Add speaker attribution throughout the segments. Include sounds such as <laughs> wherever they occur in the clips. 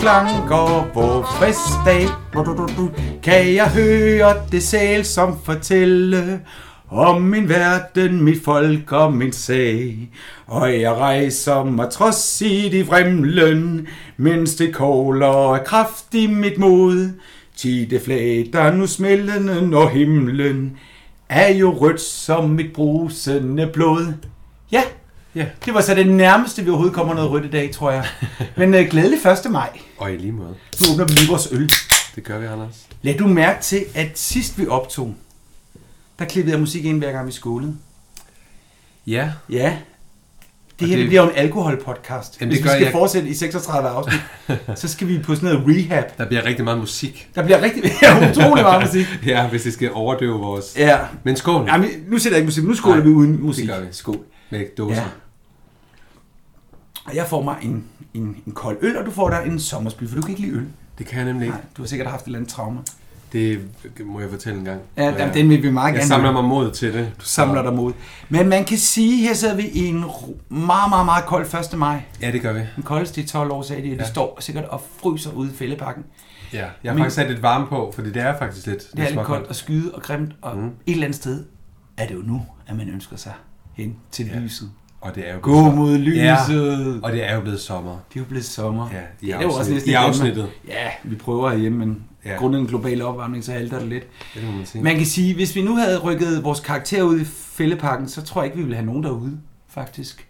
Speaker 1: Klanker på festdag, du, du, du, du, kan jeg høre det selv som fortælle om min verden, mit folk og min sag. Og jeg rejser mig trodsigt i vremlen, mens det kogler af kraft i mit mod. Tide flag, der nu smeltende når himlen, er jo rødt som mit brusende blod. Ja,
Speaker 2: Ja.
Speaker 1: det var så det nærmeste, vi overhovedet kommer noget rødt i dag, tror jeg. Men øh, glædelig 1. maj.
Speaker 2: Og i lige måde.
Speaker 1: Nu åbner vi lige vores øl.
Speaker 2: Det gør vi, Anders.
Speaker 1: Lad du mærke til, at sidst vi optog, der klippede jeg musik ind hver gang vi skolede.
Speaker 2: Ja.
Speaker 1: Ja. Det her
Speaker 2: det-
Speaker 1: det... bliver jo en alkoholpodcast.
Speaker 2: Jamen,
Speaker 1: Hvis
Speaker 2: det
Speaker 1: vi
Speaker 2: gør
Speaker 1: skal
Speaker 2: jeg-
Speaker 1: fortsætte i 36 <laughs> afsnit, så skal vi på sådan noget rehab.
Speaker 2: Der bliver rigtig meget musik.
Speaker 1: Der bliver rigtig <laughs> ja, utrolig meget musik.
Speaker 2: <laughs> ja, hvis det skal overdøve vores...
Speaker 1: Ja.
Speaker 2: Men skål.
Speaker 1: Jamen, nu sætter jeg ikke musik, nu skoler
Speaker 2: Nej,
Speaker 1: vi uden musik.
Speaker 2: Det gør vi. Skål. Med dåser.
Speaker 1: Ja. Og jeg får mig en, en, en kold øl, og du får dig en sommersby, for du kan ikke lide øl.
Speaker 2: Det kan jeg nemlig ikke.
Speaker 1: Nej, du har sikkert haft et eller andet trauma.
Speaker 2: Det må jeg fortælle en gang.
Speaker 1: Ja,
Speaker 2: Og
Speaker 1: jamen, den vil vi meget
Speaker 2: jeg
Speaker 1: gerne.
Speaker 2: samler mig mod til det.
Speaker 1: Du samler dig mod. Men man kan sige, her sidder vi i en ro- meget, meget, meget kold 1. maj.
Speaker 2: Ja, det gør vi.
Speaker 1: Den koldeste i 12 år, sagde de, og de
Speaker 2: Ja.
Speaker 1: står sikkert og fryser ude i fældepakken. Det
Speaker 2: Ja. Jeg har
Speaker 1: Min-
Speaker 2: faktisk sat lidt varme på, fordi det er faktisk lidt...
Speaker 1: er, lidt koldt og skyde og grimt, og mm. et eller andet sted er det jo nu, at man ønsker sig hen til ja. lyset.
Speaker 2: Og det er jo
Speaker 1: Gå mod lyset!
Speaker 2: Ja.
Speaker 1: Ja.
Speaker 2: Og det er jo blevet sommer.
Speaker 1: Det er jo blevet sommer.
Speaker 2: Ja, i
Speaker 1: det er jo
Speaker 2: afsnittet.
Speaker 1: også næsten
Speaker 2: I
Speaker 1: Danmark.
Speaker 2: afsnittet.
Speaker 1: Ja, vi prøver herhjemme, men
Speaker 2: Ja.
Speaker 1: ja. grundet den globale opvarmning, så halter det lidt.
Speaker 2: Det må man sige.
Speaker 1: Man kan sige, hvis vi nu havde rykket vores karakter ud i fældepakken, så tror jeg ikke, vi ville have nogen derude, faktisk.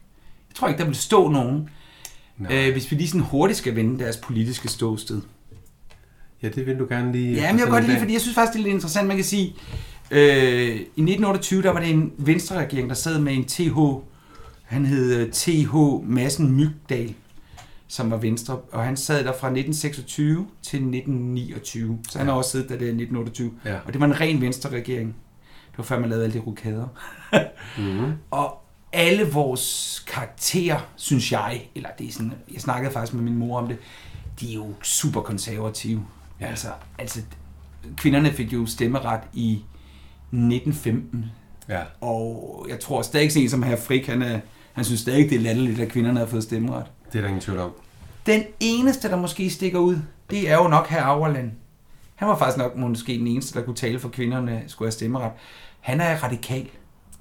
Speaker 1: Jeg tror ikke, der ville stå nogen.
Speaker 2: Nej.
Speaker 1: Øh, hvis vi lige sådan hurtigt skal vende deres politiske ståsted.
Speaker 2: Ja, det vil du gerne
Speaker 1: Ja,
Speaker 2: lige...
Speaker 1: men jeg
Speaker 2: fortælle
Speaker 1: kan godt
Speaker 2: i
Speaker 1: lide,
Speaker 2: dag.
Speaker 1: fordi jeg synes faktisk, det er lidt interessant. Man kan sige, øh, i 1928, der var det en venstreregering, der sad med en TH, han hed øh, TH Madsen Mygdal, som var venstre, og han sad der fra 1926 til 1929. Så han har også siddet der, der i 1928.
Speaker 2: Ja.
Speaker 1: Og det var en ren venstreregering. Det var før, man lavede alle de rukader. mm-hmm. Og alle vores karakterer, synes jeg, eller det er sådan, jeg snakkede faktisk med min mor om det, de er jo super konservative. Ja. Altså, altså, kvinderne fik jo stemmeret i 1915,
Speaker 2: Ja.
Speaker 1: og jeg tror stadig sådan en som herr Frik, han, er, han synes stadig, det er latterligt, at kvinderne har fået stemmeret.
Speaker 2: Det er der ingen tvivl om.
Speaker 1: Den eneste, der måske stikker ud, det er jo nok herr Auerland. Han var faktisk nok måske den eneste, der kunne tale for kvinderne, skulle have stemmeret. Han er radikal.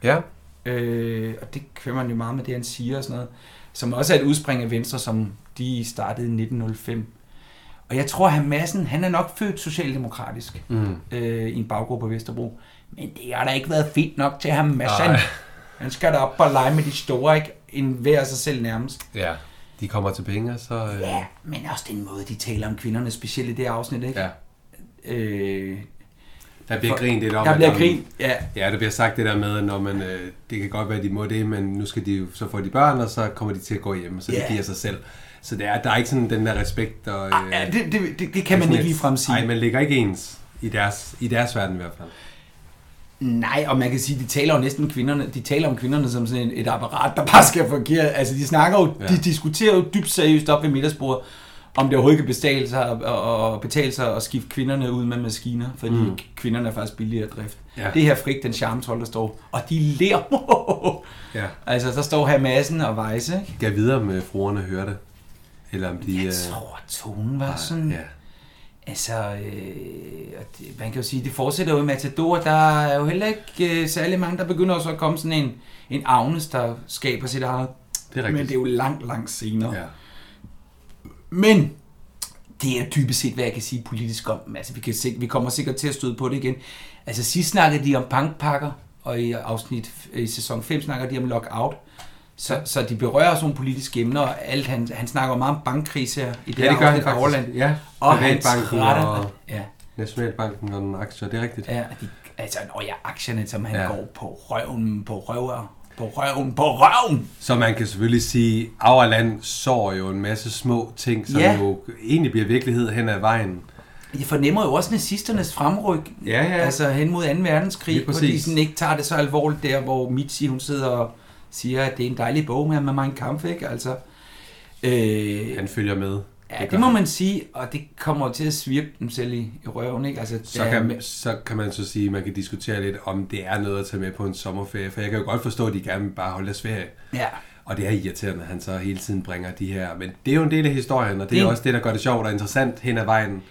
Speaker 2: Ja.
Speaker 1: øh, og det kører man jo meget med det, han siger og sådan noget, som også er et udspring af Venstre, som de startede i 1905. Og jeg tror, at Madsen, han er nok født socialdemokratisk
Speaker 2: Mm.
Speaker 1: øh, i en baggruppe på Vesterbro. Men det har da ikke været fedt nok til ham, Madsen.
Speaker 2: Nej.
Speaker 1: Han skal da op og lege med de store, ikke? En hver sig selv nærmest.
Speaker 2: Ja. De kommer til penge, og så... Øh,
Speaker 1: Ja, men også den måde, de taler om kvinderne, specielt i det her afsnit, ikke?
Speaker 2: ja.
Speaker 1: Øh,
Speaker 2: Der bliver grint lidt om...
Speaker 1: der
Speaker 2: at Øh,
Speaker 1: bliver
Speaker 2: om-
Speaker 1: grin, ja.
Speaker 2: Ja, der bliver sagt det der med, når man, øh, det kan godt være, at de må det, men nu skal de jo, så får de børn, og så kommer de til at gå hjem, og så
Speaker 1: Ja.
Speaker 2: yeah. de giver sig selv. Så det er, der er ikke sådan den der respekt. Og, øh,
Speaker 1: Ah, Ja, det, det, det, det kan man ikke ligefrem sige.
Speaker 2: Nej, man ligger ikke ens i deres, i deres verden i hvert fald.
Speaker 1: Nej, og man kan sige, de taler jo næsten kvinderne, de taler om kvinderne som sådan et, et apparat, der bare skal fungere. Altså, de snakker jo, ja.
Speaker 2: Ja.
Speaker 1: de diskuterer jo dybt seriøst op ved middagsbordet, om det overhovedet kan betale sig, og, og betale sig at skifte kvinderne ud med maskiner, fordi mm. kvinderne er faktisk billigere at drifte. Ja.
Speaker 2: Ja.
Speaker 1: Det her frik, den charmetrol, der står, og de ler. <laughs>
Speaker 2: Ja.
Speaker 1: altså, der står her Madsen og Weisse, ikke?
Speaker 2: Jeg videre om øh, fruerne hører det, eller om de...
Speaker 1: Jeg
Speaker 2: øh,
Speaker 1: tror, tonen var sådan...
Speaker 2: ja.
Speaker 1: Altså, øh, og det, man kan jo sige, det fortsætter jo i Matador. Der er jo heller ikke øh, særlig mange, der begynder også at komme sådan en, en Agnes, der skaber sit eget.
Speaker 2: Det er rigtigt.
Speaker 1: Men det er jo langt, langt senere. Ja.
Speaker 2: Ja.
Speaker 1: Men det er dybest set, hvad jeg kan sige politisk om. dem. Altså, vi, kan se, vi kommer sikkert til at støde på det igen. Altså, sidst snakkede de om bankpakker, og i afsnit i sæson 5 snakker de om lockout. Så, så de berører sådan nogle politiske emner, og alt, han, han snakker meget om bankkrise her i det,
Speaker 2: ja, det
Speaker 1: her
Speaker 2: gør han
Speaker 1: afsnit af
Speaker 2: faktisk.
Speaker 1: Overland.
Speaker 2: Ja,
Speaker 1: Og han
Speaker 2: Privatbanken
Speaker 1: trætter.
Speaker 2: og
Speaker 1: Ja.
Speaker 2: Nationalbanken og nogle aktier, det er rigtigt.
Speaker 1: Ja, de, altså, når jeg aktierne, som han ja.
Speaker 2: Ja.
Speaker 1: går på røven, på røver, på røven, på røven.
Speaker 2: Så man kan selvfølgelig sige, Auerland sår jo en masse små ting, som
Speaker 1: Ja.
Speaker 2: ja. jo egentlig bliver virkelighed hen ad vejen.
Speaker 1: Jeg fornemmer jo også nazisternes fremryk,
Speaker 2: Ja, ja.
Speaker 1: altså hen mod 2. verdenskrig,
Speaker 2: Lige
Speaker 1: hvor
Speaker 2: præcis.
Speaker 1: de sådan ikke tager det så alvorligt der, hvor Mitzi, hun sidder og siger, at det er en dejlig bog med, med mig en kamp, ikke? Altså, øh,
Speaker 2: Han følger med.
Speaker 1: ja,
Speaker 2: gør
Speaker 1: det må
Speaker 2: han.
Speaker 1: man sige, og det kommer jo til at svirpe dem selv i, i røven, ikke? Altså,
Speaker 2: Så
Speaker 1: der-
Speaker 2: kan, så kan man så sige, at man kan diskutere lidt, om det er noget at tage med på en sommerferie. For jeg kan jo godt forstå, at de gerne vil bare holde deres ferie.
Speaker 1: ja,
Speaker 2: Og det er irriterende, at han så hele tiden bringer de her. Men det er jo en del af historien, og det er
Speaker 1: Det-
Speaker 2: jo også det, der gør det sjovt og interessant hen ad vejen,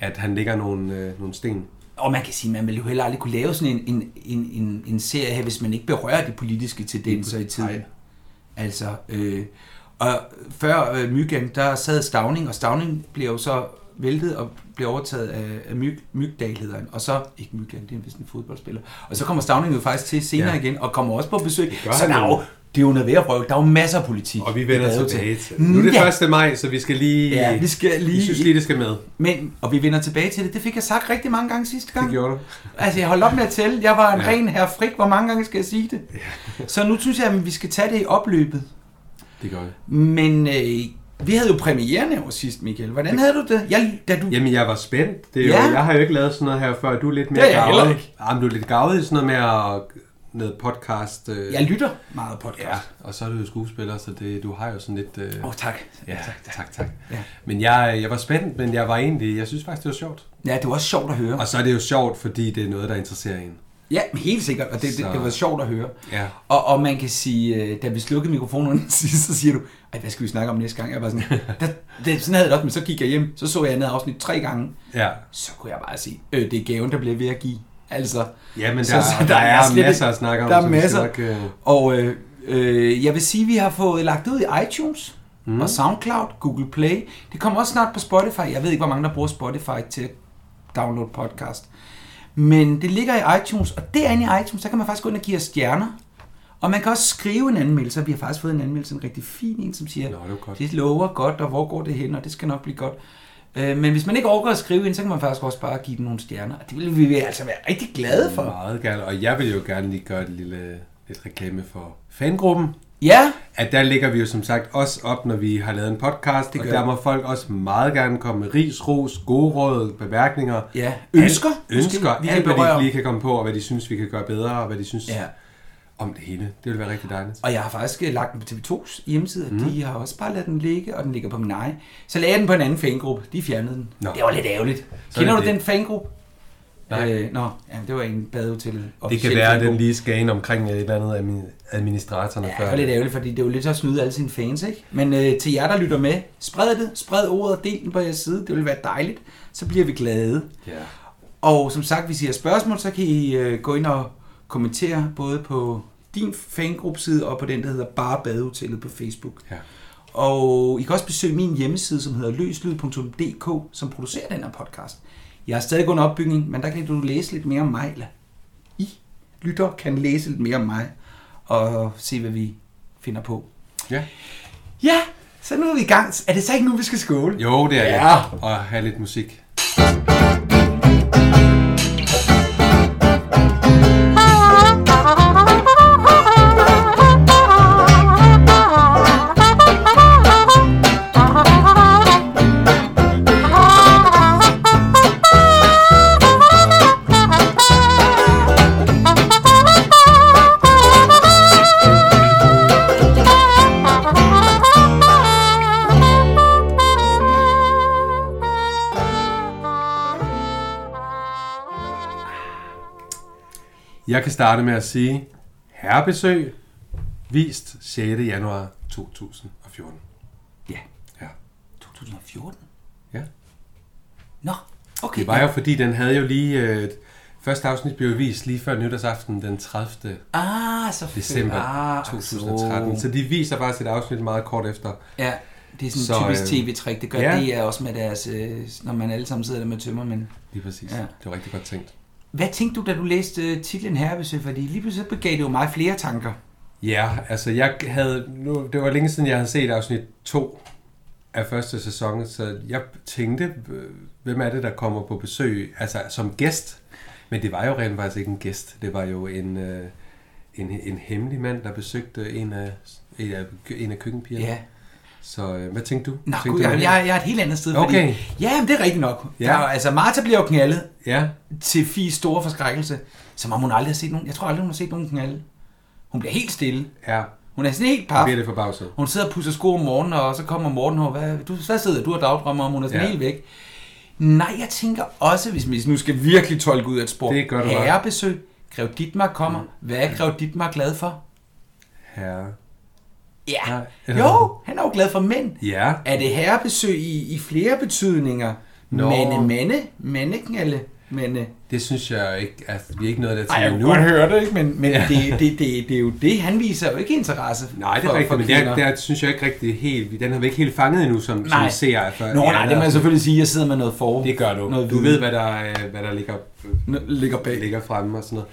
Speaker 2: at han lægger nogle, øh, nogle sten.
Speaker 1: Og man kan sige, at man ville jo heller aldrig kunne lave sådan en, en, en, en, en serie her, hvis man ikke berører de politiske tendenser i tiden.
Speaker 2: Nej.
Speaker 1: Altså, øh, og før øh, Myggen, der sad Stavning, og Stavning blev jo så væltet og blev overtaget af, af Myg, Mygdal, hedder han. Og så, ikke Myggen, det er vist en fodboldspiller. Og så kommer Stavning jo faktisk til senere
Speaker 2: Ja.
Speaker 1: igen, og kommer også på besøg.
Speaker 2: gør
Speaker 1: Så
Speaker 2: han
Speaker 1: der er
Speaker 2: jo.
Speaker 1: jo, det er jo noget ved at røve. Der er jo masser af politik.
Speaker 2: Og vi
Speaker 1: i
Speaker 2: vender
Speaker 1: Badehotel.
Speaker 2: tilbage til. Nu er det
Speaker 1: Ja.
Speaker 2: 1. maj, så vi skal lige...
Speaker 1: Ja, vi skal lige-
Speaker 2: Jeg synes lige, det skal med.
Speaker 1: Men, og vi vender tilbage til det. Det fik jeg sagt rigtig mange gange sidste gang.
Speaker 2: Det gjorde du.
Speaker 1: Altså, jeg holdt op med at tælle. Jeg var en ja.
Speaker 2: Ja.
Speaker 1: ren herr Frik. Hvor mange gange skal jeg sige det? Ja. Så nu synes jeg, at vi skal tage det i opløbet.
Speaker 2: Det gør jeg.
Speaker 1: Men øh, vi havde jo premieren over sidst, Michael. Hvordan havde du det? Jeg, da du...
Speaker 2: Jamen, jeg var spændt. Det er
Speaker 1: Ja.
Speaker 2: jo, jeg har jo ikke lavet sådan noget her før. Du er lidt
Speaker 1: er
Speaker 2: mere
Speaker 1: jeg
Speaker 2: gavet.
Speaker 1: heller ikke.
Speaker 2: Jamen, du er lidt gavet i sådan noget med at noget podcast. Øh,
Speaker 1: Jeg lytter meget podcast.
Speaker 2: Ja, og så er du jo skuespiller, så det, du har jo sådan lidt... Øh,
Speaker 1: Åh, oh, tak.
Speaker 2: ja, tak, tak. tak.
Speaker 1: Ja.
Speaker 2: Ja. Men jeg, jeg var spændt, men jeg var egentlig... Jeg synes faktisk, det var sjovt.
Speaker 1: Ja, det var også sjovt at høre.
Speaker 2: Og så er det jo sjovt, fordi det er noget, der interesserer en.
Speaker 1: Ja, men helt sikkert. Og det, det,
Speaker 2: Så-
Speaker 1: det var sjovt at høre.
Speaker 2: Ja.
Speaker 1: Og, og man kan sige, øh, da vi slukkede mikrofonen sidst, så siger du, Ej, hvad skal vi snakke om næste gang? Jeg var sådan,
Speaker 2: <laughs>
Speaker 1: der, det, sådan havde jeg det også, men så gik jeg hjem, så så jeg andet afsnit tre gange.
Speaker 2: Ja.
Speaker 1: så kunne jeg bare sige, øh, det er gaven, der bliver ved at give. Altså,
Speaker 2: Ja, men der- der er
Speaker 1: slet
Speaker 2: masser
Speaker 1: ikke-
Speaker 2: at snakke om,
Speaker 1: Der er
Speaker 2: så vi skal
Speaker 1: masser.
Speaker 2: nok, øh,
Speaker 1: Og øh, øh, jeg vil sige, at vi har fået lagt det ud i iTunes mm. og SoundCloud, Google Play. Det kommer også snart på Spotify. Jeg ved ikke, hvor mange der bruger Spotify til at downloade podcast. Men det ligger i iTunes, og derinde i iTunes, der kan man faktisk gå ind og give os stjerner. Og man kan også skrive en anmeldelse, og vi har faktisk fået en anmeldelse, en rigtig fin en, som siger,
Speaker 2: Nå, det var godt.
Speaker 1: det lover godt, og hvor går det hen, og det skal nok blive godt. Øh, Men hvis man ikke overgår at skrive ind, så kan man faktisk også bare give den nogle stjerner. Og det vil vi altså være rigtig glade for.
Speaker 2: Meget gerne. Og jeg vil jo gerne lige gøre et lille et reklame for fangruppen.
Speaker 1: Ja,
Speaker 2: at der ligger vi jo som sagt også op, når vi har lavet en podcast,
Speaker 1: Det
Speaker 2: og
Speaker 1: gør
Speaker 2: der
Speaker 1: vi.
Speaker 2: må folk også meget gerne komme med ris, ros, gode råd, bemærkninger.
Speaker 1: Ja, ønsker.
Speaker 2: Alt,
Speaker 1: Måske
Speaker 2: ønsker,
Speaker 1: vi
Speaker 2: vi
Speaker 1: kan
Speaker 2: alt hvad
Speaker 1: berøre.
Speaker 2: de lige kan komme på, og hvad de synes, vi kan gøre bedre, og hvad de synes
Speaker 1: Ja.
Speaker 2: ja. om det hele. Det vil være rigtig dejligt.
Speaker 1: og jeg har faktisk øh, lagt den på TV2's hjemmeside,
Speaker 2: Mm.
Speaker 1: og de har også bare ladet den ligge, og den ligger på min egen. Så lagde jeg den på en anden fangruppe. De fjernede den. Nå.
Speaker 2: Nå.
Speaker 1: Det var lidt ærgerligt.
Speaker 2: Sådan
Speaker 1: Kender
Speaker 2: er
Speaker 1: du
Speaker 2: det.
Speaker 1: den fangruppe?
Speaker 2: Nej.
Speaker 1: Øh, nå, ja, det var en badehotel.
Speaker 2: Det kan være, at den lige skal ind omkring et eller andet af admi- administratorerne
Speaker 1: Ja, det
Speaker 2: før.
Speaker 1: var lidt ærgerligt, fordi det er jo lidt at snyde alle sine fans, ikke? Men øh, til jer, der lytter med, spred det, spred ordet og del den på jeres side. Det vil være dejligt. Så bliver vi glade.
Speaker 2: Ja.
Speaker 1: Og som sagt, hvis I har spørgsmål, så kan I øh, gå ind og kommentere både på din fangruppeside og på den, der hedder Bare Badehotellet på Facebook.
Speaker 2: Ja.
Speaker 1: Og I kan også besøge min hjemmeside, som hedder løslyd.dk, som producerer den her podcast. Jeg er stadig under opbygning, men der kan du læse lidt mere om mig. Eller I lytter kan læse lidt mere om mig og se, hvad vi finder på.
Speaker 2: ja.
Speaker 1: Ja, så nu er vi i gang. Er det så ikke nu, vi skal skåle?
Speaker 2: Jo, det er
Speaker 1: Ja.
Speaker 2: det. Og have lidt musik. Jeg kan starte med at sige, herrebesøg vist 6. januar 2014.
Speaker 1: Ja,
Speaker 2: Ja.
Speaker 1: 2014.
Speaker 2: ja.
Speaker 1: Nå, okay.
Speaker 2: Det var jo fordi, den havde jo lige... Øh, første afsnit blev vist lige før nytårsaften den 30.
Speaker 1: Ah, så fedt.
Speaker 2: december
Speaker 1: ah,
Speaker 2: 2013.
Speaker 1: Så.
Speaker 2: Så de viser bare sit afsnit meget kort efter.
Speaker 1: Ja, det er sådan
Speaker 2: Så,
Speaker 1: så, typisk
Speaker 2: øh,
Speaker 1: tv-trick. Det gør
Speaker 2: ja.
Speaker 1: ja. det også med deres, øh, når man alle sammen sidder der med tømmer. Men
Speaker 2: Lige præcis.
Speaker 1: Ja.
Speaker 2: Det var rigtig godt tænkt.
Speaker 1: hvad tænkte du, da du læste øh, titlen Herrebesøg? Fordi lige pludselig så begav det jo mig flere tanker.
Speaker 2: Ja, altså jeg havde... Nu, det var længe siden, jeg havde set afsnit 2 af første sæson, så jeg tænkte, øh, hvem er det, der kommer på besøg, altså som gæst? Men det var jo rent faktisk ikke en gæst. Det var jo en, øh, en, en hemmelig mand, der besøgte en af, en af, en af køkkenpigerne.
Speaker 1: Ja.
Speaker 2: Så øh, hvad tænkte du?
Speaker 1: Nå,
Speaker 2: tænkte
Speaker 1: gud,
Speaker 2: du
Speaker 1: jeg,
Speaker 2: noget?
Speaker 1: jeg, jeg er et helt andet sted.
Speaker 2: Okay.
Speaker 1: Fordi, ja, men det er rigtigt nok.
Speaker 2: Ja.
Speaker 1: Ja. Der, er jo- altså, Martha bliver jo knaldet
Speaker 2: Ja,
Speaker 1: til Fies store forskrækkelse, som om hun aldrig har set nogen. Jeg tror aldrig, hun har set nogen knalde. Hun bliver helt stille.
Speaker 2: ja.
Speaker 1: Hun er sådan helt
Speaker 2: Jeg
Speaker 1: paf.
Speaker 2: bliver lidt forbavset.
Speaker 1: Hun sidder og pudser sko om morgenen, og så kommer Morten og hvad, du, hvad sidder du og dagdrømmer om? Hun er sådan
Speaker 2: Ja.
Speaker 1: ja. helt væk. Nej, jeg tænker også, hvis vi nu skal virkelig tolke ud af et spor. Mm.
Speaker 2: Det gør du nok.
Speaker 1: Herrebesøg. Grev Ditmar kommer. Hvad er Grev Ditmar glad for?
Speaker 2: Herre.
Speaker 1: Ja.
Speaker 2: Ja.
Speaker 1: Jo, han er jo glad for mænd.
Speaker 2: Ja,
Speaker 1: Er det herrebesøg i, i flere betydninger?
Speaker 2: Nå.
Speaker 1: Nå. Mande, mande, mandeknalle, mande.
Speaker 2: det synes jeg ikke, at vi er ikke noget der
Speaker 1: Ej,
Speaker 2: til
Speaker 1: jeg
Speaker 2: nu.
Speaker 1: kunne godt høre det, ikke? Men, men
Speaker 2: Ja.
Speaker 1: ja. det, det, det, det, er jo det. Han viser jo ikke interesse
Speaker 2: Nej, det er
Speaker 1: for,
Speaker 2: rigtigt,
Speaker 1: for
Speaker 2: men det,
Speaker 1: kvinder.
Speaker 2: er, det er, synes jeg ikke rigtig helt... Den har vi ikke helt fanget endnu, som, som
Speaker 1: Nej.
Speaker 2: ser. For,
Speaker 1: Nå, nej, det må jeg selvfølgelig sige. Jeg sidder med noget for.
Speaker 2: altså- Det gør du.
Speaker 1: Noget
Speaker 2: Du
Speaker 1: viden.
Speaker 2: ved, hvad der, øh, hvad der ligger,
Speaker 1: N- ligger bag.
Speaker 2: ligger fremme og sådan noget.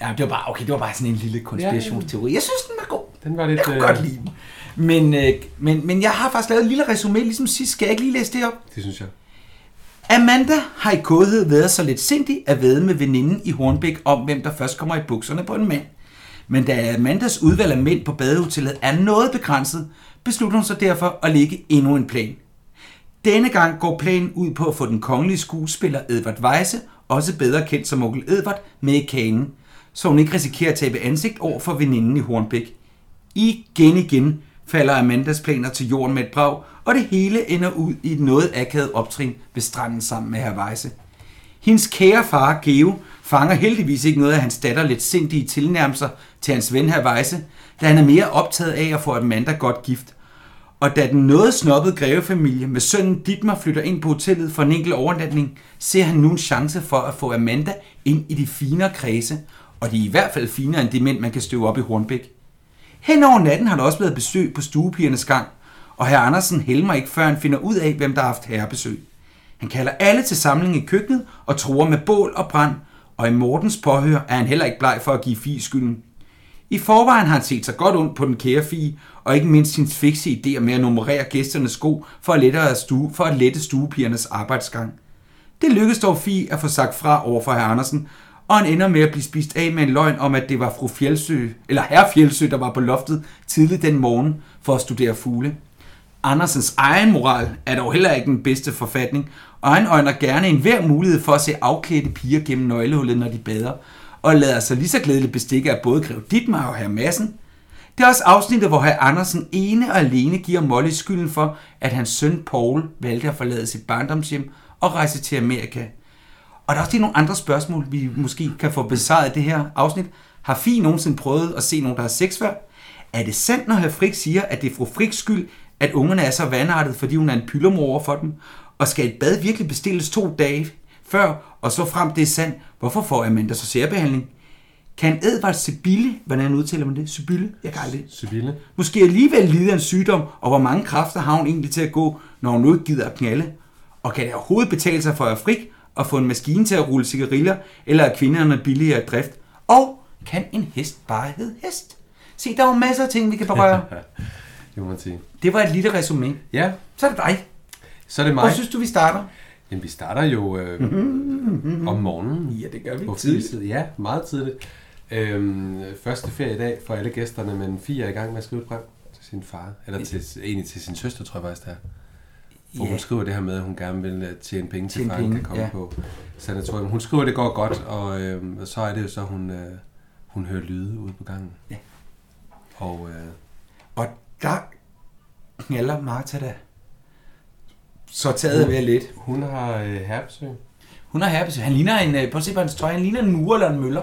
Speaker 1: Ja, det var bare, okay, det var bare sådan en lille konspirationsteori. Jeg synes, den var god.
Speaker 2: Den var lidt... øh-
Speaker 1: Jeg kunne godt lide den. Men, øh, men, men jeg har faktisk lavet en lille resume, ligesom sidst. Skal jeg ikke lige læse det op?
Speaker 2: Det synes jeg.
Speaker 1: Amanda har i kådhed været så lidt sindig at vede med veninden i Hornbæk om, hvem der først kommer i bukserne på en mand. Men da Amandas udvalg af mænd på badehotellet er noget begrænset, beslutter hun sig derfor at lægge endnu en plan. Denne gang går planen ud på at få den kongelige skuespiller Edvard Weisse, også bedre kendt som onkel Edvard, med i kagen, så hun ikke risikerer at tabe ansigt over for veninden i Hornbæk. Igen igen falder Amandas planer til jorden med et brag, og det hele ender ud i et noget akavet optrin ved stranden sammen med herr Weisse. Hendes kære far, Geo, fanger heldigvis ikke noget af hans datter lidt sindige tilnærmelser til hans ven herr Weisse, da han er mere optaget af at få Amanda godt gift. Og da den noget snobbede grevefamilie med sønnen Ditmar flytter ind på hotellet for en enkelt overnatning, ser han nu en chance for at få Amanda ind i de finere kredse, og de er i hvert fald finere end de mænd, man kan støve op i Hornbæk. Hen over natten har der også været besøg på stuepigernes gang, og herr Andersen helmer ikke, før han finder ud af, hvem der har haft herrebesøg. Han kalder alle til samling i køkkenet og tror med bål og brand, og i Mortens påhør er han heller ikke bleg for at give Fie skylden. I forvejen har han set sig godt ondt på den kære Fie, og ikke mindst sin fikse idéer med at nummerere gæsternes sko for at lette, at stue, for at lette stuepigernes arbejdsgang. Det lykkedes dog Fie at få sagt fra over for herr Andersen, og han ender med at blive spist af med en løgn om, at det var fru Fjeldsø, eller herre Fjeldsø, der var på loftet tidligt den morgen for at studere fugle. Andersens egen moral er dog heller ikke den bedste forfatning, og han øjner gerne enhver mulighed for at se afklædte piger gennem nøglehullet, når de bader, og lader sig lige så glædeligt bestikke af både Grev Ditmar og herr Madsen. Det er også afsnittet, hvor herr Andersen ene og alene giver Molly skylden for, at hans søn Paul valgte at forlade sit barndomshjem og rejse til Amerika. Og der er også lige nogle andre spørgsmål, vi måske kan få besvaret i det her afsnit. Har Fie nogensinde prøvet at se nogen, der har sex før? Er det sandt, når herr Frik siger, at det er fru Friks skyld, at ungerne er så vandartet, fordi hun er en pyldermor over for dem? Og skal et bad virkelig bestilles to dage før, og så frem det er sandt? Hvorfor får Amanda så særbehandling? Kan Edvard Sibylle, hvordan udtaler man det? Sibylle? Jeg kan aldrig.
Speaker 2: Sibylle.
Speaker 1: Måske alligevel lide af en sygdom, og hvor mange kræfter har hun egentlig til at gå, når hun nu ikke gider at knalde? Og kan det overhovedet betale sig for Afrik at få en maskine til at rulle cigariller, eller er kvinderne billigere i drift? Og kan en hest bare hedde hest? Se, der er jo masser af ting, vi kan <laughs> berøre.
Speaker 2: Det må man sige.
Speaker 1: Det var et lille resumé.
Speaker 2: Ja,
Speaker 1: Så er det dig.
Speaker 2: så er det mig.
Speaker 1: Hvor synes du, vi starter?
Speaker 2: Jamen, vi starter jo øh, om morgenen.
Speaker 1: Mm-hmm. Ja, det gør vi.
Speaker 2: På
Speaker 1: Tidligt.
Speaker 2: tidligt. Ja, meget tidligt. Øhm, første feriedag for alle gæsterne, men fire er i gang med at skrive et brev til sin far. Eller til, egentlig til sin søster, tror jeg faktisk, det er. Hvor
Speaker 1: Ja.
Speaker 2: hun skriver det her med, at hun gerne vil øh, tjene penge til
Speaker 1: Tjene
Speaker 2: faren,
Speaker 1: penge,
Speaker 2: kan komme
Speaker 1: ja.
Speaker 2: på sanatorium. Hun skriver, at det går godt, og, øh, og så er det jo så, hun, øh, hun hører lyde ude på gangen.
Speaker 1: Ja.
Speaker 2: Og øh,
Speaker 1: Og der knaller Martha da. Så taget ved lidt.
Speaker 2: hun har øh, herbesøg.
Speaker 1: Hun har herpes. Han ligner en, øh, prøv at se på hans tøj, han ligner en mur eller en møller.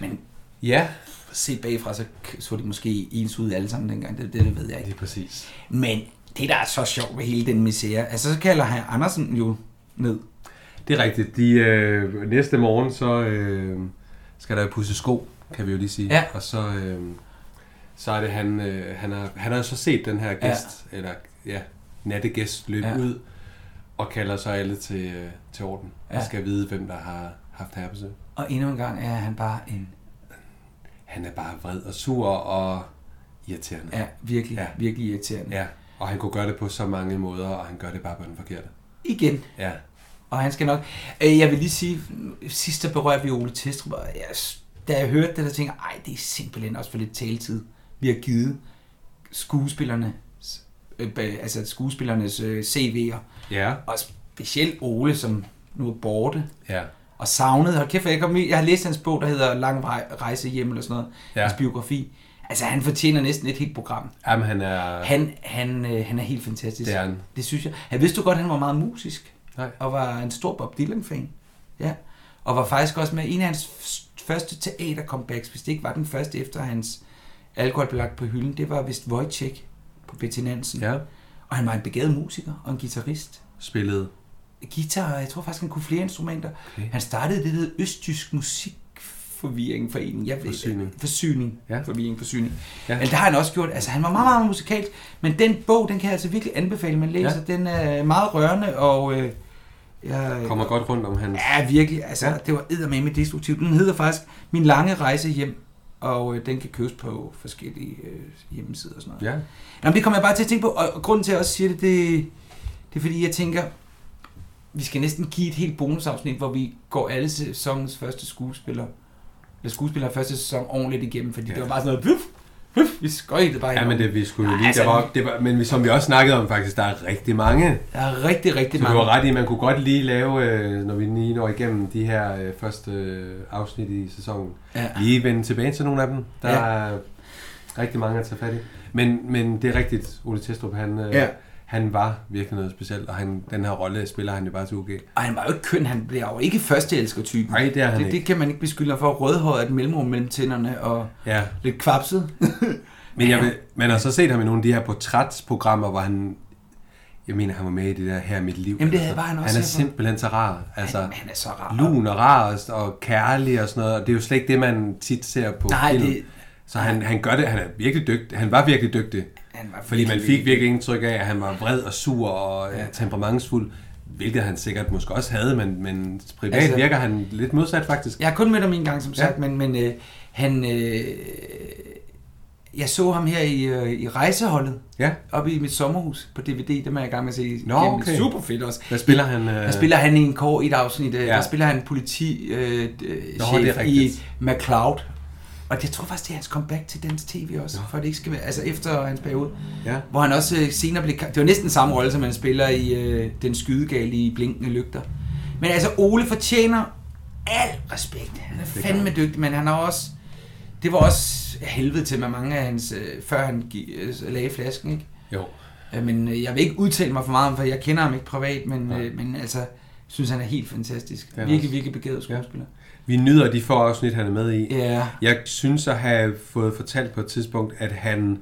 Speaker 1: Men
Speaker 2: Ja,
Speaker 1: set bagfra, så k- så de måske ens ud alle sammen dengang. Det, det, det ved jeg ikke.
Speaker 2: lige præcis.
Speaker 1: Men det, der er så sjovt ved hele den misære, altså så kalder han Andersen jo ned.
Speaker 2: Det er rigtigt. De, øh, næste morgen, så øh, skal der jo pudse sko, kan vi jo lige sige.
Speaker 1: Ja.
Speaker 2: Og så, øh, så er det han, øh, han, har, han har så set den her gæst, ja. eller ja, nattegæst løbe
Speaker 1: Ja.
Speaker 2: ja. ud, og kalder så alle til, øh, til orden. Ja.
Speaker 1: Ja.
Speaker 2: Og skal vide, hvem der har haft herbesøg.
Speaker 1: Og endnu en gang er han bare en,
Speaker 2: Han er bare vred og sur og irriterende.
Speaker 1: er virkelig, ja.
Speaker 2: Ja.
Speaker 1: virkelig irriterende. Ja.
Speaker 2: ja. Og han kunne gøre det på så mange måder, og han gør det bare på den forkerte.
Speaker 1: Igen.
Speaker 2: Ja.
Speaker 1: Og han skal nok... Øh, jeg vil lige sige, sidst der berørte vi Ole Testrup, og jeg, da jeg hørte det, der tænker jeg, ej, det er simpelthen også for lidt taletid, vi har givet skuespillerne, øh, bag- altså skuespillernes øh, CV'er,
Speaker 2: Ja.
Speaker 1: og specielt Ole, som nu er borte,
Speaker 2: Ja.
Speaker 1: og savnet. Hold kæft, jeg, kom, i- jeg har læst hans bog, der hedder Lang Vej- Rejse Hjem, eller sådan noget, ja.
Speaker 2: Ja.
Speaker 1: hans biografi. Altså, han fortjener næsten et helt program.
Speaker 2: Jamen, han er...
Speaker 1: Han, han, øh, han er helt fantastisk.
Speaker 2: Det er han.
Speaker 1: Det synes jeg. Jeg vidste du godt, han var meget musisk.
Speaker 2: Nej.
Speaker 1: Og var en stor Bob Dylan-fan. Ja. Og var faktisk også med i en af hans f- første teater-comebacks, hvis det ikke var den første efter hans alkoholbelagt på hylden. Det var vist Wojciech på Betty Nansen.
Speaker 2: Ja.
Speaker 1: Og han var en begavet musiker og en guitarist
Speaker 2: Spillet.
Speaker 1: guitar, og jeg tror faktisk, han kunne flere instrumenter. Okay.
Speaker 2: Okay.
Speaker 1: Han startede det, der hed Østtysk Musikforvirring Forening. Jeg ved,
Speaker 2: Forsyning.
Speaker 1: Forsyning.
Speaker 2: Ja.
Speaker 1: Forvirring, forsyning. Ja.
Speaker 2: Ja.
Speaker 1: Men der har han også gjort, altså han var meget, meget musikalt, men den bog, den kan jeg altså virkelig anbefale, man læser. Ja. Den er meget rørende, og øh, jeg,
Speaker 2: Kommer godt rundt om hans...
Speaker 1: Ja, virkelig. Altså, ja. det var eddermame destruktivt. Den hedder faktisk Min lange rejse hjem, og øh, den kan købes på forskellige øh, hjemmesider og sådan noget.
Speaker 2: Ja.
Speaker 1: Nå, men det kommer jeg bare til at tænke på, og grunden til, at jeg også siger det, det, det er fordi, jeg tænker, vi skal næsten give et helt bonusafsnit, hvor vi går alle sæsonens første skuespiller, eller skuespiller første sæson ordentligt igennem, fordi ja.
Speaker 2: Ja.
Speaker 1: det var bare sådan noget, puf, puf, vi skøjtede bare
Speaker 2: Ja,
Speaker 1: henover.
Speaker 2: men det vi skulle jo
Speaker 1: Nej,
Speaker 2: lige. Der
Speaker 1: altså-
Speaker 2: var, det var, men som vi også snakkede om faktisk, der er rigtig mange.
Speaker 1: Der er rigtig, rigtig
Speaker 2: Så du har
Speaker 1: mange.
Speaker 2: ret i, man kunne godt lige lave, øh, når vi lige når igennem de her øh, første øh, afsnit i sæsonen.
Speaker 1: Ja.
Speaker 2: Lige vende tilbage til nogle af dem. Der
Speaker 1: Ja.
Speaker 2: ja. er rigtig mange at tage fat i. Men, men det er rigtigt, Ole Testrup, han, øh,
Speaker 1: Ja.
Speaker 2: ja. han var virkelig noget specielt, og han, den her rolle spiller han jo bare til UG.
Speaker 1: Og han var jo ikke køn, han bliver jo ikke førsteelsker-typen.
Speaker 2: Nej, det er han
Speaker 1: det,
Speaker 2: ikke.
Speaker 1: det kan man ikke beskylde ham for. Rødhåret er et mellemrum mellem tænderne og
Speaker 2: Ja.
Speaker 1: lidt kvapset.
Speaker 2: Men jeg vil, man har så set ham i nogle af de her portrætsprogrammer, hvor han... Jeg mener, han var med i det der her er mit liv.
Speaker 1: Jamen, det
Speaker 2: Altså,
Speaker 1: var han også
Speaker 2: Han er
Speaker 1: her på.
Speaker 2: simpelthen så rar. Altså,
Speaker 1: Han- han er så rar.
Speaker 2: Lun og rar og, og kærlig og sådan noget. Og det er jo slet ikke det, man tit ser på
Speaker 1: Nej,
Speaker 2: film.
Speaker 1: det-
Speaker 2: Så han, han gør det. Han er virkelig dygtig. Han var virkelig dygtig.
Speaker 1: Han var
Speaker 2: fordi man
Speaker 1: virkelig,
Speaker 2: fik virkelig indtryk af, at han var vred og sur og ja. temperamentsfuld. Hvilket han sikkert måske også havde, men, men privat
Speaker 1: Altså-
Speaker 2: altså, virker han lidt modsat faktisk.
Speaker 1: Jeg har kun mødt ham en gang, som
Speaker 2: Ja.
Speaker 1: sagt, men, men øh, han... Øh, jeg så ham her i, øh, i rejseholdet,
Speaker 2: Ja.
Speaker 1: oppe i mit sommerhus på DVD, dem er jeg i gang med at se.
Speaker 2: Nå,
Speaker 1: igennem.
Speaker 2: okay.
Speaker 1: Super fedt også.
Speaker 2: Hvad spiller han? Øh,
Speaker 1: Der spiller han i en kår i et afsnit, ja.
Speaker 2: Ja.
Speaker 1: der spiller han politi øh, øh,
Speaker 2: Nå, det er
Speaker 1: chef i
Speaker 2: rigtigt.
Speaker 1: McCloud. Og jeg tror faktisk, det er hans comeback til dansk tv også, for det ikke skal være, altså efter hans periode.
Speaker 2: Ja.
Speaker 1: Hvor han også øh, senere blev, det var næsten samme rolle, som han spiller i øh, Den skydegale i Blinkende Lygter. Men altså, Ole fortjener al respekt. Han er
Speaker 2: gør
Speaker 1: fandme dygtig, men han har også, det var også helvede til med mange af hans, øh, før han gi- øh, lagde flasken, ikke?
Speaker 2: Jo.
Speaker 1: Øh, Men øh, jeg vil ikke udtale mig for meget om, for jeg kender ham ikke privat, men, ja. men altså, jeg synes han er helt fantastisk.
Speaker 2: er han
Speaker 1: virkelig,
Speaker 2: også.
Speaker 1: virkelig begavet skuespiller.
Speaker 2: Vi nyder de få afsnit, han er med i.
Speaker 1: Ja. ja.
Speaker 2: Jeg synes at have fået fortalt på et tidspunkt, at han,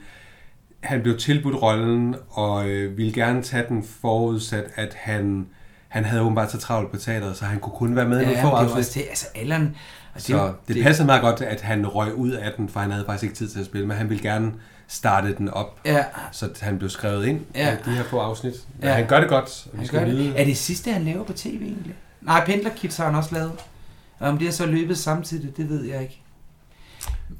Speaker 2: han blev tilbudt rollen og øh, ville gerne tage den forudsat, at han, han havde åbenbart så travlt på teateret, så han kunne kun være med i
Speaker 1: Ja,
Speaker 2: nogle
Speaker 1: ja
Speaker 2: få
Speaker 1: men det var
Speaker 2: afsnit.
Speaker 1: også det. Altså, Allan... Og det, er
Speaker 2: Så
Speaker 1: jo-
Speaker 2: det, det passede meget godt, at han røg ud af den, for han havde faktisk ikke tid til at spille, men han ville gerne starte den op,
Speaker 1: Ja,
Speaker 2: så han blev skrevet ind
Speaker 1: Ja.
Speaker 2: ja. i de her få afsnit. Ja.
Speaker 1: Ja.
Speaker 2: Han gør det godt, og vi
Speaker 1: han
Speaker 2: skal
Speaker 1: gør
Speaker 2: vide.
Speaker 1: det. Er det sidste, han laver på tv egentlig? Nej, Pendlerkids har han også lavet. Og om det har så løbet samtidig, det ved jeg ikke.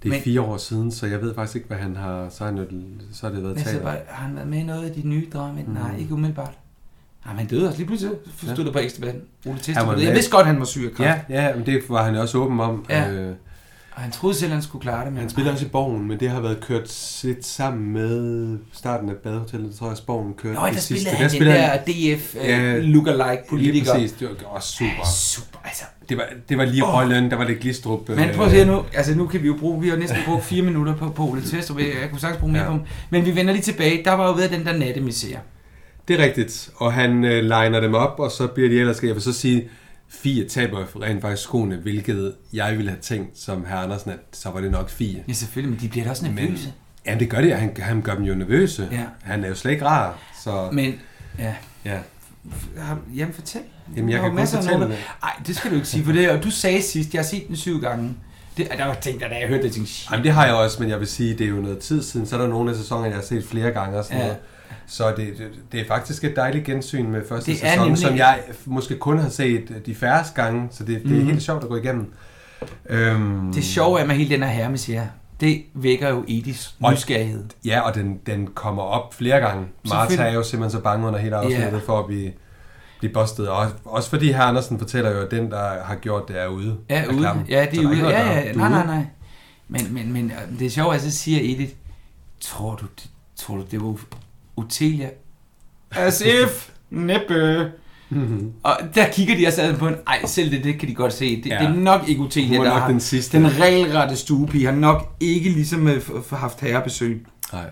Speaker 2: Det er
Speaker 1: Men-
Speaker 2: fire år siden, så jeg ved faktisk ikke, hvad han har... Så, har han jo, så har det været
Speaker 1: Men så
Speaker 2: teater.
Speaker 1: var, har han været med i noget af de nye drama? Mm. Nej,
Speaker 2: Mhm.
Speaker 1: ikke umiddelbart. Nej, men han døde også lige pludselig. Forstod ja.
Speaker 2: Ja.
Speaker 1: det på ekstra band. Ole
Speaker 2: Han var
Speaker 1: Testrup. Jeg
Speaker 2: med.
Speaker 1: vidste godt, han var syg af kræft.
Speaker 2: Ja, ja, men det var han også åben om.
Speaker 1: Ja.
Speaker 2: Ja. Øh,
Speaker 1: Og han troede selv, han skulle klare det. Men
Speaker 2: han spiller også i Borgen, men det har været kørt lidt sammen med starten af Badehotellet, tror jeg, at Borgen kørte
Speaker 1: Nå, der
Speaker 2: det sidste.
Speaker 1: spillede han den der DF
Speaker 2: Ja,
Speaker 1: øh, lookalike
Speaker 2: Lige
Speaker 1: politiker.
Speaker 2: præcis, det var også super.
Speaker 1: Super, altså.
Speaker 2: Det var, det var lige
Speaker 1: Åh.
Speaker 2: Røgløn, der var det Glistrup.
Speaker 1: Men
Speaker 2: øh,
Speaker 1: prøv at se nu, altså nu kan vi jo bruge, vi har næsten brugt fire minutter på, på Ole Testrup, jeg kunne sagtens bruge mere
Speaker 2: Ja.
Speaker 1: på ham. Men vi vender lige tilbage, der var jo ved den der nattemisere.
Speaker 2: Det er rigtigt, og han øh, liner dem op, og så bliver de ellers, jeg vil så sige, Fie taber rent faktisk skoene, hvilket jeg ville have tænkt som herr Andersen, at så var det nok Fie.
Speaker 1: Ja selvfølgelig, men de bliver da også nervøse.
Speaker 2: Jamen det gør det, han, han gør dem jo nervøse.
Speaker 1: Ja.
Speaker 2: Han er jo slet ikke rar, så
Speaker 1: Men, men ja,
Speaker 2: ja.
Speaker 1: Har- jamen fortæl.
Speaker 2: Jamen, jeg
Speaker 1: Der er jo
Speaker 2: kan kun
Speaker 1: masser af
Speaker 2: fortælle
Speaker 1: nogen, der- Ej, det skal du ikke sige, for det og du sagde sidst, jeg har set den syv gange. Det, og der var ting, der da jeg hørte det, jeg tænkte, shit.
Speaker 2: Jamen, det har jeg også, men jeg vil sige, det er jo noget tid siden, så er der nogle af sæsonerne, jeg har set flere gange og sådan
Speaker 1: Ja.
Speaker 2: ja. noget. Så det, det, det er faktisk et dejligt gensyn med første
Speaker 1: Det er
Speaker 2: sæson,
Speaker 1: nemlig-
Speaker 2: som jeg måske kun har set de færreste gange, så det, det mm-hmm. er helt sjovt at gå igennem. Øhm,
Speaker 1: Mhm. Det sjove er med hele den her hermesere, det vækker jo Edis
Speaker 2: Og-
Speaker 1: nysgerrighed.
Speaker 2: Ja, og den, den kommer op flere gange. Martha
Speaker 1: Selvfølgelig.
Speaker 2: er jo simpelthen så bange under hele afsnittet
Speaker 1: Ja.
Speaker 2: yeah. for at blive, blive bustet. Og, også fordi herr Andersen fortæller jo, at den, der har gjort det, er ude.
Speaker 1: Ja,
Speaker 2: af
Speaker 1: ude.
Speaker 2: klammen.
Speaker 1: Ja,
Speaker 2: Så
Speaker 1: de er
Speaker 2: der ikke
Speaker 1: ude.
Speaker 2: noget at
Speaker 1: Ja,
Speaker 2: gøre.
Speaker 1: ja,
Speaker 2: Du
Speaker 1: nej,
Speaker 2: er
Speaker 1: nej,
Speaker 2: ude.
Speaker 1: nej. Men, men, men øh, det er sjovt, at så siger Edith, tror du, det, tror du, det var Otelia? As if,
Speaker 2: <laughs>
Speaker 1: næppe.
Speaker 2: Mhm.
Speaker 1: Og der kigger de også ad på en, ej, selv det, det kan de godt se. Det, ja.
Speaker 2: Ja.
Speaker 1: det er nok ikke
Speaker 2: Hun
Speaker 1: Otelia,
Speaker 2: var
Speaker 1: der
Speaker 2: nok
Speaker 1: har
Speaker 2: den sidste.
Speaker 1: Den regelrette stuepige har nok ikke ligesom øh, f- f- haft herrebesøg.
Speaker 2: Nej.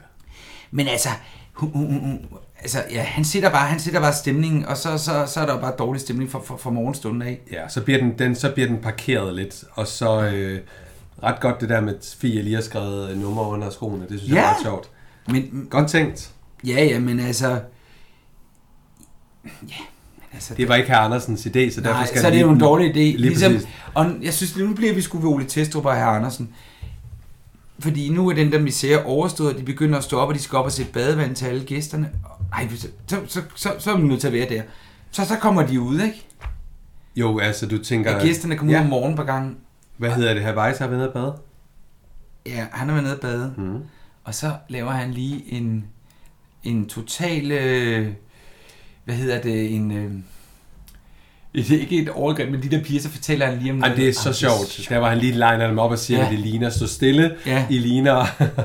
Speaker 1: Men altså, hun, hun, hun- hun, altså ja, han sætter bare, han sætter bare stemningen, og så, så, så er der jo bare dårlig stemning fra, fra, fra morgenstunden af.
Speaker 2: Ja, så bliver den, den, så bliver den parkeret lidt. Og så øh, ret godt det der med, at Fie lige har skrevet nummer under skoene. Det synes jeg
Speaker 1: Ja.
Speaker 2: er ret sjovt.
Speaker 1: Men
Speaker 2: Godt tænkt.
Speaker 1: ja, ja, men altså... Ja, men altså...
Speaker 2: Det var ikke herr Andersens idé, så derfor
Speaker 1: Nej,
Speaker 2: skal
Speaker 1: så er det
Speaker 2: han lige
Speaker 1: jo en
Speaker 2: den-
Speaker 1: dårlig idé.
Speaker 2: Lige
Speaker 1: ligesom,
Speaker 2: præcis.
Speaker 1: og jeg synes, nu bliver vi sgu ved Ole Testrup og herr Andersen. Fordi nu er den der misære overstået, og de begynder at stå op, og de skal op og sætte badevand til alle gæsterne. Ej, så, så, så, så, så er vi nødt til at være der. Så, så kommer de ud, ikke?
Speaker 2: Jo, altså du tænker...
Speaker 1: Og gæsterne kommer ud
Speaker 2: ja.
Speaker 1: om morgenen på gangen.
Speaker 2: Hvad hedder det? Hawaii har været nede og bade?
Speaker 1: Ja, han har været nede og bade.
Speaker 2: Mm.
Speaker 1: Og så laver han lige en, en total, øh, hvad hedder det, en, øh, det er ikke et overgreb, men de der piger, så fortæller han lige om
Speaker 2: Ej, det er
Speaker 1: Ej,
Speaker 2: så sjovt. Der var han lige liner dem op og siger,
Speaker 1: Ja.
Speaker 2: ja. at det ligner stå stille.
Speaker 1: Ja.
Speaker 2: I ligner.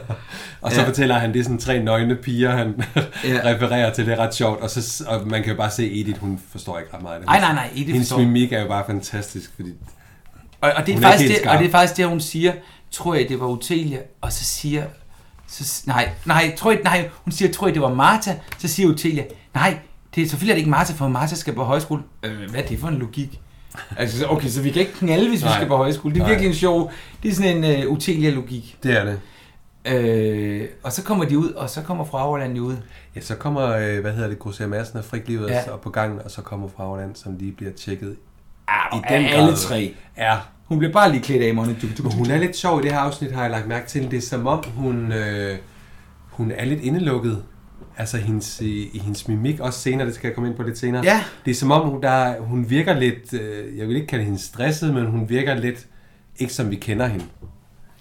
Speaker 2: <laughs> og så
Speaker 1: Ja.
Speaker 2: ja. fortæller han, det er sådan tre nøgne piger, han
Speaker 1: Ja.
Speaker 2: ja. <laughs> refererer til. Det er ret sjovt. Og, så, og man kan jo bare se, Edith, hun forstår ikke ret meget af det.
Speaker 1: Ej, nej, nej, Edith
Speaker 2: Hendes
Speaker 1: forstår-
Speaker 2: mimik er jo bare fantastisk, fordi
Speaker 1: Og, og, det er
Speaker 2: Hun er
Speaker 1: faktisk
Speaker 2: ikke helt
Speaker 1: det, og
Speaker 2: skarp.
Speaker 1: det er faktisk det, hun siger, tror jeg, det var Otelia, og så siger, så, s- nej, nej, tror jeg, nej, hun siger, tror jeg, det var Martha, så siger Otelia, nej, det er selvfølgelig er det ikke Martha, for Martha skal på højskole. Øh, hvad er det for en logik? Altså, så- okay, så vi kan ikke knalde, hvis nej. vi
Speaker 2: Nej.
Speaker 1: skal på højskole. Det er
Speaker 2: Nej.
Speaker 1: virkelig en sjov, det er sådan en uh, Otelia-logik.
Speaker 2: det er det.
Speaker 1: Øh, og så kommer de ud, og så kommer fra Overland jo ud.
Speaker 2: Ja, så kommer, øh, hvad hedder det, Grosser Madsen og Frik Livets
Speaker 1: Ja.
Speaker 2: ja. op på gangen, og så kommer Fragerland, som lige bliver tjekket
Speaker 1: Arh,
Speaker 2: Ah, i den grad. Ja.
Speaker 1: Hun bliver bare lige klædt af i morgen. Du, du,
Speaker 2: Men
Speaker 1: du.
Speaker 2: hun er lidt sjov i det her afsnit, har jeg lagt mærke til. Det er som om, hun, øh, hun er lidt indelukket. Altså hendes, øh, i hendes mimik, også senere, det skal jeg komme ind på lidt senere.
Speaker 1: Ja.
Speaker 2: Det er som om, hun, der, hun virker lidt, øh, jeg vil ikke kalde hende stresset, men hun virker lidt, ikke som vi kender hende.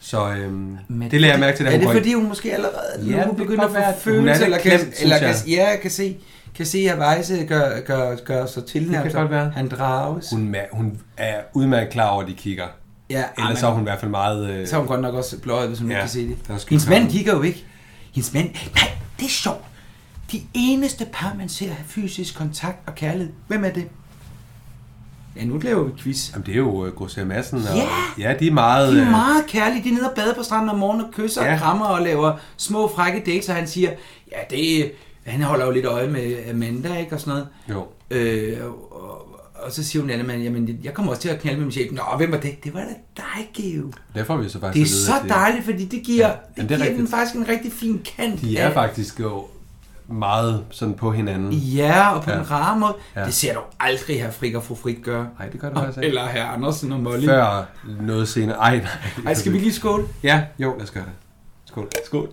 Speaker 2: Så øhm,
Speaker 1: Men
Speaker 2: det lader jeg mærke til, da
Speaker 1: Er
Speaker 2: hun
Speaker 1: det
Speaker 2: går ind.
Speaker 1: fordi, hun måske allerede
Speaker 2: Ja,
Speaker 1: ja, nu
Speaker 2: det kan
Speaker 1: begynder at
Speaker 2: godt være,
Speaker 1: få
Speaker 2: at hun er lidt
Speaker 1: følelser, eller, kan,
Speaker 2: klemt,
Speaker 1: eller
Speaker 2: synes
Speaker 1: kan,
Speaker 2: jeg.
Speaker 1: ja, kan se, kan se, at Weisse gør, gør, gør sig til
Speaker 2: kan godt være.
Speaker 1: Han drages.
Speaker 2: Hun, ma- hun er udmærket klar over, at de kigger.
Speaker 1: ja,
Speaker 2: Ellers så er hun i hvert fald meget... Øh,
Speaker 1: så er hun godt nok også bløjet, hvis hun ja,
Speaker 2: Ja,
Speaker 1: ikke kan se det.
Speaker 2: der er skyld
Speaker 1: Hendes
Speaker 2: for
Speaker 1: mand
Speaker 2: ham.
Speaker 1: kigger jo ikke. Hendes mand... Nej, det er sjovt. De eneste par, man ser have fysisk kontakt og kærlighed. Hvem er det? Ja, nu laver vi quiz.
Speaker 2: Jamen, det er jo øh, Grosser Madsen. Og,
Speaker 1: Ja.
Speaker 2: ja, de er meget...
Speaker 1: De er
Speaker 2: øh,
Speaker 1: meget kærlige. De er nede og bader på stranden om morgenen og kysser ja.
Speaker 2: Ja.
Speaker 1: og krammer og laver små frække dates, og han siger, ja, det, han holder jo lidt øje med Amanda, ikke, og sådan noget.
Speaker 2: Jo.
Speaker 1: Øh, og, og, og, så siger hun Anna, jamen, jeg kommer også til at knalde med min chef. Nå, hvem var det? Det var da dig, Geo.
Speaker 2: Der får vi så faktisk
Speaker 1: Det er så
Speaker 2: at vide, at de-
Speaker 1: dejligt, fordi det giver, det
Speaker 2: men det er
Speaker 1: giver den
Speaker 2: rigtigt.
Speaker 1: faktisk en rigtig fin kant.
Speaker 2: De er
Speaker 1: af-
Speaker 2: faktisk jo meget sådan på hinanden.
Speaker 1: Ja, og på ja. en
Speaker 2: Ja.
Speaker 1: rar måde. Ja.
Speaker 2: Ja.
Speaker 1: Det ser du aldrig her Frik og fru Frik gøre.
Speaker 2: Nej, det gør
Speaker 1: <laughs>
Speaker 2: det faktisk ikke.
Speaker 1: Eller her Andersen og Molly.
Speaker 2: Før noget senere. Ej, nej.
Speaker 1: Ej, skal vi lige skåle?
Speaker 2: Ja, jo, lad os gøre det. Skål. Skål.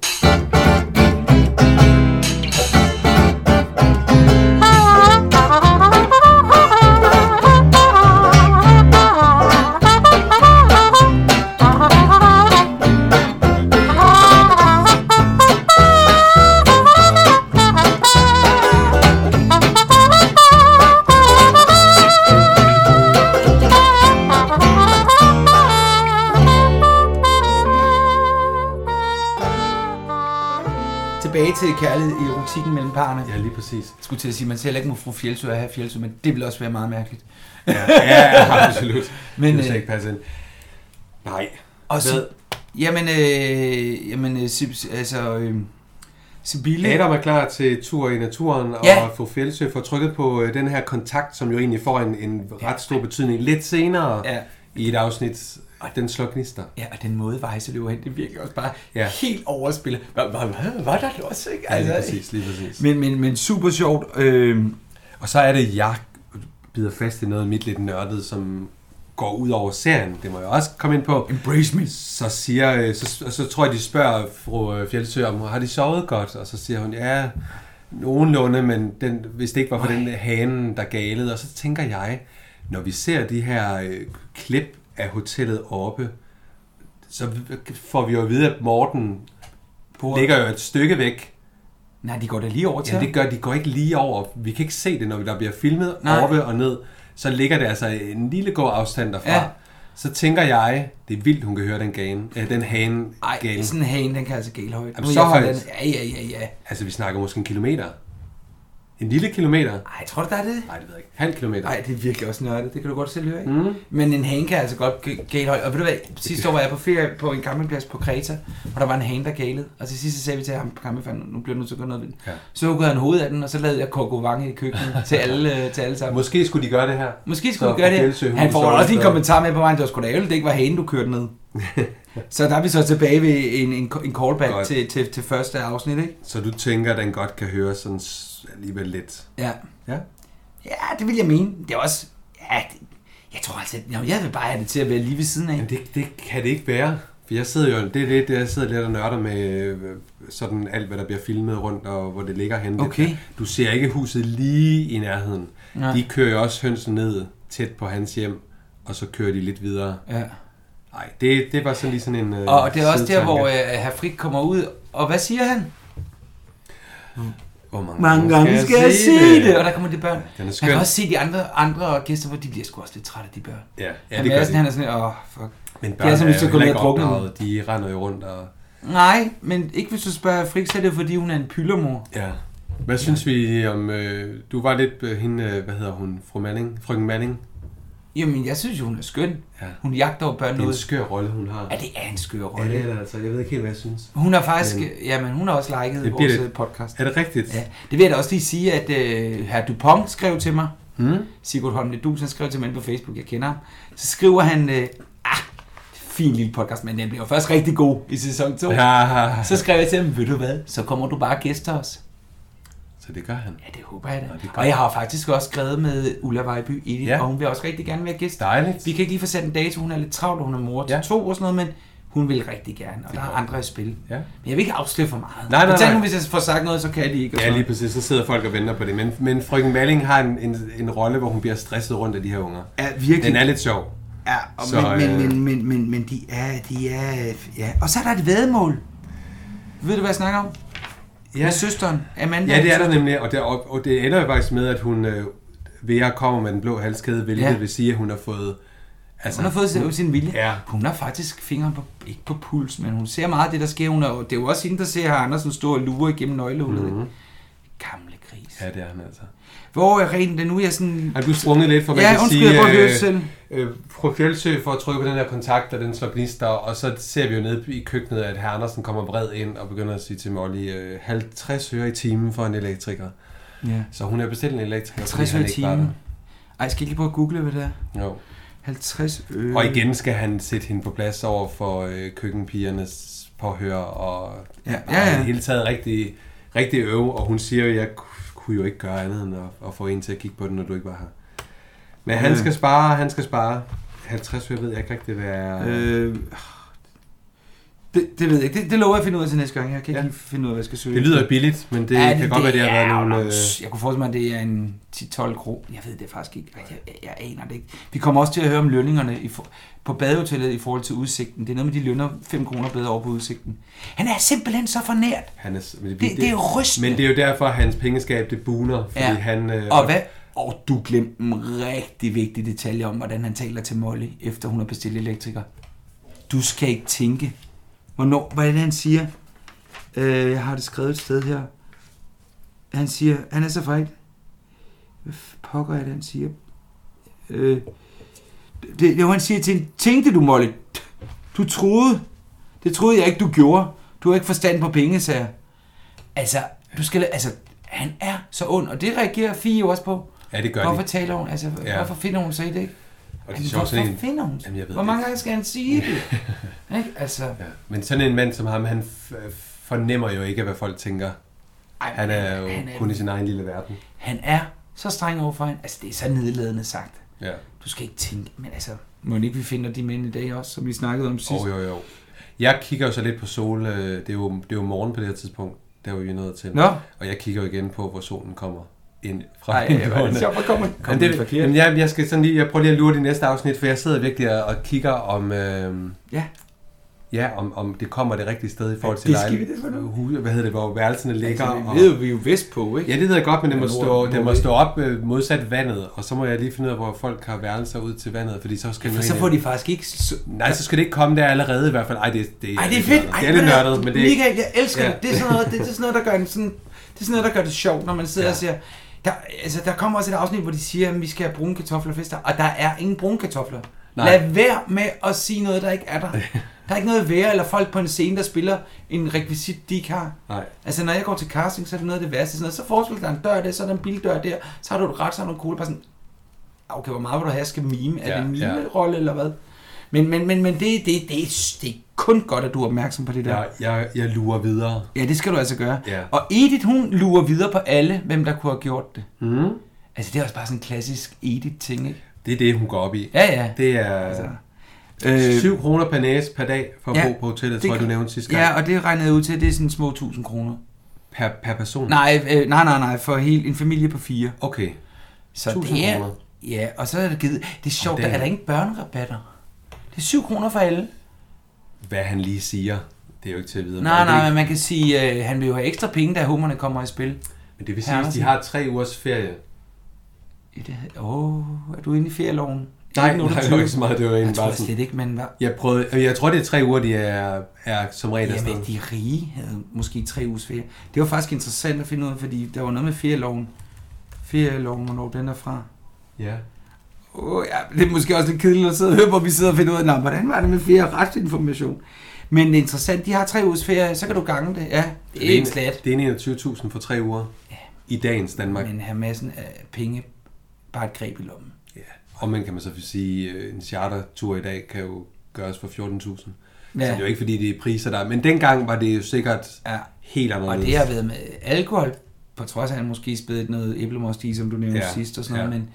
Speaker 1: Tilbage til kærlighed i erotikken mellem parerne.
Speaker 2: Ja, lige præcis.
Speaker 1: Jeg skulle til at sige, man ser heller ikke må fru Fjeldsø og her Fjeldsø, men det ville også være meget mærkeligt.
Speaker 2: Ja, ja absolut.
Speaker 1: <laughs> Men,
Speaker 2: Men, det
Speaker 1: øh,
Speaker 2: øh, ikke passe ind. Nej.
Speaker 1: Og så,
Speaker 2: Hvad?
Speaker 1: jamen, øh, jamen, øh, Sib- altså, øh, Sibille.
Speaker 2: Adam er klar til tur i naturen, og
Speaker 1: Ja.
Speaker 2: ja. få Fjeldsø får trykket på øh, den her kontakt, som jo egentlig får en, en ret stor betydning lidt senere
Speaker 1: Ja.
Speaker 2: i et afsnit. Den slår gnister.
Speaker 1: Ja, og den måde, Vejse løber hen, det virker også bare ja.
Speaker 2: Ja.
Speaker 1: helt overspillet. Hvad hva, hva, var der også, ikke? Altså,
Speaker 2: Ja, lige præcis, lige præcis.
Speaker 1: Men, men, men super sjovt. Øh,
Speaker 2: Og så er det, jeg bider fast i noget mit lidt nørdede, som går ud over serien. Det må jeg også komme ind på.
Speaker 1: embrace me.
Speaker 2: Så, siger, øh, så, og så tror jeg, de spørger fru øh, Fjeldsø, om har de sovet godt? Og så siger hun, ja, nogenlunde, men den, hvis det ikke var for den hanen, der galede. Og så tænker jeg, når vi ser de her øh, klip af hotellet oppe, så får vi jo at vide, at Morten ligger jo et stykke væk.
Speaker 1: Nej, de går da lige over til
Speaker 2: Ja,
Speaker 1: ham.
Speaker 2: det gør, de går ikke lige over. Vi kan ikke se det, når der bliver filmet
Speaker 1: Nej.
Speaker 2: Nej. oppe og ned. Så ligger det altså en lille god afstand derfra.
Speaker 1: Ja.
Speaker 2: Ja. Så tænker jeg, det er vildt, hun kan høre den, gane, øh, den hane
Speaker 1: Ej,
Speaker 2: gale.
Speaker 1: sådan en hane, den kan altså gale højt.
Speaker 2: Jamen,
Speaker 1: Nu er
Speaker 2: så
Speaker 1: jeg fra
Speaker 2: højt.
Speaker 1: landet. Ja, ja, ja, ja.
Speaker 2: Altså, vi snakker måske en kilometer. En lille kilometer?
Speaker 1: Ej, tror du, der er det?
Speaker 2: Nej, det ved jeg ikke. Halv kilometer.
Speaker 1: Nej, det er virkelig også nørdet. Det kan du godt selv høre, ikke? Mm. Men en hane kan altså godt g- gale højt. Og ved du hvad, sidste år var jeg på ferie på en campingplads på Kreta, hvor der var en hane, der galede. Og til sidst så sagde vi til ham på campingplads, nu bliver du nødt til at gøre noget ved den. Ja.
Speaker 2: Ja.
Speaker 1: Så huggede han hovedet af den, og så lavede jeg kokovange i køkkenet til alle, øh, til alle sammen.
Speaker 2: Måske skulle de gøre det her.
Speaker 1: Måske skulle
Speaker 2: Så
Speaker 1: du gøre
Speaker 2: på Fjeldsø,
Speaker 1: det.
Speaker 2: hun
Speaker 1: Han får
Speaker 2: sover
Speaker 1: også lige en
Speaker 2: stadig.
Speaker 1: kommentar med på vejen, det var sgu da ærgerligt, det ikke var hanen, du kørte ned. så der er vi så tilbage ved en, en, en callback
Speaker 2: Godt.
Speaker 1: til, til, til, første afsnit, ikke?
Speaker 2: Så du tænker, at den godt kan høre sådan s- alligevel lidt.
Speaker 1: Ja.
Speaker 2: Ja.
Speaker 1: Ja, det vil jeg mene. Det er også... Ja, det, jeg tror altså, at, jamen, jeg vil bare have det til at være lige ved siden af.
Speaker 2: Men det, det kan det ikke være. For jeg sidder jo, det er det, det jeg sidder lidt og nørder med øh, sådan alt, hvad der bliver filmet rundt, og hvor det ligger henne.
Speaker 1: Okay.
Speaker 2: Det- Du ser ikke huset lige i nærheden.
Speaker 1: Nej.
Speaker 2: Nej. De kører jo også hønsen ned tæt på hans hjem, og så kører de lidt videre.
Speaker 1: Ja.
Speaker 2: Nej, det, det var sådan lige sådan en øh,
Speaker 1: Og det er også der,
Speaker 2: sidetanke.
Speaker 1: hvor øh, herr Frik kommer ud, og hvad siger han?
Speaker 2: Hvor mange,
Speaker 1: Og der kommer de børn.
Speaker 2: den er skøn.
Speaker 1: Man kan også se de andre, andre gæster, hvor de bliver sgu også lidt trætte af de børn.
Speaker 2: Ja, ja
Speaker 1: Han
Speaker 2: det
Speaker 1: er
Speaker 2: gør
Speaker 1: sådan, han
Speaker 2: de.
Speaker 1: er sådan, åh, oh, fuck.
Speaker 2: Men
Speaker 1: det er
Speaker 2: børn
Speaker 1: som,
Speaker 2: er
Speaker 1: hvis du
Speaker 2: jo
Speaker 1: går ned
Speaker 2: heller ikke
Speaker 1: og drukner dem.
Speaker 2: opdraget. De render jo rundt og...
Speaker 1: Nej, men ikke hvis du spørger Frik, så er det jo, fordi, hun er en pyldermor.
Speaker 2: Ja. Hvad synes vi om... Øh, du var lidt øh, hende... Øh, hvad hedder hun? Fru Manning? Frøken Manning?
Speaker 1: Jamen, jeg synes jo, hun er skøn.
Speaker 2: Ja.
Speaker 1: Hun jagter jo børn
Speaker 2: Det er en
Speaker 1: ud.
Speaker 2: skør rolle, hun har.
Speaker 1: Ja, det er en skør
Speaker 2: Ja,
Speaker 1: rolle.
Speaker 2: det er det altså. Jeg ved ikke helt, hvad jeg synes.
Speaker 1: Hun har faktisk,
Speaker 2: Men-
Speaker 1: men, jamen hun har også liket
Speaker 2: Det bliver
Speaker 1: vores
Speaker 2: lidt-
Speaker 1: øh, podcast.
Speaker 2: Er det rigtigt?
Speaker 1: Ja, det vil jeg da også lige sige, at øh, herr Dupont skrev til mig,
Speaker 2: Hmm?
Speaker 1: Sigurd Holm Ledus, han skrev til mig inde på Facebook, jeg kender ham. Så skriver han, øh, ah, fin lille podcast, men den bliver jo først rigtig god i sæson 2. Ja.
Speaker 2: Ja.
Speaker 1: Så skrev jeg til ham, ved du hvad, så kommer du bare og gæster os.
Speaker 2: Så det gør han.
Speaker 1: Ja, det håber jeg da.
Speaker 2: Nå, det er godt.
Speaker 1: og jeg har faktisk også skrevet med Ulla Vejby Edith, ja.
Speaker 2: Ja.
Speaker 1: og hun vil også rigtig gerne være gæst.
Speaker 2: Dejligt.
Speaker 1: Vi kan ikke lige få sat en dato, hun er lidt travl, og hun er mor til ja.
Speaker 2: Ja.
Speaker 1: to og sådan noget, men hun vil rigtig gerne, og der er andre i spil.
Speaker 2: Ja.
Speaker 1: Men jeg vil ikke afsløre for meget.
Speaker 2: Nej, nej,
Speaker 1: Fortæl
Speaker 2: nej.
Speaker 1: nu, hvis jeg får sagt noget, så kan jeg det ikke. og
Speaker 2: Ja,
Speaker 1: sådan
Speaker 2: lige præcis. Så sidder folk og venter på det. Men, men frøken Manning har en, en, en rolle, hvor hun bliver stresset rundt af de her unger.
Speaker 1: noget. Ja, virkelig.
Speaker 2: Den er lidt sjov.
Speaker 1: Ja, og
Speaker 2: Så,
Speaker 1: men, men,
Speaker 2: øh,
Speaker 1: men, men, men, men de er, de er, ja. Og så er der et vedmål. Ved du, hvad jeg snakker om? Ja. Med søsteren, Amanda.
Speaker 2: Ja, det er der nemlig, og det, og, og det ender jo faktisk med, at hun øh, Vera kommer med den blå halskæde, hvilket
Speaker 1: Ja.
Speaker 2: ja. vil sige, at hun har fået... Altså,
Speaker 1: Hun har fået sin, sin vilje.
Speaker 2: Ja.
Speaker 1: Hun har faktisk fingeren på, ikke på puls, men hun ser meget af det, der sker. Hun er, det er jo også hende, der ser her Andersen stå og lure igennem nøglehullet. Mm-hmm. Gamle gris. Ja.
Speaker 2: Mhm. Ja, det er han altså.
Speaker 1: Hvor er rent det nu? Jeg er sådan...
Speaker 2: Har du sprunget lidt, for man
Speaker 1: Ja,
Speaker 2: kan
Speaker 1: undskyld, jeg
Speaker 2: sige,
Speaker 1: prøver at høre det selv.
Speaker 2: øh, fru Fjeldsø får trykket på den her kontakt, og den slår gnister, og så ser vi jo nede i køkkenet, at herr Andersen kommer vred ind og begynder at sige til Molly, øh, 50 øre i timen for en elektriker.
Speaker 1: Ja.
Speaker 2: Så hun er bestilt en elektriker,
Speaker 1: 50
Speaker 2: fordi han
Speaker 1: øre i
Speaker 2: ikke var
Speaker 1: timen. Ej, skal jeg lige prøve at google, hvad det er?
Speaker 2: der. Jo.
Speaker 1: 50 øre.
Speaker 2: Og igen skal han sætte hende på plads over for øh, køkkenpigernes påhør og
Speaker 1: Ja,
Speaker 2: ja,
Speaker 1: ja, ja.
Speaker 2: i det hele taget rigtig rigtig øve, og hun siger jo, jeg ku- kunne jo ikke gøre andet end at, at få en til at kigge på den, når du ikke var her. Men han
Speaker 3: Øh.
Speaker 2: skal spare, han skal spare. 50 øre ved jeg ikke rigtig, hvad er...
Speaker 1: Øh, det, det ved jeg ikke. Det, det lover jeg at finde ud af til næste gang. Jeg kan ikke
Speaker 2: Ja.
Speaker 1: ja. lige finde ud af, hvad jeg skal søge.
Speaker 2: Det lyder billigt, men det ja, kan godt være, det har været
Speaker 1: er
Speaker 2: nogle...
Speaker 1: jo
Speaker 2: øh,
Speaker 1: nok- Jeg kunne forestille mig, at det er en 10-12 kro. Jeg ved det faktisk ikke. Ej, Jeg, jeg, jeg aner det ikke. Vi kommer også til at høre om lønningerne i for, på badehotellet i forhold til udsigten. Det er noget med, de lønner 5 kroner bedre over på udsigten. Han er simpelthen så fornært.
Speaker 2: Han er, men, det,
Speaker 1: Det, det er rystende.
Speaker 2: men det er jo derfor, at hans pengeskab det buner, fordi ja.
Speaker 1: Ja.
Speaker 2: han... Øh,
Speaker 1: Og hvad? Og du glemte en rigtig vigtig detalje om, hvordan han taler til Molly, efter hun har bestilt elektriker. Du skal ikke tænke. Hvornår, hvad er det, han siger? Øh, jeg har det skrevet et sted her. Han siger, han er så fejl. Hvad f- pokker er det, han siger? Øh, det, jo, han siger til hende, tænkte du, Molly? Du troede. Det troede jeg ikke, du gjorde. Du har ikke forstand på penge, sagde jeg. Altså, du skal, altså, han er så ond, og det reagerer Fie jo også på.
Speaker 2: Ja, det gør
Speaker 1: Hvorfor
Speaker 2: de.
Speaker 1: taler hun? Altså,
Speaker 2: Ja.
Speaker 1: ja. hvorfor finder hun sig i det, ikke?
Speaker 2: Og de
Speaker 1: Altså,
Speaker 2: sjove
Speaker 1: hvorfor
Speaker 2: sådan en,
Speaker 1: finder hun sig?
Speaker 2: Jamen, jeg ved
Speaker 1: Hvor mange
Speaker 2: det.
Speaker 1: gange skal han sige
Speaker 2: <laughs>
Speaker 1: det? ikke? Altså,
Speaker 2: ja. Men sådan en mand som ham, han f- fornemmer jo ikke, hvad folk tænker.
Speaker 1: ej,
Speaker 2: Han er jo
Speaker 1: han
Speaker 2: han
Speaker 1: er,
Speaker 2: er, kun i sin egen lille verden.
Speaker 1: han er så streng overfor hende. Altså, det er så nedladende sagt.
Speaker 2: Ja.
Speaker 1: Du skal ikke tænke, men altså, må ikke vi finder de mænd i dag også, som vi snakkede om sidst?
Speaker 2: Oh, jo, jo. Jeg kigger jo så lidt på sol. øh, Det er jo, det er jo morgen på det her tidspunkt. Der er vi nået til.
Speaker 1: Nå,
Speaker 2: Og jeg kigger jo igen på, hvor solen kommer ind fra
Speaker 1: ej,
Speaker 2: vinduerne.
Speaker 1: hvor er det sjovt, hvor kommer
Speaker 2: Kom
Speaker 1: kom
Speaker 2: det,
Speaker 1: det
Speaker 2: forkert.
Speaker 1: forkert?
Speaker 2: Jamen, jeg, jeg, skal sådan lige, jeg prøver lige at lure det næste afsnit, for jeg sidder virkelig og, og kigger om... Øh,
Speaker 1: Ja.
Speaker 2: Ja, om, om det kommer det rigtige sted i forhold
Speaker 1: Ja,
Speaker 2: til
Speaker 1: det skal vi
Speaker 2: lejl-
Speaker 1: da få nu.
Speaker 2: huse, hvad hedder det, hvor værelserne ligger.
Speaker 1: Altså,
Speaker 2: og,
Speaker 1: det ved vi jo vest på, ikke?
Speaker 2: ja, det ved jeg godt, men det må,
Speaker 1: Ja, nord-
Speaker 2: stå, det må
Speaker 1: nordvest.
Speaker 2: stå op øh, modsat vandet, og så må jeg lige finde ud af, hvor folk har værelser ud til vandet, fordi så skal
Speaker 1: For så får de faktisk ikke... Så...
Speaker 2: Nej, så skal det ikke komme der allerede i hvert fald. Ej, det, det,
Speaker 1: Ej, det er fedt.
Speaker 2: Det er lidt
Speaker 1: ved du
Speaker 2: nørdet,
Speaker 1: hvad,
Speaker 2: men det er ikke...
Speaker 1: Michael, jeg elsker
Speaker 2: Ja.
Speaker 1: ja. det. Det er, sådan noget, det, det er sådan noget, der gør, en sådan, det er sådan noget, der gør det sjovt, når man sidder
Speaker 2: Ja.
Speaker 1: ja. og siger... Der, altså, der kommer også et afsnit, hvor de siger, at vi skal have brune kartofler og fester, og der er ingen brune kartofler. Nej.
Speaker 2: Nej.
Speaker 1: Lad være med at sige noget, der ikke er
Speaker 2: <laughs>
Speaker 1: der. Der er ikke noget værre, eller folk på en scene, der spiller en rekvisit, de ikke har.
Speaker 2: Nej.
Speaker 1: Altså, når jeg går til casting, så er det noget af det værste. Sådan noget. Så forestiller dig en dør der, så er der en bildør der, så har du et ret, så har du en cola, bare sådan, "Ah, okay, hvor meget vil du have, jeg skal mime? Er
Speaker 2: Ja,
Speaker 1: det en
Speaker 2: ja.
Speaker 1: mime-rolle, eller hvad? Men, men, men, men det, det, det, det, det er kun godt, at du er opmærksom på det der. Ja,
Speaker 2: Jeg, jeg, jeg lurer videre.
Speaker 1: ja det skal du altså gøre.
Speaker 2: Ja.
Speaker 1: Og Edith, hun lurer videre på alle, hvem der kunne have gjort det.
Speaker 2: Mm.
Speaker 1: Altså, det er også bare sådan en klassisk Edith-ting, ikke?
Speaker 2: Det er det, hun går op i.
Speaker 1: Ja, ja.
Speaker 2: Det er...
Speaker 1: Altså,
Speaker 2: Øh, 7 kroner per næse per dag for at ja,
Speaker 1: Ja,
Speaker 2: bo på hotellet,
Speaker 1: det
Speaker 2: tror jeg, du
Speaker 1: kan-
Speaker 2: nævnte sidste gang.
Speaker 1: ja, og det regnede jeg ud til, at det er sådan små 1000 kroner.
Speaker 2: Per, per person?
Speaker 1: Nej, øh, nej, nej, nej, for helt, en familie på fire.
Speaker 2: Okay.
Speaker 1: Så
Speaker 2: 1000
Speaker 1: det er,
Speaker 2: kroner.
Speaker 1: Ja, og så er det givet. Det er sjovt,
Speaker 2: det er-
Speaker 1: der er der ingen børnerabatter. Det er 7 kroner for alle.
Speaker 2: Hvad han lige siger, det er jo ikke til at vide. om
Speaker 1: Nej,
Speaker 2: det er
Speaker 1: nej,
Speaker 2: ikke.
Speaker 1: men man kan sige, at øh, han vil jo have ekstra penge, da hummerne kommer i spil.
Speaker 2: Men det vil sige, at de
Speaker 1: Andersen.
Speaker 2: har tre ugers ferie.
Speaker 1: I det- Åh, oh, er du inde i ferieloven?
Speaker 2: Nej, nej, det var
Speaker 1: 1928.
Speaker 2: ikke så meget. Det var egentlig
Speaker 1: Jeg tror
Speaker 2: bare sådan.
Speaker 1: slet ikke, man var...
Speaker 2: Jeg, prøvede, øh, jeg tror, det er tre uger, de er, er som regel afsted.
Speaker 1: Jamen, de rige havde måske tre ugers ferie. Det var faktisk interessant at finde ud af, fordi der var noget med ferieloven. Ferieloven, hvornår den er fra.
Speaker 2: Ja.
Speaker 1: Oh, ja, det er måske også lidt kedeligt at sidde og høre på, at vi sidder og finder ud af, "Nå, hvordan var det med ferie og retsinformation? Men det er interessant, de har tre ugers ferie, så kan du gange det. Ja, det er ikke slat.
Speaker 2: Det er 21.000 for tre uger i dagens Danmark.
Speaker 1: Men have massen af penge, bare et greb i lommen.
Speaker 2: Ja. Og man kan man så sige, øh, en chartertur i dag kan jo gøres for 14.000. Ja. Så det er jo ikke, fordi det er priser, der er. Men dengang var det jo sikkert
Speaker 1: Ja.
Speaker 2: helt
Speaker 1: Og
Speaker 2: anderledes.
Speaker 1: det har været med alkohol, på trods af, at han måske spædede noget æblemost i, som du nævnte
Speaker 2: Ja,
Speaker 1: ja. sidst og sådan noget,
Speaker 2: ja.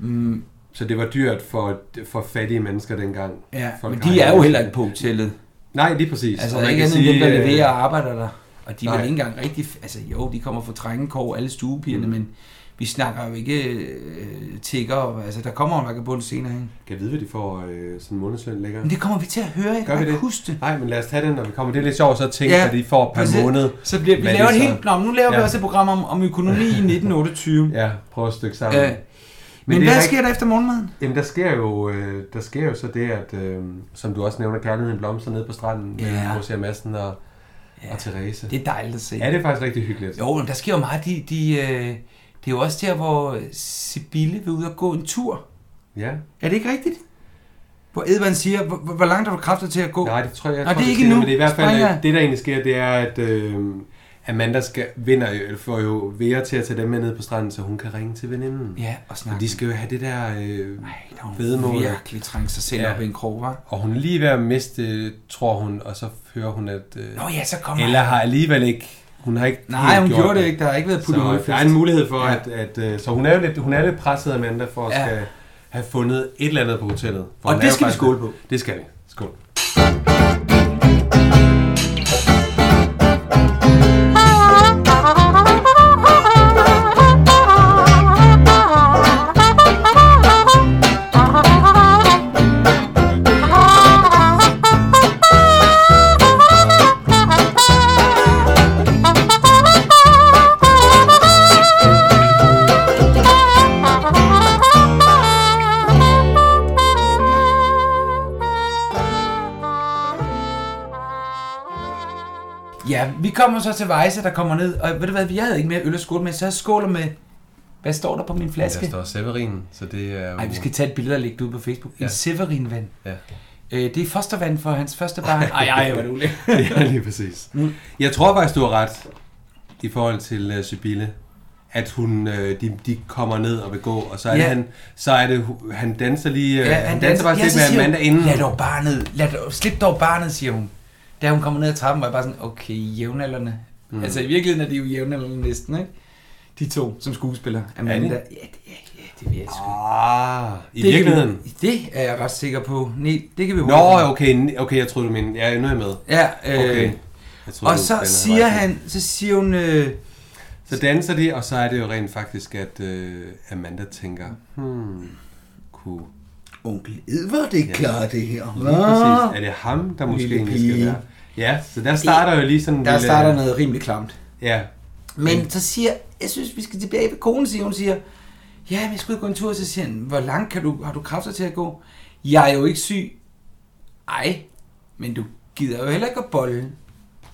Speaker 1: ja. men, mm,
Speaker 2: Så det var dyrt for, for fattige mennesker dengang.
Speaker 1: ja.
Speaker 2: Folk
Speaker 1: men
Speaker 2: har
Speaker 1: de er jo
Speaker 2: ikke-
Speaker 1: heller ikke på hotellet.
Speaker 2: Nej, lige præcis.
Speaker 1: Altså,
Speaker 2: Og
Speaker 1: der er ikke andet end dem, der
Speaker 2: øh,
Speaker 1: leverer og arbejder der. Og de er
Speaker 2: nej.
Speaker 1: vel ikke engang rigtig... Altså, jo, de kommer fra trængekår, alle stuepigerne, mm. men vi snakker jo ikke øh, tigger. Altså, der kommer jo en vagabond senere hen.
Speaker 2: Kan jeg vide, hvad de får øh, sådan en månedsløn længere?
Speaker 1: Men det kommer vi til at høre, ikke?
Speaker 2: Gør vi
Speaker 1: Jeg kan
Speaker 2: det?
Speaker 1: Huske det.
Speaker 2: Nej, men lad os tage den, når vi kommer. Det er lidt sjovt at så at tænke,
Speaker 1: Ja,
Speaker 2: hvad de får per
Speaker 1: præcis.
Speaker 2: måned.
Speaker 1: Så bliver, vi
Speaker 2: Hvad er
Speaker 1: laver
Speaker 2: det
Speaker 1: et
Speaker 2: så?
Speaker 1: helt... Nå, men nu laver ja.
Speaker 2: Ja.
Speaker 1: vi også et program om, om økonomi i
Speaker 2: <laughs>
Speaker 1: 1928.
Speaker 2: Ja, prøv at stykke sammen.
Speaker 1: Øh,
Speaker 2: Øh,
Speaker 1: men
Speaker 2: det er
Speaker 1: hvad
Speaker 2: rigtigt.
Speaker 1: sker der efter morgenmaden?
Speaker 2: Jamen, der sker jo, øh, der sker jo så det, at øh, som du også nævner, kærligheden blomster nede på stranden ja.
Speaker 1: Ja.
Speaker 2: med Rosia Madsen og, ja.
Speaker 1: Ja.
Speaker 2: og Therese.
Speaker 1: Det er dejligt at se.
Speaker 2: Ja, det er faktisk rigtig hyggeligt.
Speaker 1: Jo, men der sker jo meget. De, de, øh, det er jo også der, hvor Sibille vil ud og gå en tur.
Speaker 2: Ja.
Speaker 1: Er det ikke rigtigt? Hvor Edvard siger, hvor, hvor langt har du kræfter til at gå?
Speaker 2: Nej, det tror jeg, jeg
Speaker 1: Nå,
Speaker 2: tror,
Speaker 1: det er ikke
Speaker 2: sker,
Speaker 1: endnu.
Speaker 2: Men det, er i hvert fald,
Speaker 1: Springer.
Speaker 2: øh, det der egentlig sker, det er, at øh, Amanda skal, vinder jo, får jo Vera til at tage dem med ned på stranden, så hun kan ringe til veninden.
Speaker 1: Ja, og
Speaker 2: Og
Speaker 1: snakke.
Speaker 2: de skal jo have det der... Øh,
Speaker 1: Nej, der har hun
Speaker 2: Væddemål.
Speaker 1: virkelig trængt sig selv
Speaker 2: Ja.
Speaker 1: ja. op i en krog, var.
Speaker 2: og hun er lige ved at miste, øh, tror hun, og så hører hun, at... Øh,
Speaker 1: Nå ja, så kommer
Speaker 2: Ella har alligevel ikke Hun har ikke
Speaker 1: Nej,
Speaker 2: helt
Speaker 1: hun
Speaker 2: gjort
Speaker 1: gjorde det ikke. Der har ikke været puttet ud i
Speaker 2: Så
Speaker 1: fest.
Speaker 2: der er en mulighed for,
Speaker 1: Ja.
Speaker 2: at, at øh, så hun er jo lidt, hun er lidt presset af Amanda for at
Speaker 1: Ja.
Speaker 2: ja. skal have fundet et eller andet på hotellet. For
Speaker 1: Og
Speaker 2: hun
Speaker 1: det
Speaker 2: er jo
Speaker 1: skal vi
Speaker 2: faktisk-
Speaker 1: skåle på.
Speaker 2: Det skal vi. Skål.
Speaker 1: Ja, vi kommer så til Vejse, der kommer ned. Og ved du hvad, jeg havde ikke mere øl og skål med, så jeg skåler med... Hvad står der på min
Speaker 2: Der
Speaker 1: flaske?
Speaker 2: står Severin, så det er jo...
Speaker 1: Nej, vi skal tage et billede og lægge det ud på Facebook. En
Speaker 2: Ja.
Speaker 1: Severin-vand.
Speaker 2: Ja.
Speaker 1: Øh, det er fostervand for hans første
Speaker 2: <laughs>
Speaker 1: barn. Ej, ej, hvor er det ulækkert.
Speaker 2: ja, lige præcis. Mm. Jeg tror faktisk, du har ret i forhold til uh, Sybille, at hun, uh, de, de kommer ned og vil gå, og så er,
Speaker 1: Ja.
Speaker 2: det, han, så er det, hu- han danser lige, uh, ja, han, danser
Speaker 1: danser-
Speaker 2: faktisk
Speaker 1: altså så
Speaker 2: lidt med
Speaker 1: siger hun,
Speaker 2: Amanda inden.
Speaker 1: Lad dog barnet, lad dog, slip dog barnet, siger hun. Da hun kommer ned ad trappen, var jeg bare sådan, okay, jævnaldrende. Mm. Altså i virkeligheden er de jo jævnaldrende næsten, ikke? De to som skuespillere. Amanda. Ja, det, ja, ja, det vil jeg sgu.
Speaker 2: Ah, i
Speaker 1: Det kan
Speaker 2: virkeligheden.
Speaker 1: Vi, det er jeg ret sikker på. Nej, det kan vi
Speaker 2: Nå, okay, n- okay, jeg troede, du mente, ja, nu er jeg med.
Speaker 1: Ja, øh,
Speaker 2: Okay.
Speaker 1: okay.
Speaker 2: Jeg troede,
Speaker 1: Og
Speaker 2: du
Speaker 1: så
Speaker 2: spændte
Speaker 1: siger
Speaker 2: vej.
Speaker 1: han, så siger hun, øh,
Speaker 2: Så danser de, og så er det jo rent faktisk, at øh, Amanda tænker, hmm, kunne...
Speaker 4: Onkel Edvard, det er klart det her.
Speaker 2: Lige præcis,
Speaker 4: hva'?
Speaker 2: er det ham, der måske
Speaker 4: Lille
Speaker 2: egentlig skal
Speaker 4: pige.
Speaker 2: være? Ja, så der starter jo lige sådan en
Speaker 1: der
Speaker 2: lille-
Speaker 1: starter noget rimelig klamt.
Speaker 2: Ja,
Speaker 1: Men så siger, jeg synes, vi skal tilbage ved konen, siger hun, siger, ja, men jeg skal ud og gå en tur, så siger han, hvor langt kan du, har du kræfter til at gå? Jeg er jo ikke syg. Ej, men du gider jo heller ikke at bolle,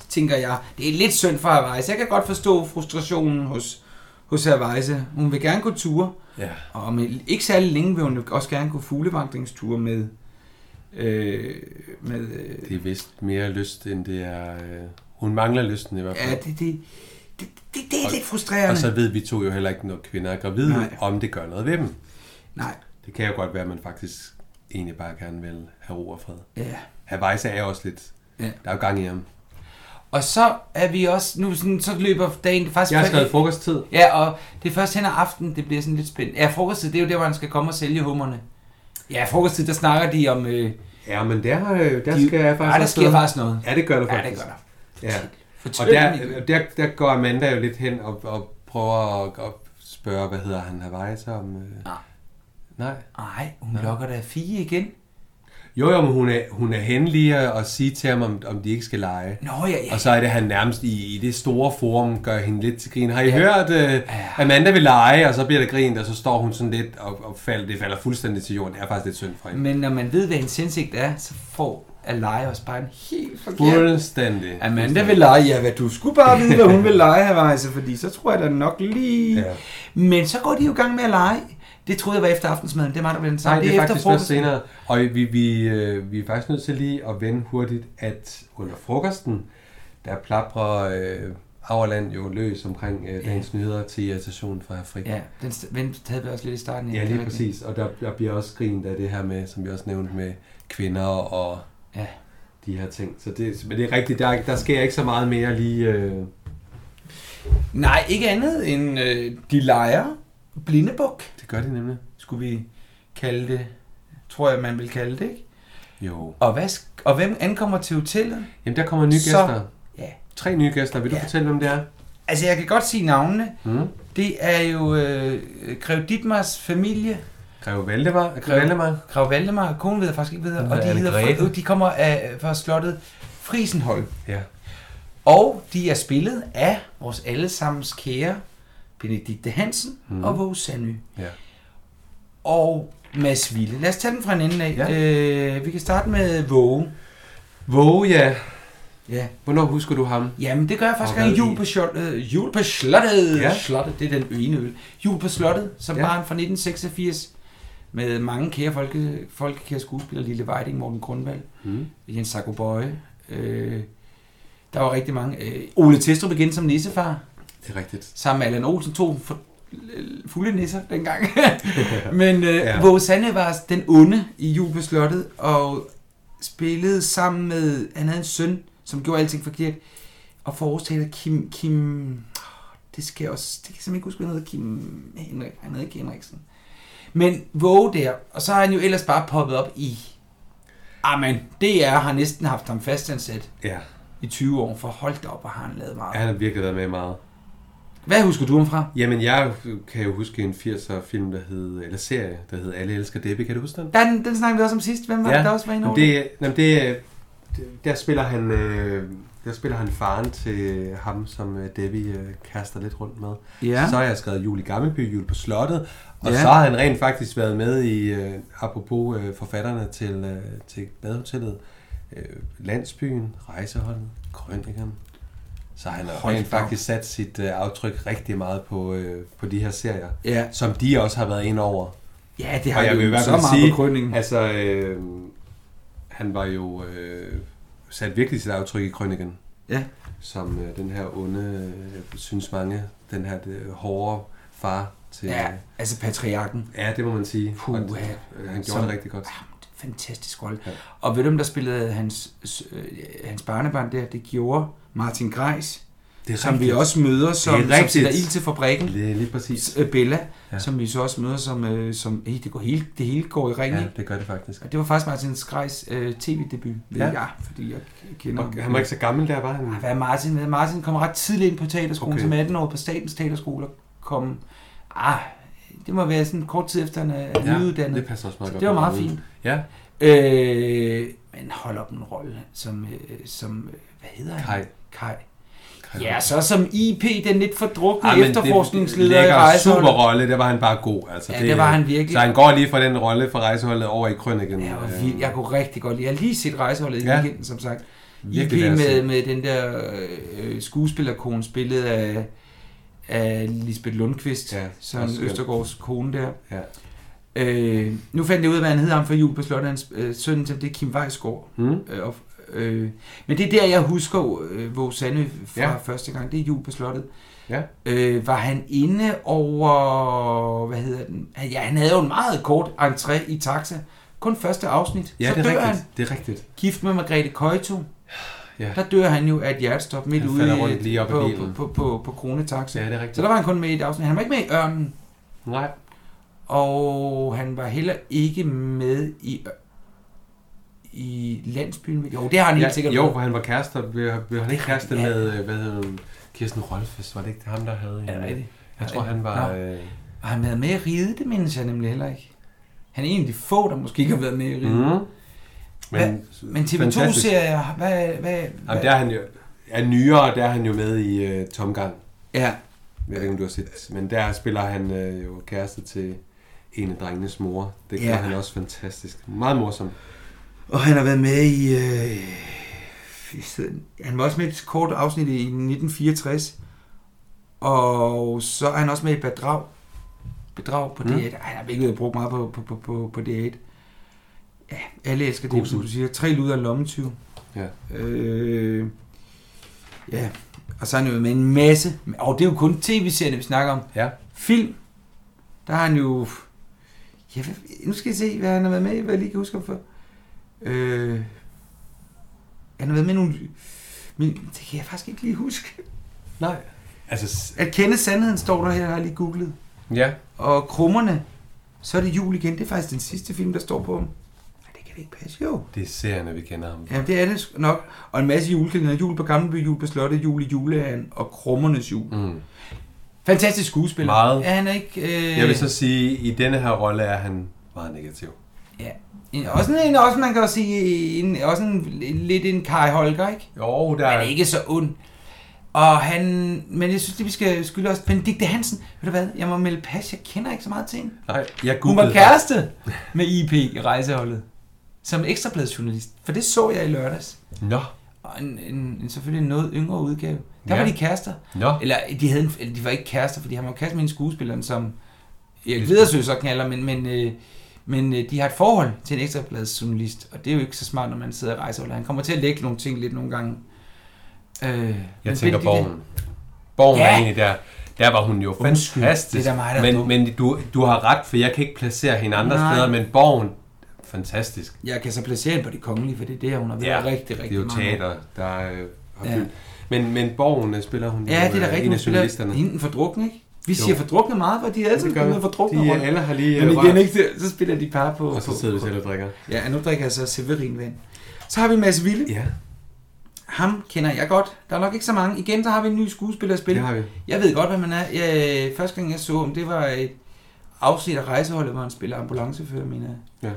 Speaker 1: tænker jeg. Det er lidt synd for Havajse. Jeg kan godt forstå frustrationen hos, hos Havajse. Hun vil gerne gå ture,
Speaker 2: ja.
Speaker 1: og om ikke særlig længe vil hun jo også gerne gå fuglevandringsture med, øh, med øh,
Speaker 2: Det er vist mere lyst, end det er... Øh, hun mangler lysten i hvert fald.
Speaker 1: ja, det, det, det, det, det, det er lidt frustrerende.
Speaker 2: Og så ved vi to jo heller ikke, når kvinder er gravide,
Speaker 1: Nej.
Speaker 2: Nej. om det gør noget ved dem.
Speaker 1: Nej,
Speaker 2: Det kan jo godt være, at man faktisk egentlig bare gerne vil have ro og fred.
Speaker 1: ja.
Speaker 2: Havajsa er også lidt...
Speaker 1: Ja.
Speaker 2: Der er jo gang i ham.
Speaker 1: Og så er vi også, nu sådan, så løber dagen faktisk...
Speaker 2: Jeg har skrevet frokosttid.
Speaker 1: Ja, og det er først hen ad aften, det bliver sådan lidt spændende. Ja, frokosttid, det er jo der, hvor han skal komme og sælge hummerne. Ja, frokosttid, der snakker de om... Øh,
Speaker 2: Ja, men der, øh, der
Speaker 1: De-
Speaker 2: skal jeg faktisk...
Speaker 1: Ej, der
Speaker 2: også
Speaker 1: sker faktisk noget.
Speaker 2: Ja, det gør
Speaker 1: ja,
Speaker 2: der
Speaker 1: det
Speaker 2: faktisk.
Speaker 1: gør der.
Speaker 2: Ja. Og
Speaker 1: Fortæl mig.
Speaker 2: der, der, der går Amanda jo lidt hen og, og prøver at, at spørge, hvad hedder han Havajsa om... Øh...
Speaker 1: Nej.
Speaker 2: Nej.
Speaker 1: Nej, hun lokker da fire igen.
Speaker 2: Jo, jo, men hun er, hun er hen lige og sige til ham, om, om de ikke skal lege.
Speaker 1: Nå ja, ja.
Speaker 2: Og så er det, han nærmest i, i det store forum gør hende lidt til grin. Har I
Speaker 1: Ja.
Speaker 2: ja. hørt, øh, Amanda vil lege, og så bliver der grint, og så står hun sådan lidt, og, og falder, det falder fuldstændig til jorden. Det er faktisk lidt synd for hende.
Speaker 1: Men når man ved, hvad hendes indsigt er, så får at lege os bare en helt forkert...
Speaker 2: Fuldstændig.
Speaker 1: Amanda vil lege, ja, hvad du skulle bare vide, hvad hun vil lege, Havajse, fordi så tror jeg da nok lige... Ja.
Speaker 2: Ja.
Speaker 1: Men så går de jo i gang med at lege. Det troede jeg var efter aftensmaden, det er mig, der blev den
Speaker 2: Nej,
Speaker 1: samme.
Speaker 2: det er faktisk først
Speaker 1: frokosten.
Speaker 2: senere. Og vi, vi, øh, vi er faktisk nødt til lige at vende hurtigt, at under frokosten, der plapper øh, Auerland jo løs omkring øh, dagens nyheder til irritation fra Afrika.
Speaker 1: Ja, den st- vent, havde vi også lidt i starten.
Speaker 2: Ja,
Speaker 1: det er
Speaker 2: lige
Speaker 1: rigtigt.
Speaker 2: præcis. Og der, der bliver også grint af det her med, som vi også nævnte med kvinder og
Speaker 1: Ja.
Speaker 2: de her ting. Så det, men det er rigtigt, der, der sker ikke så meget mere lige... Øh,
Speaker 1: Nej, ikke andet end øh, de leger blindebuk,
Speaker 2: det gør de nemlig.
Speaker 1: skulle vi kalde det. Tror jeg, man vil kalde det, ikke?
Speaker 2: Jo.
Speaker 1: Og, hvad, sk- og hvem ankommer til hotellet?
Speaker 2: Jamen, der kommer nye
Speaker 1: Så-
Speaker 2: gæster.
Speaker 1: Ja.
Speaker 2: Tre nye gæster. Vil du
Speaker 1: Ja.
Speaker 2: fortælle, hvem det er?
Speaker 1: Altså, jeg kan godt sige navnene.
Speaker 2: Mm.
Speaker 1: Det er jo øh, Grev Ditmars familie.
Speaker 2: Greve Valdemar. Greve Valdemar.
Speaker 1: Grev Valdemar, konen ved jeg faktisk ikke, hvad hedder.
Speaker 2: Hvad
Speaker 1: Og
Speaker 2: er
Speaker 1: de,
Speaker 2: det,
Speaker 1: hedder,
Speaker 2: Grete?
Speaker 1: de kommer af, fra slottet Frisenholm.
Speaker 2: Ja.
Speaker 1: Og de er spillet af vores allesammens kære Benedikte Hansen mm. og Våge Sandy.
Speaker 2: ja.
Speaker 1: og Mads Ville. Lad os tage den fra en ende af.
Speaker 2: Ja.
Speaker 1: Ja. Øh, vi kan starte med Våge.
Speaker 2: Våge, ja.
Speaker 1: Ja.
Speaker 2: Hvornår husker du ham?
Speaker 1: Jamen, det gør jeg faktisk
Speaker 2: Og
Speaker 1: gang
Speaker 2: hvad
Speaker 1: jul på, slottet, jul på slottet. Ja.
Speaker 2: Ja.
Speaker 1: slottet. Det er den ene øl. Jul på slottet, som ja.
Speaker 2: Ja.
Speaker 1: barn fra 1986 med mange kære folke, folkekære skuespillere. Lille Vejding, Morten Grundvald, mm.
Speaker 2: Mm.
Speaker 1: Jens Sacco Bøje. Øh, der var rigtig mange. Øh, Ole Testrup igen som nissefar.
Speaker 2: Det er rigtigt.
Speaker 1: sammen med Allan Olsen, to for, fulde nisser dengang. Men øh, ja.
Speaker 2: Ja.
Speaker 1: Våge Sande var den onde i Jul på Slottet, og spillede sammen med, han havde en søn, som gjorde alting forkert. og forårstaler Kim... Kim det skal jeg også... Det kan jeg simpelthen ikke huske, hvad han hedder. Kim Henrik. Han hedder ikke Henriksen. Men Våge der, og så har han jo ellers bare poppet op i... ah, Amen, DR har næsten haft ham fastansat
Speaker 2: Ja,
Speaker 1: i 20 år, for hold da op, og har han lavet meget.
Speaker 2: han har virkelig været med meget.
Speaker 1: Hvad husker du ham fra?
Speaker 2: Jamen, jeg kan jo huske en 80'er film, der hed, eller serie, der hed Alle elsker Debbie. Kan du huske den?
Speaker 1: Der, den, den snakkede vi også om sidst. Hvem var ja, det, der også var inde over
Speaker 2: Jamen, det, jamen, det, er- det- der spiller han øh, der spiller han faren til ham, som øh, Debbie øh, kaster lidt rundt med.
Speaker 1: Ja.
Speaker 2: Så har jeg skrevet Jul i Gammelby, Jul på Slottet, og
Speaker 1: Ja.
Speaker 2: ja. så har han rent faktisk været med i, øh, apropos øh, forfatterne til, øh, til Badehotellet, øh, Landsbyen, Rejseholdet, Krønikeren. Så han har
Speaker 1: Hold
Speaker 2: rent
Speaker 1: da op.
Speaker 2: faktisk sat sit øh, aftryk rigtig meget på, øh, på de her serier,
Speaker 1: Ja.
Speaker 2: som de også har været ind over.
Speaker 1: Ja, det har
Speaker 2: Og jeg
Speaker 1: vi
Speaker 2: vil i
Speaker 1: jo
Speaker 2: hvert
Speaker 1: så
Speaker 2: fald
Speaker 1: meget
Speaker 2: sige,
Speaker 1: på krønningen.
Speaker 2: altså, øh, han var jo øh, sat virkelig sit aftryk i krønningen,
Speaker 1: Ja.
Speaker 2: som øh, den her onde, øh, synes mange, den her øh, hårde far til... øh,
Speaker 1: ja, altså patriarken. Ah,
Speaker 2: ja, det må man sige.
Speaker 1: Puh,
Speaker 2: Og, øh, han gjorde
Speaker 1: som-
Speaker 2: det rigtig godt.
Speaker 1: Fantastisk rolle. Ja.
Speaker 2: Ja.
Speaker 1: Og ved du, hvem der spillede hans, øh, hans barnebarn der? Det gjorde Martin Greis,
Speaker 2: Det er
Speaker 1: som vi også møder, som, som
Speaker 2: rigtigt.
Speaker 1: sætter ild til fabrikken.
Speaker 2: Lige, lige præcis.
Speaker 1: Øh, Bella, ja.
Speaker 2: Ja.
Speaker 1: som vi så også møder, som, øh, som hey, det, går hele, det hele går i ring.
Speaker 2: Ja,
Speaker 1: Ja.
Speaker 2: det gør det faktisk.
Speaker 1: Og det var faktisk Martin Greis øh, tv-debut, ved
Speaker 2: Ja.
Speaker 1: ja. jeg, fordi jeg kender
Speaker 2: Og han var ikke så gammel der, var han?
Speaker 1: Ej, Hvad er Martin? Hvad er Martin kom ret tidligt ind på teaterskolen, okay.
Speaker 2: Okay.
Speaker 1: som 18 år på Statens Teaterskole, og kom... Ah, det må være sådan kort tid efter, han er ja, nyuddannet.
Speaker 2: det passer også meget
Speaker 1: Så
Speaker 2: godt.
Speaker 1: det var
Speaker 2: med
Speaker 1: meget
Speaker 2: rollen.
Speaker 1: fint.
Speaker 2: Ja,
Speaker 1: Øh, men hold op en rolle, som, øh, som øh, hvad hedder han?
Speaker 2: Kai.
Speaker 1: Kai.
Speaker 2: Kai.
Speaker 1: Ja, så som IP, den lidt fordrukne
Speaker 2: Ej,
Speaker 1: ja,
Speaker 2: men
Speaker 1: efterforskningsleder i
Speaker 2: lækker
Speaker 1: rejseholdet.
Speaker 2: super rolle, der var han bare god. Altså,
Speaker 1: Ja, det var han virkelig.
Speaker 2: Så han går lige fra den rolle fra rejseholdet over i Krøniken. Øh,
Speaker 1: Ja, og vildt. Jeg kunne rigtig godt lide. Jeg har lige set rejseholdet i
Speaker 2: Ja.
Speaker 1: weekenden, som sagt. IP
Speaker 2: Virkelig værd at
Speaker 1: med,
Speaker 2: se.
Speaker 1: med den der øh, skuespillerkone, spillet af, af Lisbeth Lundqvist, ja,
Speaker 2: Ja,
Speaker 1: Søren
Speaker 2: også skønt.
Speaker 1: Østergaards kone der.
Speaker 2: Ja.
Speaker 1: Øh, nu fandt jeg ud af, hvad han hedder ham for jul på slottet. Hans øh, søn, som det er Kim Weisgaard.
Speaker 2: Mm.
Speaker 1: Øh, og, øh, men det er der, jeg husker øh, hvor Sande fra ja.
Speaker 2: Ja.
Speaker 1: første gang. Det er jul på slottet.
Speaker 2: Ja.
Speaker 1: Øh, var han inde over... Hvad hedder den? Ja, han havde jo en meget kort entré i taxa. Kun første afsnit.
Speaker 2: ja,
Speaker 1: så
Speaker 2: det er
Speaker 1: dør
Speaker 2: rigtigt.
Speaker 1: han
Speaker 2: Det er rigtigt.
Speaker 1: gift med Margrethe Køjto.
Speaker 2: Ja.
Speaker 1: Der dør han jo af et hjertestop midt
Speaker 2: Han
Speaker 1: ude
Speaker 2: falder
Speaker 1: i-
Speaker 2: rundt lige op i
Speaker 1: på, på,
Speaker 2: bilen.
Speaker 1: på, på, på Kronetaxa.
Speaker 2: Ja, det er
Speaker 1: Så
Speaker 2: rigtigt.
Speaker 1: der var han kun med i et afsnit. Han var ikke med i Ørnen,
Speaker 2: Nej,
Speaker 1: og han var heller ikke med i i landsbyen. Jo, det har han helt
Speaker 2: ja,
Speaker 1: sikkert
Speaker 2: jo,
Speaker 1: været.
Speaker 2: for han var kærester. Blev, blev han ikke kærester
Speaker 1: Ja.
Speaker 2: med, øh, hvad hedder hun, Kirsten Rolfes? Var det ikke ham, der havde en?
Speaker 1: Ja, det er rigtigt.
Speaker 2: Jeg tror, han var... Øh,
Speaker 1: Og han havde med i Ride, det mindes jeg nemlig heller ikke. Han er en af de få, der måske ikke har været med i Ride.
Speaker 2: mm.
Speaker 1: Hvad- Men
Speaker 2: fantastisk.
Speaker 1: TV2-serier, hvad... hvad,
Speaker 2: Jamen,
Speaker 1: hvad?
Speaker 2: der er han jo... Er nyere, der er han jo med i øh, Tomgang.
Speaker 1: Ja,
Speaker 2: Jeg ved ikke, om du har set, men der spiller han øh, jo kæreste til en af drengenes mor. Det gør
Speaker 4: Ja.
Speaker 2: ja. han også fantastisk. Meget morsom.
Speaker 4: Og han har været med i... Øh,
Speaker 1: han var også med i et kort afsnit i 1964. Og så er han også med i Bedrag. Bedrag på
Speaker 2: Mm.
Speaker 1: D8. Ej, han har virkelig brugt meget på, på, på, på, på D8. Ja, alle elsker
Speaker 2: God
Speaker 1: det, som
Speaker 2: tid.
Speaker 1: du siger. Tre luder og lommetyv.
Speaker 2: Ja.
Speaker 1: Øh, ja. Og så er han jo med en masse... Og det er jo kun tv-serierne, vi snakker om.
Speaker 2: Ja.
Speaker 1: Film, der har han jo... Ja, hvad- nu skal jeg se, hvad han har været med i, hvad jeg lige kan huske ham for. Øh, han har været med i nogle... Men det kan jeg faktisk ikke lige huske.
Speaker 2: Nej. Altså, s-
Speaker 1: At kende sandheden står der her, har jeg lige googlet.
Speaker 2: ja.
Speaker 1: Og krummerne, så er det jul igen. Det er faktisk den sidste film, der står på ham. Nej, det kan det ikke passe. Jo.
Speaker 2: Det er serierne, vi kender ham.
Speaker 1: Ja, det er det sgu nok. Og en masse julekalender. Jul på Gamleby, jul på Slottet, jul i juleæren og krummernes jul.
Speaker 2: Mm.
Speaker 1: Fantastisk skuespiller.
Speaker 2: Meget.
Speaker 1: Er han ikke... Øh...
Speaker 2: Jeg vil så sige, at i denne her rolle er han meget negativ.
Speaker 1: Ja. En, også en, også man kan også sige, en, også en, lidt en Kai Holger, ikke?
Speaker 2: Jo, der
Speaker 1: Men ikke så ond. Og han, men jeg synes, det vi skal skylde os. Benedikte Hansen, ved du hvad, jeg må melde pas, jeg kender ikke så meget til hende.
Speaker 2: Nej, jeg
Speaker 1: Hun
Speaker 2: googlede
Speaker 1: var kæreste med IP i rejseholdet, som ekstrabladsjournalist, for det så jeg i lørdags.
Speaker 2: faktisk. Nå,
Speaker 1: Og en, en, en selvfølgelig en noget yngre udgave. Der
Speaker 2: Ja.
Speaker 1: var de kærester.
Speaker 2: nå.
Speaker 1: Eller de, havde en, eller de var ikke kærester, fordi han var jo kæreste med en skuespiller, som Erik Vedersø så knaller, men, men, øh, men øh, de har et forhold til en ekstrabladsjournalist, og det er jo ikke så smart, når man sidder i rejseholdet. Han kommer til at lægge nogle ting lidt nogle gange. Øh,
Speaker 2: Jeg tænker
Speaker 1: Borgen.
Speaker 2: Borgen. Borgen
Speaker 1: Ja.
Speaker 2: ja. er egentlig der. Der var hun jo
Speaker 1: Undskyld,
Speaker 2: fantastisk.
Speaker 1: det er da mig, der er dum.
Speaker 2: men men du, du har ret, for jeg kan ikke placere hende andre
Speaker 1: Nej.
Speaker 2: steder, men Borgen, fantastisk.
Speaker 1: Jeg kan så placere hende på det kongelige, for det er der, hun har været
Speaker 2: Ja,
Speaker 1: rigtig, rigtig
Speaker 2: Det er jo
Speaker 1: mange år.
Speaker 2: teater, der øh, har
Speaker 1: Ja.
Speaker 2: fyldt. Men, men Borgen øh, spiller hun
Speaker 1: Ja,
Speaker 2: jo,
Speaker 1: det er da
Speaker 2: øh,
Speaker 1: rigtigt.
Speaker 2: en
Speaker 1: Hun
Speaker 2: af journalisterne.
Speaker 1: spiller hende fordrukne, ikke? Vi siger fordrukne meget, for de er altid
Speaker 2: Det gør vi.
Speaker 1: blevet fordrukne
Speaker 2: De,
Speaker 1: rundt.
Speaker 2: øh, alle har lige øh,
Speaker 1: Men igen,
Speaker 2: rørt,
Speaker 1: ikke, så spiller de par på...
Speaker 2: og så
Speaker 1: på-
Speaker 2: sidder vi
Speaker 1: på-
Speaker 2: selv og drikker.
Speaker 1: Ja, nu drikker jeg så Severinvand. Så har vi Mads Ville.
Speaker 2: Ja,
Speaker 1: Ham kender jeg godt. Der er nok ikke så mange. Igen, så har vi en ny skuespiller at
Speaker 2: det
Speaker 1: spille.
Speaker 2: har vi.
Speaker 1: Jeg ved godt, hvad man er. Jeg, øh, første gang, jeg så ham, det var et afsnit af rejseholdet, hvor han spiller ambulancefører, mener jeg.
Speaker 2: Ja.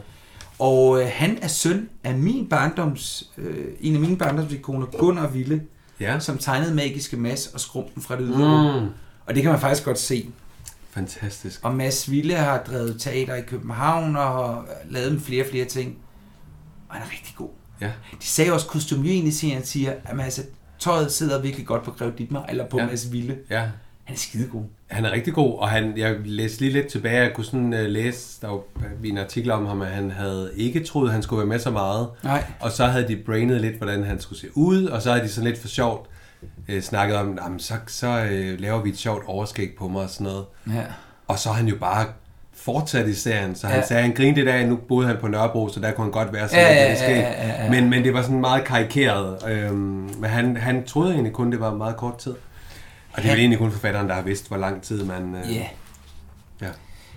Speaker 1: Og øh, han er søn af min barndoms, øh, en af mine barndomsikoner, Gunnar Ville,
Speaker 2: Ja,
Speaker 1: som tegnede Magiske Mads og Skrumpen fra det ydre mm.
Speaker 2: mm.
Speaker 1: Og det kan man faktisk godt se.
Speaker 2: fantastisk.
Speaker 1: Og Mads Ville har drevet teater i København og har lavet flere og flere ting. Og han er rigtig god.
Speaker 2: Ja.
Speaker 1: De sagde også, kostumieren i serien siger, at man, altså, tøjet sidder virkelig godt på Grev Ditmar, eller på
Speaker 2: Ja.
Speaker 1: ja. Mads Ville.
Speaker 2: Ja,
Speaker 1: Han er skidegod.
Speaker 2: han er rigtig god, og han, jeg læste lige lidt tilbage, jeg kunne sådan uh, læse, der var en artikel om ham, at han havde ikke troet, han skulle være med så meget,
Speaker 1: Nej.
Speaker 2: og så havde de brainet lidt, hvordan han skulle se ud, og så havde de sådan lidt for sjovt uh, snakket om, "Jamen, så, så uh, laver vi et sjovt overskæg på mig og sådan noget.
Speaker 1: Ja.
Speaker 2: Og så er han jo bare fortsat i serien, så han
Speaker 1: Ja.
Speaker 2: ja. sagde, han grinte det af, nu boede han på Nørrebro, så der kunne han godt være sådan
Speaker 1: Ja,
Speaker 2: lidt
Speaker 1: ja,
Speaker 2: lidt skæg.
Speaker 1: ja, ja, ja.
Speaker 2: Men, men det var sådan meget karikeret, øhm, men han, han troede egentlig kun, det var meget kort tid. Og det er
Speaker 1: Han-
Speaker 2: vel egentlig kun forfatteren, der har vidst, hvor lang tid man... Øh,
Speaker 1: Ja.
Speaker 2: Ja.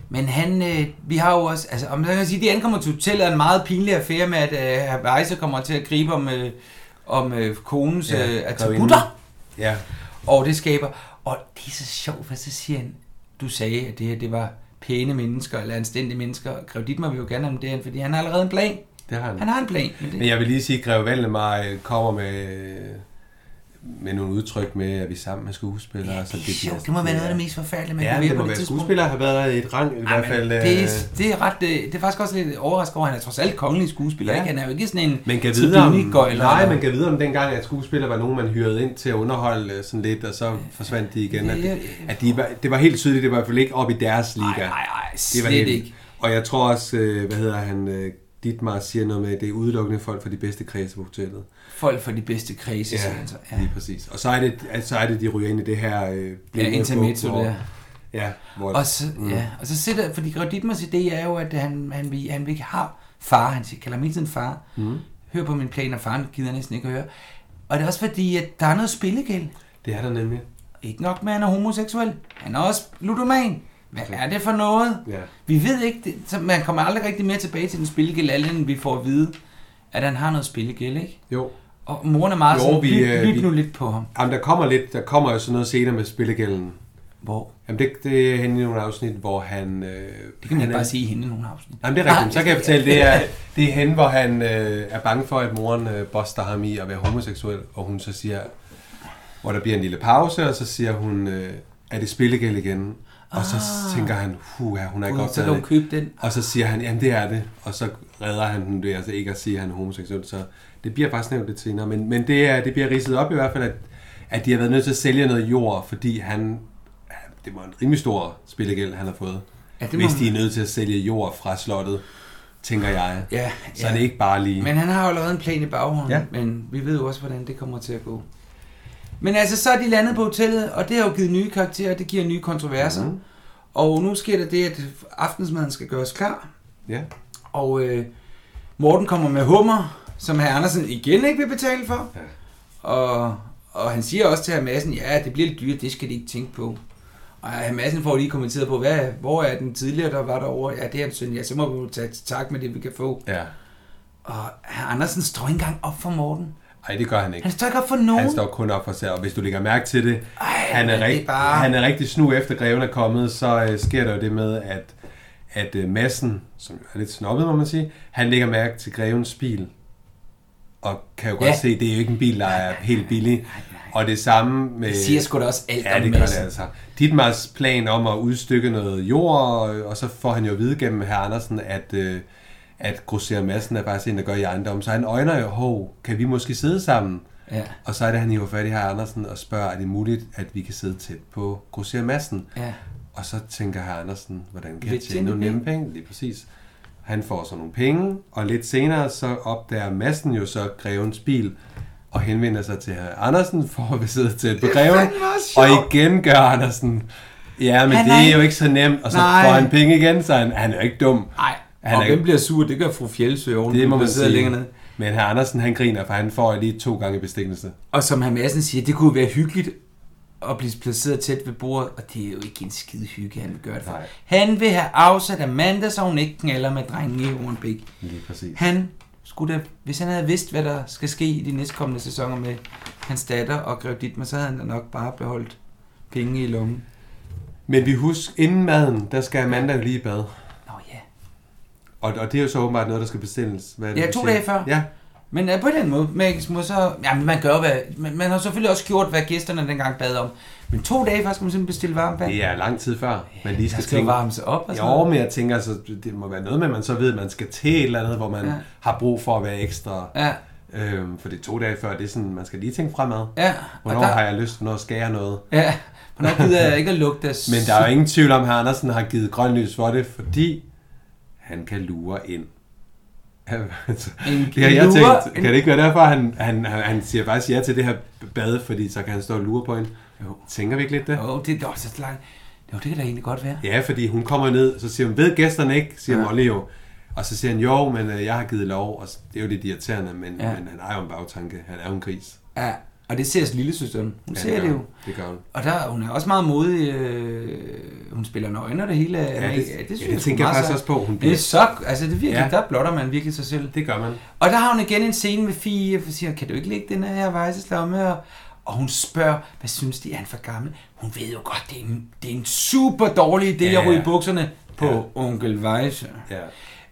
Speaker 1: Men han, øh, vi har jo også, altså, om man kan sige, de ankommer til hotellet er en meget pinlig affære med, at øh, herr Weisse kommer til at gribe om, øh, om øh, konens
Speaker 2: Ja,
Speaker 1: ja, øh,
Speaker 2: grevinden.
Speaker 1: attributter.
Speaker 2: ja.
Speaker 1: Og det skaber... Og det er så sjovt, for så siger han, du sagde, at det her det var pæne mennesker, eller anstændige mennesker. og Grev Dittmar vil jo gerne have dem derhen, fordi han har allerede en plan.
Speaker 2: Det har han.
Speaker 1: Han har en plan. Men
Speaker 2: Men
Speaker 1: det,
Speaker 2: jeg vil lige sige, at Greve Valdemar øh, kommer med, øh, med nogle udtryk med, at vi sammen er skuespillere.
Speaker 1: ja,
Speaker 2: så
Speaker 1: det,
Speaker 2: bliver- øh,
Speaker 1: er sjovt. det må være noget af det mest forfærdelige, man
Speaker 2: Ja,
Speaker 1: kan
Speaker 2: det
Speaker 1: være på
Speaker 2: må
Speaker 1: det
Speaker 2: være
Speaker 1: tidspunkt.
Speaker 2: skuespiller, har været et rang i
Speaker 1: Ej,
Speaker 2: hvert
Speaker 1: men
Speaker 2: fald.
Speaker 1: det,
Speaker 2: øh,
Speaker 1: er, det, er ret, øh, det er faktisk også lidt overraskende over, at han er trods alt kongelig skuespiller.
Speaker 2: Ja.
Speaker 1: Ja. Ikke? Han er jo ikke sådan en
Speaker 2: Man kan vide om,
Speaker 1: Tribunegøj eller-
Speaker 2: nej, man kan vide om dengang, at skuespillere var nogen, man hyrede ind til at underholde øh, sådan lidt, og så forsvandt de igen. At, det, at de, var- det var helt tydeligt, det var i hvert fald ikke op i deres liga.
Speaker 1: Nej, nej, nej,
Speaker 2: det var
Speaker 1: slet
Speaker 2: helt,
Speaker 1: ikke.
Speaker 2: Og jeg tror også, øh, hvad hedder han, øh, Dietmar siger noget med, at det er udelukkende folk fra de bedste kredse på hotellet.
Speaker 1: Folk fra de bedste kredse, ja. siger han så. Ja.
Speaker 2: lige præcis. Og så er det, at, så er det de ryger ind i det her øh,
Speaker 1: Ja,
Speaker 2: blinde
Speaker 1: intermezzo
Speaker 2: hvor-
Speaker 1: der.
Speaker 2: Ja, hvor,
Speaker 1: Og så, mm. ja, og så sidder, fordi Graditmers idé er jo, at han, han, vil, han vil ikke have far, han siger, kalder mig hele tiden far. Mm. Hør på min plan, og faren gider næsten ikke at høre. Og det er også fordi, at der er noget spillegæld.
Speaker 2: det er der nemlig.
Speaker 1: Ikke nok med, at han er homoseksuel. Han er også ludoman. Hvad er det for noget?
Speaker 2: Ja.
Speaker 1: Vi ved ikke, det, så man kommer aldrig rigtig mere tilbage til den spillegæld, andet end vi får at vide, at han har noget spillegæld, ikke?
Speaker 2: Jo.
Speaker 1: Og moren er meget
Speaker 2: Jo,
Speaker 1: jo, sådan,
Speaker 2: vi,
Speaker 1: lyt,
Speaker 2: øh,
Speaker 1: lyt
Speaker 2: vi-
Speaker 1: nu lidt på ham.
Speaker 2: Jamen, der kommer lidt, der kommer jo sådan noget senere med spillegælden.
Speaker 1: Hvor?
Speaker 2: Jamen, det, det er henne i nogle afsnit, hvor han... Øh,
Speaker 1: Det kan man
Speaker 2: han
Speaker 1: ikke
Speaker 2: er-
Speaker 1: bare sige Ah, i hende i nogle afsnit.
Speaker 2: Jamen, det er rigtigt. Så kan jeg fortælle, det er,
Speaker 1: <laughs>
Speaker 2: det er henne, hvor han øh, er bange for, at moren øh, boster ham i at være homoseksuel, og hun så siger, hvor der bliver en lille pause, og så siger hun, øh, er det spillegæld igen? Og så tænker han, huha, hun er ikke
Speaker 1: Ah. Gud, så kan hun
Speaker 2: opdaget det.
Speaker 1: købe den.
Speaker 2: Og så siger han, jamen det er det. Og så redder han den ved altså ikke at sige, at han er homoseksuel. Så det bliver faktisk nævnt lidt senere. Men, men det, er, det bliver ridset op i hvert fald, at, at de har været nødt til at sælge noget jord, fordi han, ja, det var en rimelig stor spillegæld, han har fået.
Speaker 1: Ja,
Speaker 2: Ja,
Speaker 1: det må
Speaker 2: Hvis
Speaker 1: man-
Speaker 2: de er nødt til at sælge jord fra slottet, tænker jeg,
Speaker 1: Ja,
Speaker 2: så
Speaker 1: ja.
Speaker 2: er det ikke bare lige...
Speaker 1: Men han har jo allerede en plan i baghånden,
Speaker 2: Ja.
Speaker 1: ja. men vi ved jo også, hvordan det kommer til at gå. Men altså, så er de landet på hotellet, og det har jo givet nye karakterer, og det giver nye kontroverser.
Speaker 2: Mhm.
Speaker 1: Mm-hmm. Og nu sker der det, at aftensmaden skal gøres klar,
Speaker 2: Ja.
Speaker 1: og øh, Morten kommer med hummer, som herr Andersen igen ikke vil betale for.
Speaker 2: Ja.
Speaker 1: Og, og han siger også til herr Madsen, ja, det bliver lidt dyrt, det skal de ikke tænke på. Og herr Madsen får lige kommenteret på, hvad, hvor er den tidligere, der var derovre? Ja, det er en søn, ja, så må vi jo tage tak med det, vi kan få.
Speaker 2: ja.
Speaker 1: Og herr Andersen står ikke engang op for Morten.
Speaker 2: Ej, det gør han ikke.
Speaker 1: Han står ikke op for nogen.
Speaker 2: Han står kun op for sig, og hvis du lægger mærke til det, Ej, han,
Speaker 1: men
Speaker 2: er
Speaker 1: det er
Speaker 2: rigt,
Speaker 1: bare-
Speaker 2: han er rigtig snu efter greven er kommet, så øh, sker der jo det med, at, at øh, massen, som jo er lidt snobbet, må man sige, han lægger mærke til grevens bil, og kan jo godt
Speaker 1: Ja.
Speaker 2: se, det er jo ikke en bil, der er helt billig. Og det samme med...
Speaker 1: Det siger sgu da også alt
Speaker 2: Ja,
Speaker 1: om
Speaker 2: det gør det
Speaker 1: Madsen.
Speaker 2: altså. Dietmars plan om at udstykke noget jord, og og så får han jo at vide gennem herr Andersen, at, øh, at grosser massen er faktisk en, der gør i ejendom. Så han øjner jo, hov, kan vi måske sidde sammen?
Speaker 1: Ja.
Speaker 2: Og så er det, han hiver fat i herr Andersen og spørger, er det muligt, at vi kan sidde tæt på grosser massen?
Speaker 1: Ja.
Speaker 2: Og så tænker herr Andersen, hvordan kan jeg
Speaker 1: Lidt
Speaker 2: tjene nogle
Speaker 1: tjene
Speaker 2: nemme penge? Lige præcis. Han får så nogle penge, og lidt senere så opdager massen jo så grevens bil, og henvender sig til herr Andersen for at sidde
Speaker 1: <laughs>
Speaker 2: tæt på greven.
Speaker 1: fandme også
Speaker 2: Og
Speaker 1: sjovt.
Speaker 2: igen gør Andersen, ja, men
Speaker 1: Han
Speaker 2: det
Speaker 1: er
Speaker 2: er
Speaker 1: ikke-
Speaker 2: jo ikke så nemt. Og så
Speaker 1: Nej.
Speaker 2: får han penge igen, så han, han er jo ikke dum.
Speaker 1: Nej,
Speaker 2: Han
Speaker 1: han
Speaker 2: er
Speaker 1: og hvem
Speaker 2: jo-
Speaker 1: bliver sur? Det gør fru Fjeldsø oven.
Speaker 2: Det må
Speaker 1: der
Speaker 2: man
Speaker 1: sidder
Speaker 2: sige.
Speaker 1: længere nede.
Speaker 2: Men herr Andersen, han griner, for han får lige to gange bestikkelse.
Speaker 1: Og som herr Madsen siger, det kunne være hyggeligt at blive placeret tæt ved bordet, og det er jo ikke en skide hygge, han vil gøre det for.
Speaker 2: Nej.
Speaker 1: Han vil have afsat Amanda, så hun ikke knaller med drengen i Hornbæk.
Speaker 2: Lige præcis.
Speaker 1: Han skulle da, hvis han havde vidst, hvad der skal ske i de næstkommende sæsoner med hans datter og Grev Dittmer, så havde han da nok bare beholdt penge i lommen.
Speaker 2: Men vi husk, inden maden, der skal Amanda jo lige i bad.
Speaker 1: Nå ja.
Speaker 2: Og, og det er jo så åbenbart noget, der skal bestilles. Hvad er det,
Speaker 1: Ja,
Speaker 2: du
Speaker 1: to
Speaker 2: siger?
Speaker 1: dage før.
Speaker 2: Ja,
Speaker 1: Men øh, på den måde, magisk måde, så... Jamen, man gør jo, hvad... Man, man har selvfølgelig også gjort, hvad gæsterne dengang bad om. Men to dage før skal man simpelthen bestille varmt vand.
Speaker 2: det er lang tid før, man lige
Speaker 1: Der
Speaker 2: skal
Speaker 1: skal jo
Speaker 2: tænke.
Speaker 1: varme sig op og sådan
Speaker 2: Jo,
Speaker 1: noget.
Speaker 2: men jeg tænker, altså, det må være noget med, at man så ved, at man skal til et eller andet, hvor man
Speaker 1: Ja.
Speaker 2: ja. har brug for at være ekstra.
Speaker 1: Ja,
Speaker 2: Øhm, for det er to dage før, det er sådan, man skal lige tænke fremad.
Speaker 1: ja. Og
Speaker 2: Hvornår der... har jeg lyst, når skal jeg noget?
Speaker 1: Ja, hvornår gider jeg ikke at lugte af...
Speaker 2: Men der er jo ingen tvivl om, at Andersen har givet grøn lys for det, fordi han kan lure ind. <laughs> Altså,
Speaker 1: En
Speaker 2: det har jeg
Speaker 1: lure-
Speaker 2: tænkt. Kan
Speaker 1: en-
Speaker 2: det ikke være derfor, han, han, han, han siger faktisk ja til det her bade, fordi så kan han stå og lure på hende?
Speaker 1: Jo.
Speaker 2: Tænker vi ikke lidt det?
Speaker 1: Åh, oh, det er også så langt. Jo, det kan da egentlig godt være.
Speaker 2: Ja, fordi hun kommer ned, så siger hun, ved gæsterne ikke, siger
Speaker 1: Ja.
Speaker 2: ja. Molly jo. Og så siger han, jo, men øh, jeg har givet lov, og s- det er jo lidt irriterende, men,
Speaker 1: Ja.
Speaker 2: ja. men han er jo en bagtanke, han er jo en gris.
Speaker 1: Ja, og det ser lille søsteren. Hun
Speaker 2: Ja,
Speaker 1: ja, ser
Speaker 2: gør
Speaker 1: det
Speaker 2: hun.
Speaker 1: jo.
Speaker 2: Det gør hun.
Speaker 1: Og der, hun er også meget modig. Øh, hun spiller nøgen og det hele. er-
Speaker 2: Ja, det- ja, det
Speaker 1: sgu
Speaker 2: tænker jeg
Speaker 1: meget
Speaker 2: faktisk
Speaker 1: sejt.
Speaker 2: også på, hun
Speaker 1: det er
Speaker 2: bliver.
Speaker 1: så, altså det er virkelig, ja.
Speaker 2: Ja.
Speaker 1: der blotter man virkelig sig selv.
Speaker 2: Det gør man.
Speaker 1: Og der har hun igen en scene med Fie, og siger, kan du ikke lægge den her vejseslomme? Og, og hun spørger, hvad synes de, er han for gammel? Hun ved jo godt, det er en, det er en super dårlig idé ja,
Speaker 2: Ja,
Speaker 1: at ryge
Speaker 2: ja.
Speaker 1: bukserne på
Speaker 2: Ja.
Speaker 1: onkel Vejse.
Speaker 2: Ja.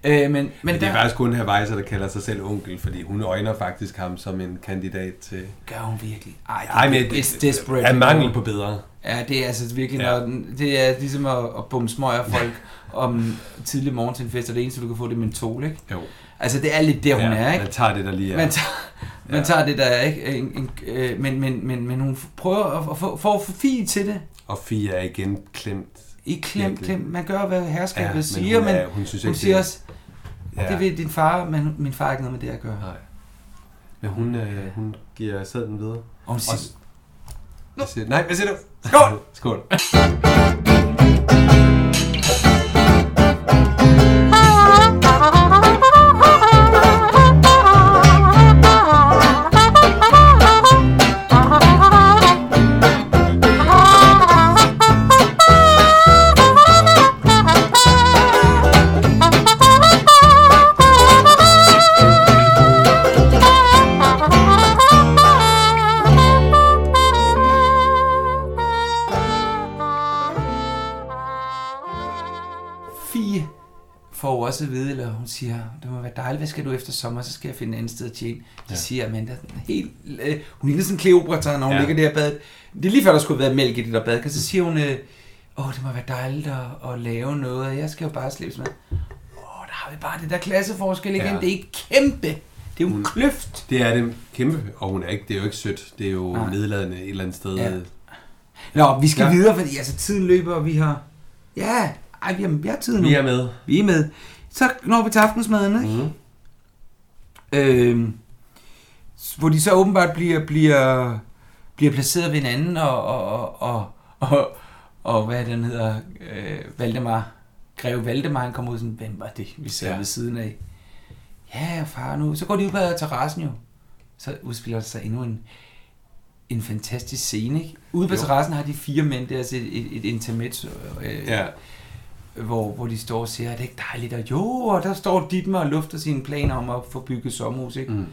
Speaker 1: Øh, men, men,
Speaker 2: Men det
Speaker 1: der
Speaker 2: er faktisk kun her Weiser, der kalder sig selv onkel, fordi hun øjner faktisk ham som en kandidat til...
Speaker 1: gør hun virkelig. Ej,
Speaker 2: Ej, men
Speaker 1: det er desperate.
Speaker 2: Af mangel på bedre.
Speaker 1: Ja, det er altså virkelig, ja.
Speaker 2: Ja.
Speaker 1: når, den- det er ligesom at, at bombe smøger
Speaker 2: <laughs>
Speaker 1: folk om tidlig morgen til en fest, og det eneste, du kan få, det er mentol, ikke?
Speaker 2: Jo.
Speaker 1: Altså, det er lidt der, hun
Speaker 2: ja,
Speaker 1: er, ikke?
Speaker 2: Man tager det, der lige er.
Speaker 1: Man tager, man tager det der, er, ikke? En, en, øh, men, men, men, men hun prøver at, at få, for at få Fie til det.
Speaker 2: Og Fie er igen klemt.
Speaker 1: I klem,
Speaker 2: Virkelig.
Speaker 1: klem. Man gør, hvad herskabet
Speaker 2: Ja,
Speaker 1: ja,
Speaker 2: men
Speaker 1: siger,
Speaker 2: hun
Speaker 1: men
Speaker 2: er- hun synes
Speaker 1: hun
Speaker 2: ikke,
Speaker 1: siger
Speaker 2: det-
Speaker 1: også, ja. det ved din far, men min far har ikke noget med det at gøre.
Speaker 2: Nej. Men hun, øh, hun giver sæden videre.
Speaker 1: Og hun siger,
Speaker 2: Og... Hvad siger, nej, hvad siger du?
Speaker 1: Skål!
Speaker 2: <laughs> Skål.
Speaker 1: Fie får jo også at vide, eller hun siger, det må være dejligt, hvad skal du efter sommer, så skal jeg finde et andet sted at tjene. Så ja.
Speaker 2: Ja.
Speaker 1: siger Amanda sådan helt, øh, hun ligner sådan en Kleopatra, når hun ja.
Speaker 2: Ja.
Speaker 1: ligger der i badet. Det er lige før, der skulle have været mælk i det der badkar. Så siger hun, øh, åh, det må være dejligt at, at lave noget, og jeg skal jo bare slippe med. Åh, der har vi bare det der klasseforskel igen. Ja.
Speaker 2: Ja. Mm.
Speaker 1: Det er et kæmpe, det er jo en
Speaker 2: Hun-
Speaker 1: kløft.
Speaker 2: Det er det kæmpe, og hun er ikke, det er jo ikke sødt. Det er jo
Speaker 1: Nej.
Speaker 2: nej. nedladende et eller andet sted.
Speaker 1: Ja.
Speaker 2: Ja.
Speaker 1: Nå, vi skal ja.
Speaker 2: Ja.
Speaker 1: videre, fordi altså, tiden løber, og vi har... Ja, ej, vi har, vi har tid nu.
Speaker 2: Vi er med.
Speaker 1: Vi er med. Så når vi til aftensmaden, ikke?
Speaker 2: Mm.
Speaker 1: Øh, hvor de så åbenbart bliver, bliver, bliver placeret ved hinanden, og, og, og, og, og, og hvad er det, han hedder, øh, Valdemar, Greve Valdemar, han kommer ud sådan, hvem var det, vi sad ja.
Speaker 2: Ja.
Speaker 1: ved siden af? Ja, far nu. Så går de ud på terrassen jo. Så udspiller der sig endnu en, en fantastisk scene, ikke? Ude på
Speaker 2: Jo.
Speaker 1: terrassen har de fire mænd der, altså et, et, et intermezzo, øh,
Speaker 2: Ja.
Speaker 1: hvor, hvor de står og siger, er det ikke dejligt? Og jo, og der står Dietmar og lufter sine planer om at få bygget sommerhus, ikke? Mm.
Speaker 2: Mm.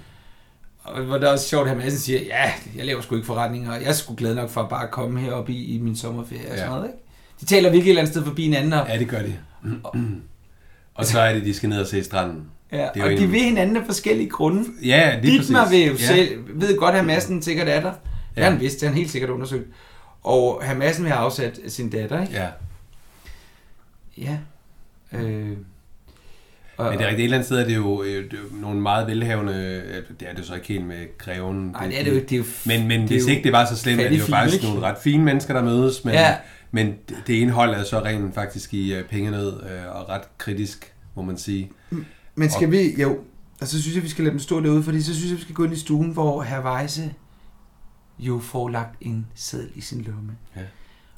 Speaker 1: Og hvor der er også sjovt, at Madsen siger, ja, jeg laver sgu ikke forretninger, og jeg skulle glad nok for at bare komme herop i, i min sommerferie og sådan
Speaker 2: Ja.
Speaker 1: noget, ikke? De taler virkelig et eller andet sted forbi hinanden, og,
Speaker 2: ja, det gør de. Mm. og så er det, de skal ned og se stranden.
Speaker 1: ja,
Speaker 2: det er
Speaker 1: og
Speaker 2: jo
Speaker 1: de
Speaker 2: en-
Speaker 1: vil hinanden af forskellige grunde.
Speaker 2: Ja, lige
Speaker 1: Dietmar
Speaker 2: præcis.
Speaker 1: vil jo ja. selv, ved godt, at Madsen sikkert er der. Ja.
Speaker 2: Ja.
Speaker 1: Han vidste, han helt sikkert undersøgt. Og Madsen vil have afsat sin datter, ikke?
Speaker 2: Ja,
Speaker 1: Ja. ja. Øh, og,
Speaker 2: men det er rigtigt. Et eller andet sted er det jo, øh, det er jo nogle meget velhavende... øh, Det er det jo så ikke helt med greven.
Speaker 1: Nej, det er det jo ikke. Det er jo,
Speaker 2: Men, men
Speaker 1: det
Speaker 2: hvis
Speaker 1: jo-
Speaker 2: ikke det var så slemt, er
Speaker 1: fattige
Speaker 2: det jo
Speaker 1: film,
Speaker 2: faktisk
Speaker 1: ikke?
Speaker 2: nogle ret fine mennesker, der mødes. Men,
Speaker 1: Ja.
Speaker 2: men det- det ene hold er så rent faktisk i øh, pengenød øh, og ret kritisk, må man sige.
Speaker 4: Men
Speaker 2: skal
Speaker 4: vi... Jo.
Speaker 1: Og så synes jeg, vi skal lade dem stå derude, fordi så synes jeg, vi skal gå ind i stuen, hvor herr Weisse jo får lagt en seddel i sin lomme.
Speaker 2: Ja.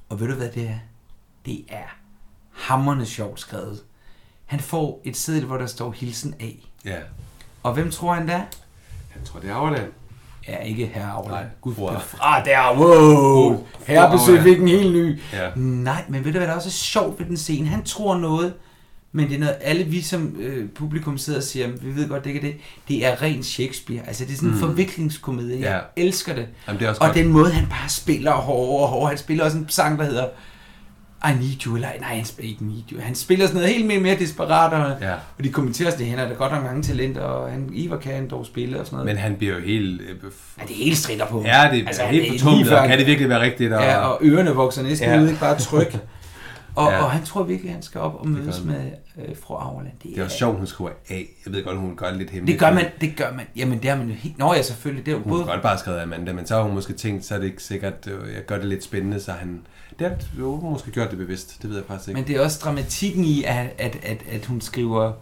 Speaker 1: Og ved du, hvad det er? Det er hammerne sjovt skrevet. Han får et seddel, hvor der står hilsen af.
Speaker 2: Ja.
Speaker 1: Og hvem tror han der?
Speaker 2: Jeg tror, det er Auerland.
Speaker 1: Ja, ikke herre Aula.
Speaker 2: Nej,
Speaker 1: Gud,
Speaker 2: fru Aula.
Speaker 1: fra der, wow!
Speaker 3: Herrebesøg fik en helt ny.
Speaker 2: Ja.
Speaker 1: Nej, men ved du hvad der også er sjovt ved den scene? Han tror noget, men det er noget, alle vi som øh, publikum sidder og siger, vi ved godt, det ikke er det. Det er ren Shakespeare. Altså, det er sådan en forviklingskomedie.
Speaker 2: Mm. Ja.
Speaker 1: Jeg elsker det.
Speaker 2: Jamen, det er også
Speaker 1: og
Speaker 2: godt.
Speaker 1: den måde, han bare spiller hårdere og hårdere. Han spiller også en sang, der hedder I need you, eller nej, han spiller ikke need you. Han spiller sådan noget helt mere, mere desperat, og,
Speaker 2: Ja.
Speaker 1: og de kommenterer sådan, at han er da godt nok mange talenter, og han, Ivar kan dog spille og sådan noget.
Speaker 2: Men han bliver jo helt... Øh, f-
Speaker 1: Ja, det er helt stritter på.
Speaker 2: ja, det er altså, helt fortumlet, og kan det virkelig være rigtigt? Og,
Speaker 1: Ja, og ørerne vokser næsten
Speaker 2: Ja.
Speaker 1: ja. ud, ikke bare
Speaker 2: <laughs>
Speaker 1: tryk. Og,
Speaker 2: Ja.
Speaker 1: ja. og han tror virkelig, at han skal op og mødes
Speaker 2: gør
Speaker 1: med øh, fru Auerland.
Speaker 2: Det er også sjovt, hun skriver A. Jeg ved godt, hun gør det lidt hemmeligt.
Speaker 1: Det gør man, det gør man. Jamen, det er man jo helt... Nå ja, selvfølgelig. Det er jo
Speaker 2: Hun
Speaker 1: både...
Speaker 2: kunne godt bare have skrevet Amanda, men så har hun måske tænkt, så er det ikke sikkert, øh, jeg gør det lidt spændende, så han... Det har jo hun måske gjort det bevidst, det ved jeg faktisk ikke.
Speaker 1: Men det er også dramatikken i, at, at, at, at hun skriver...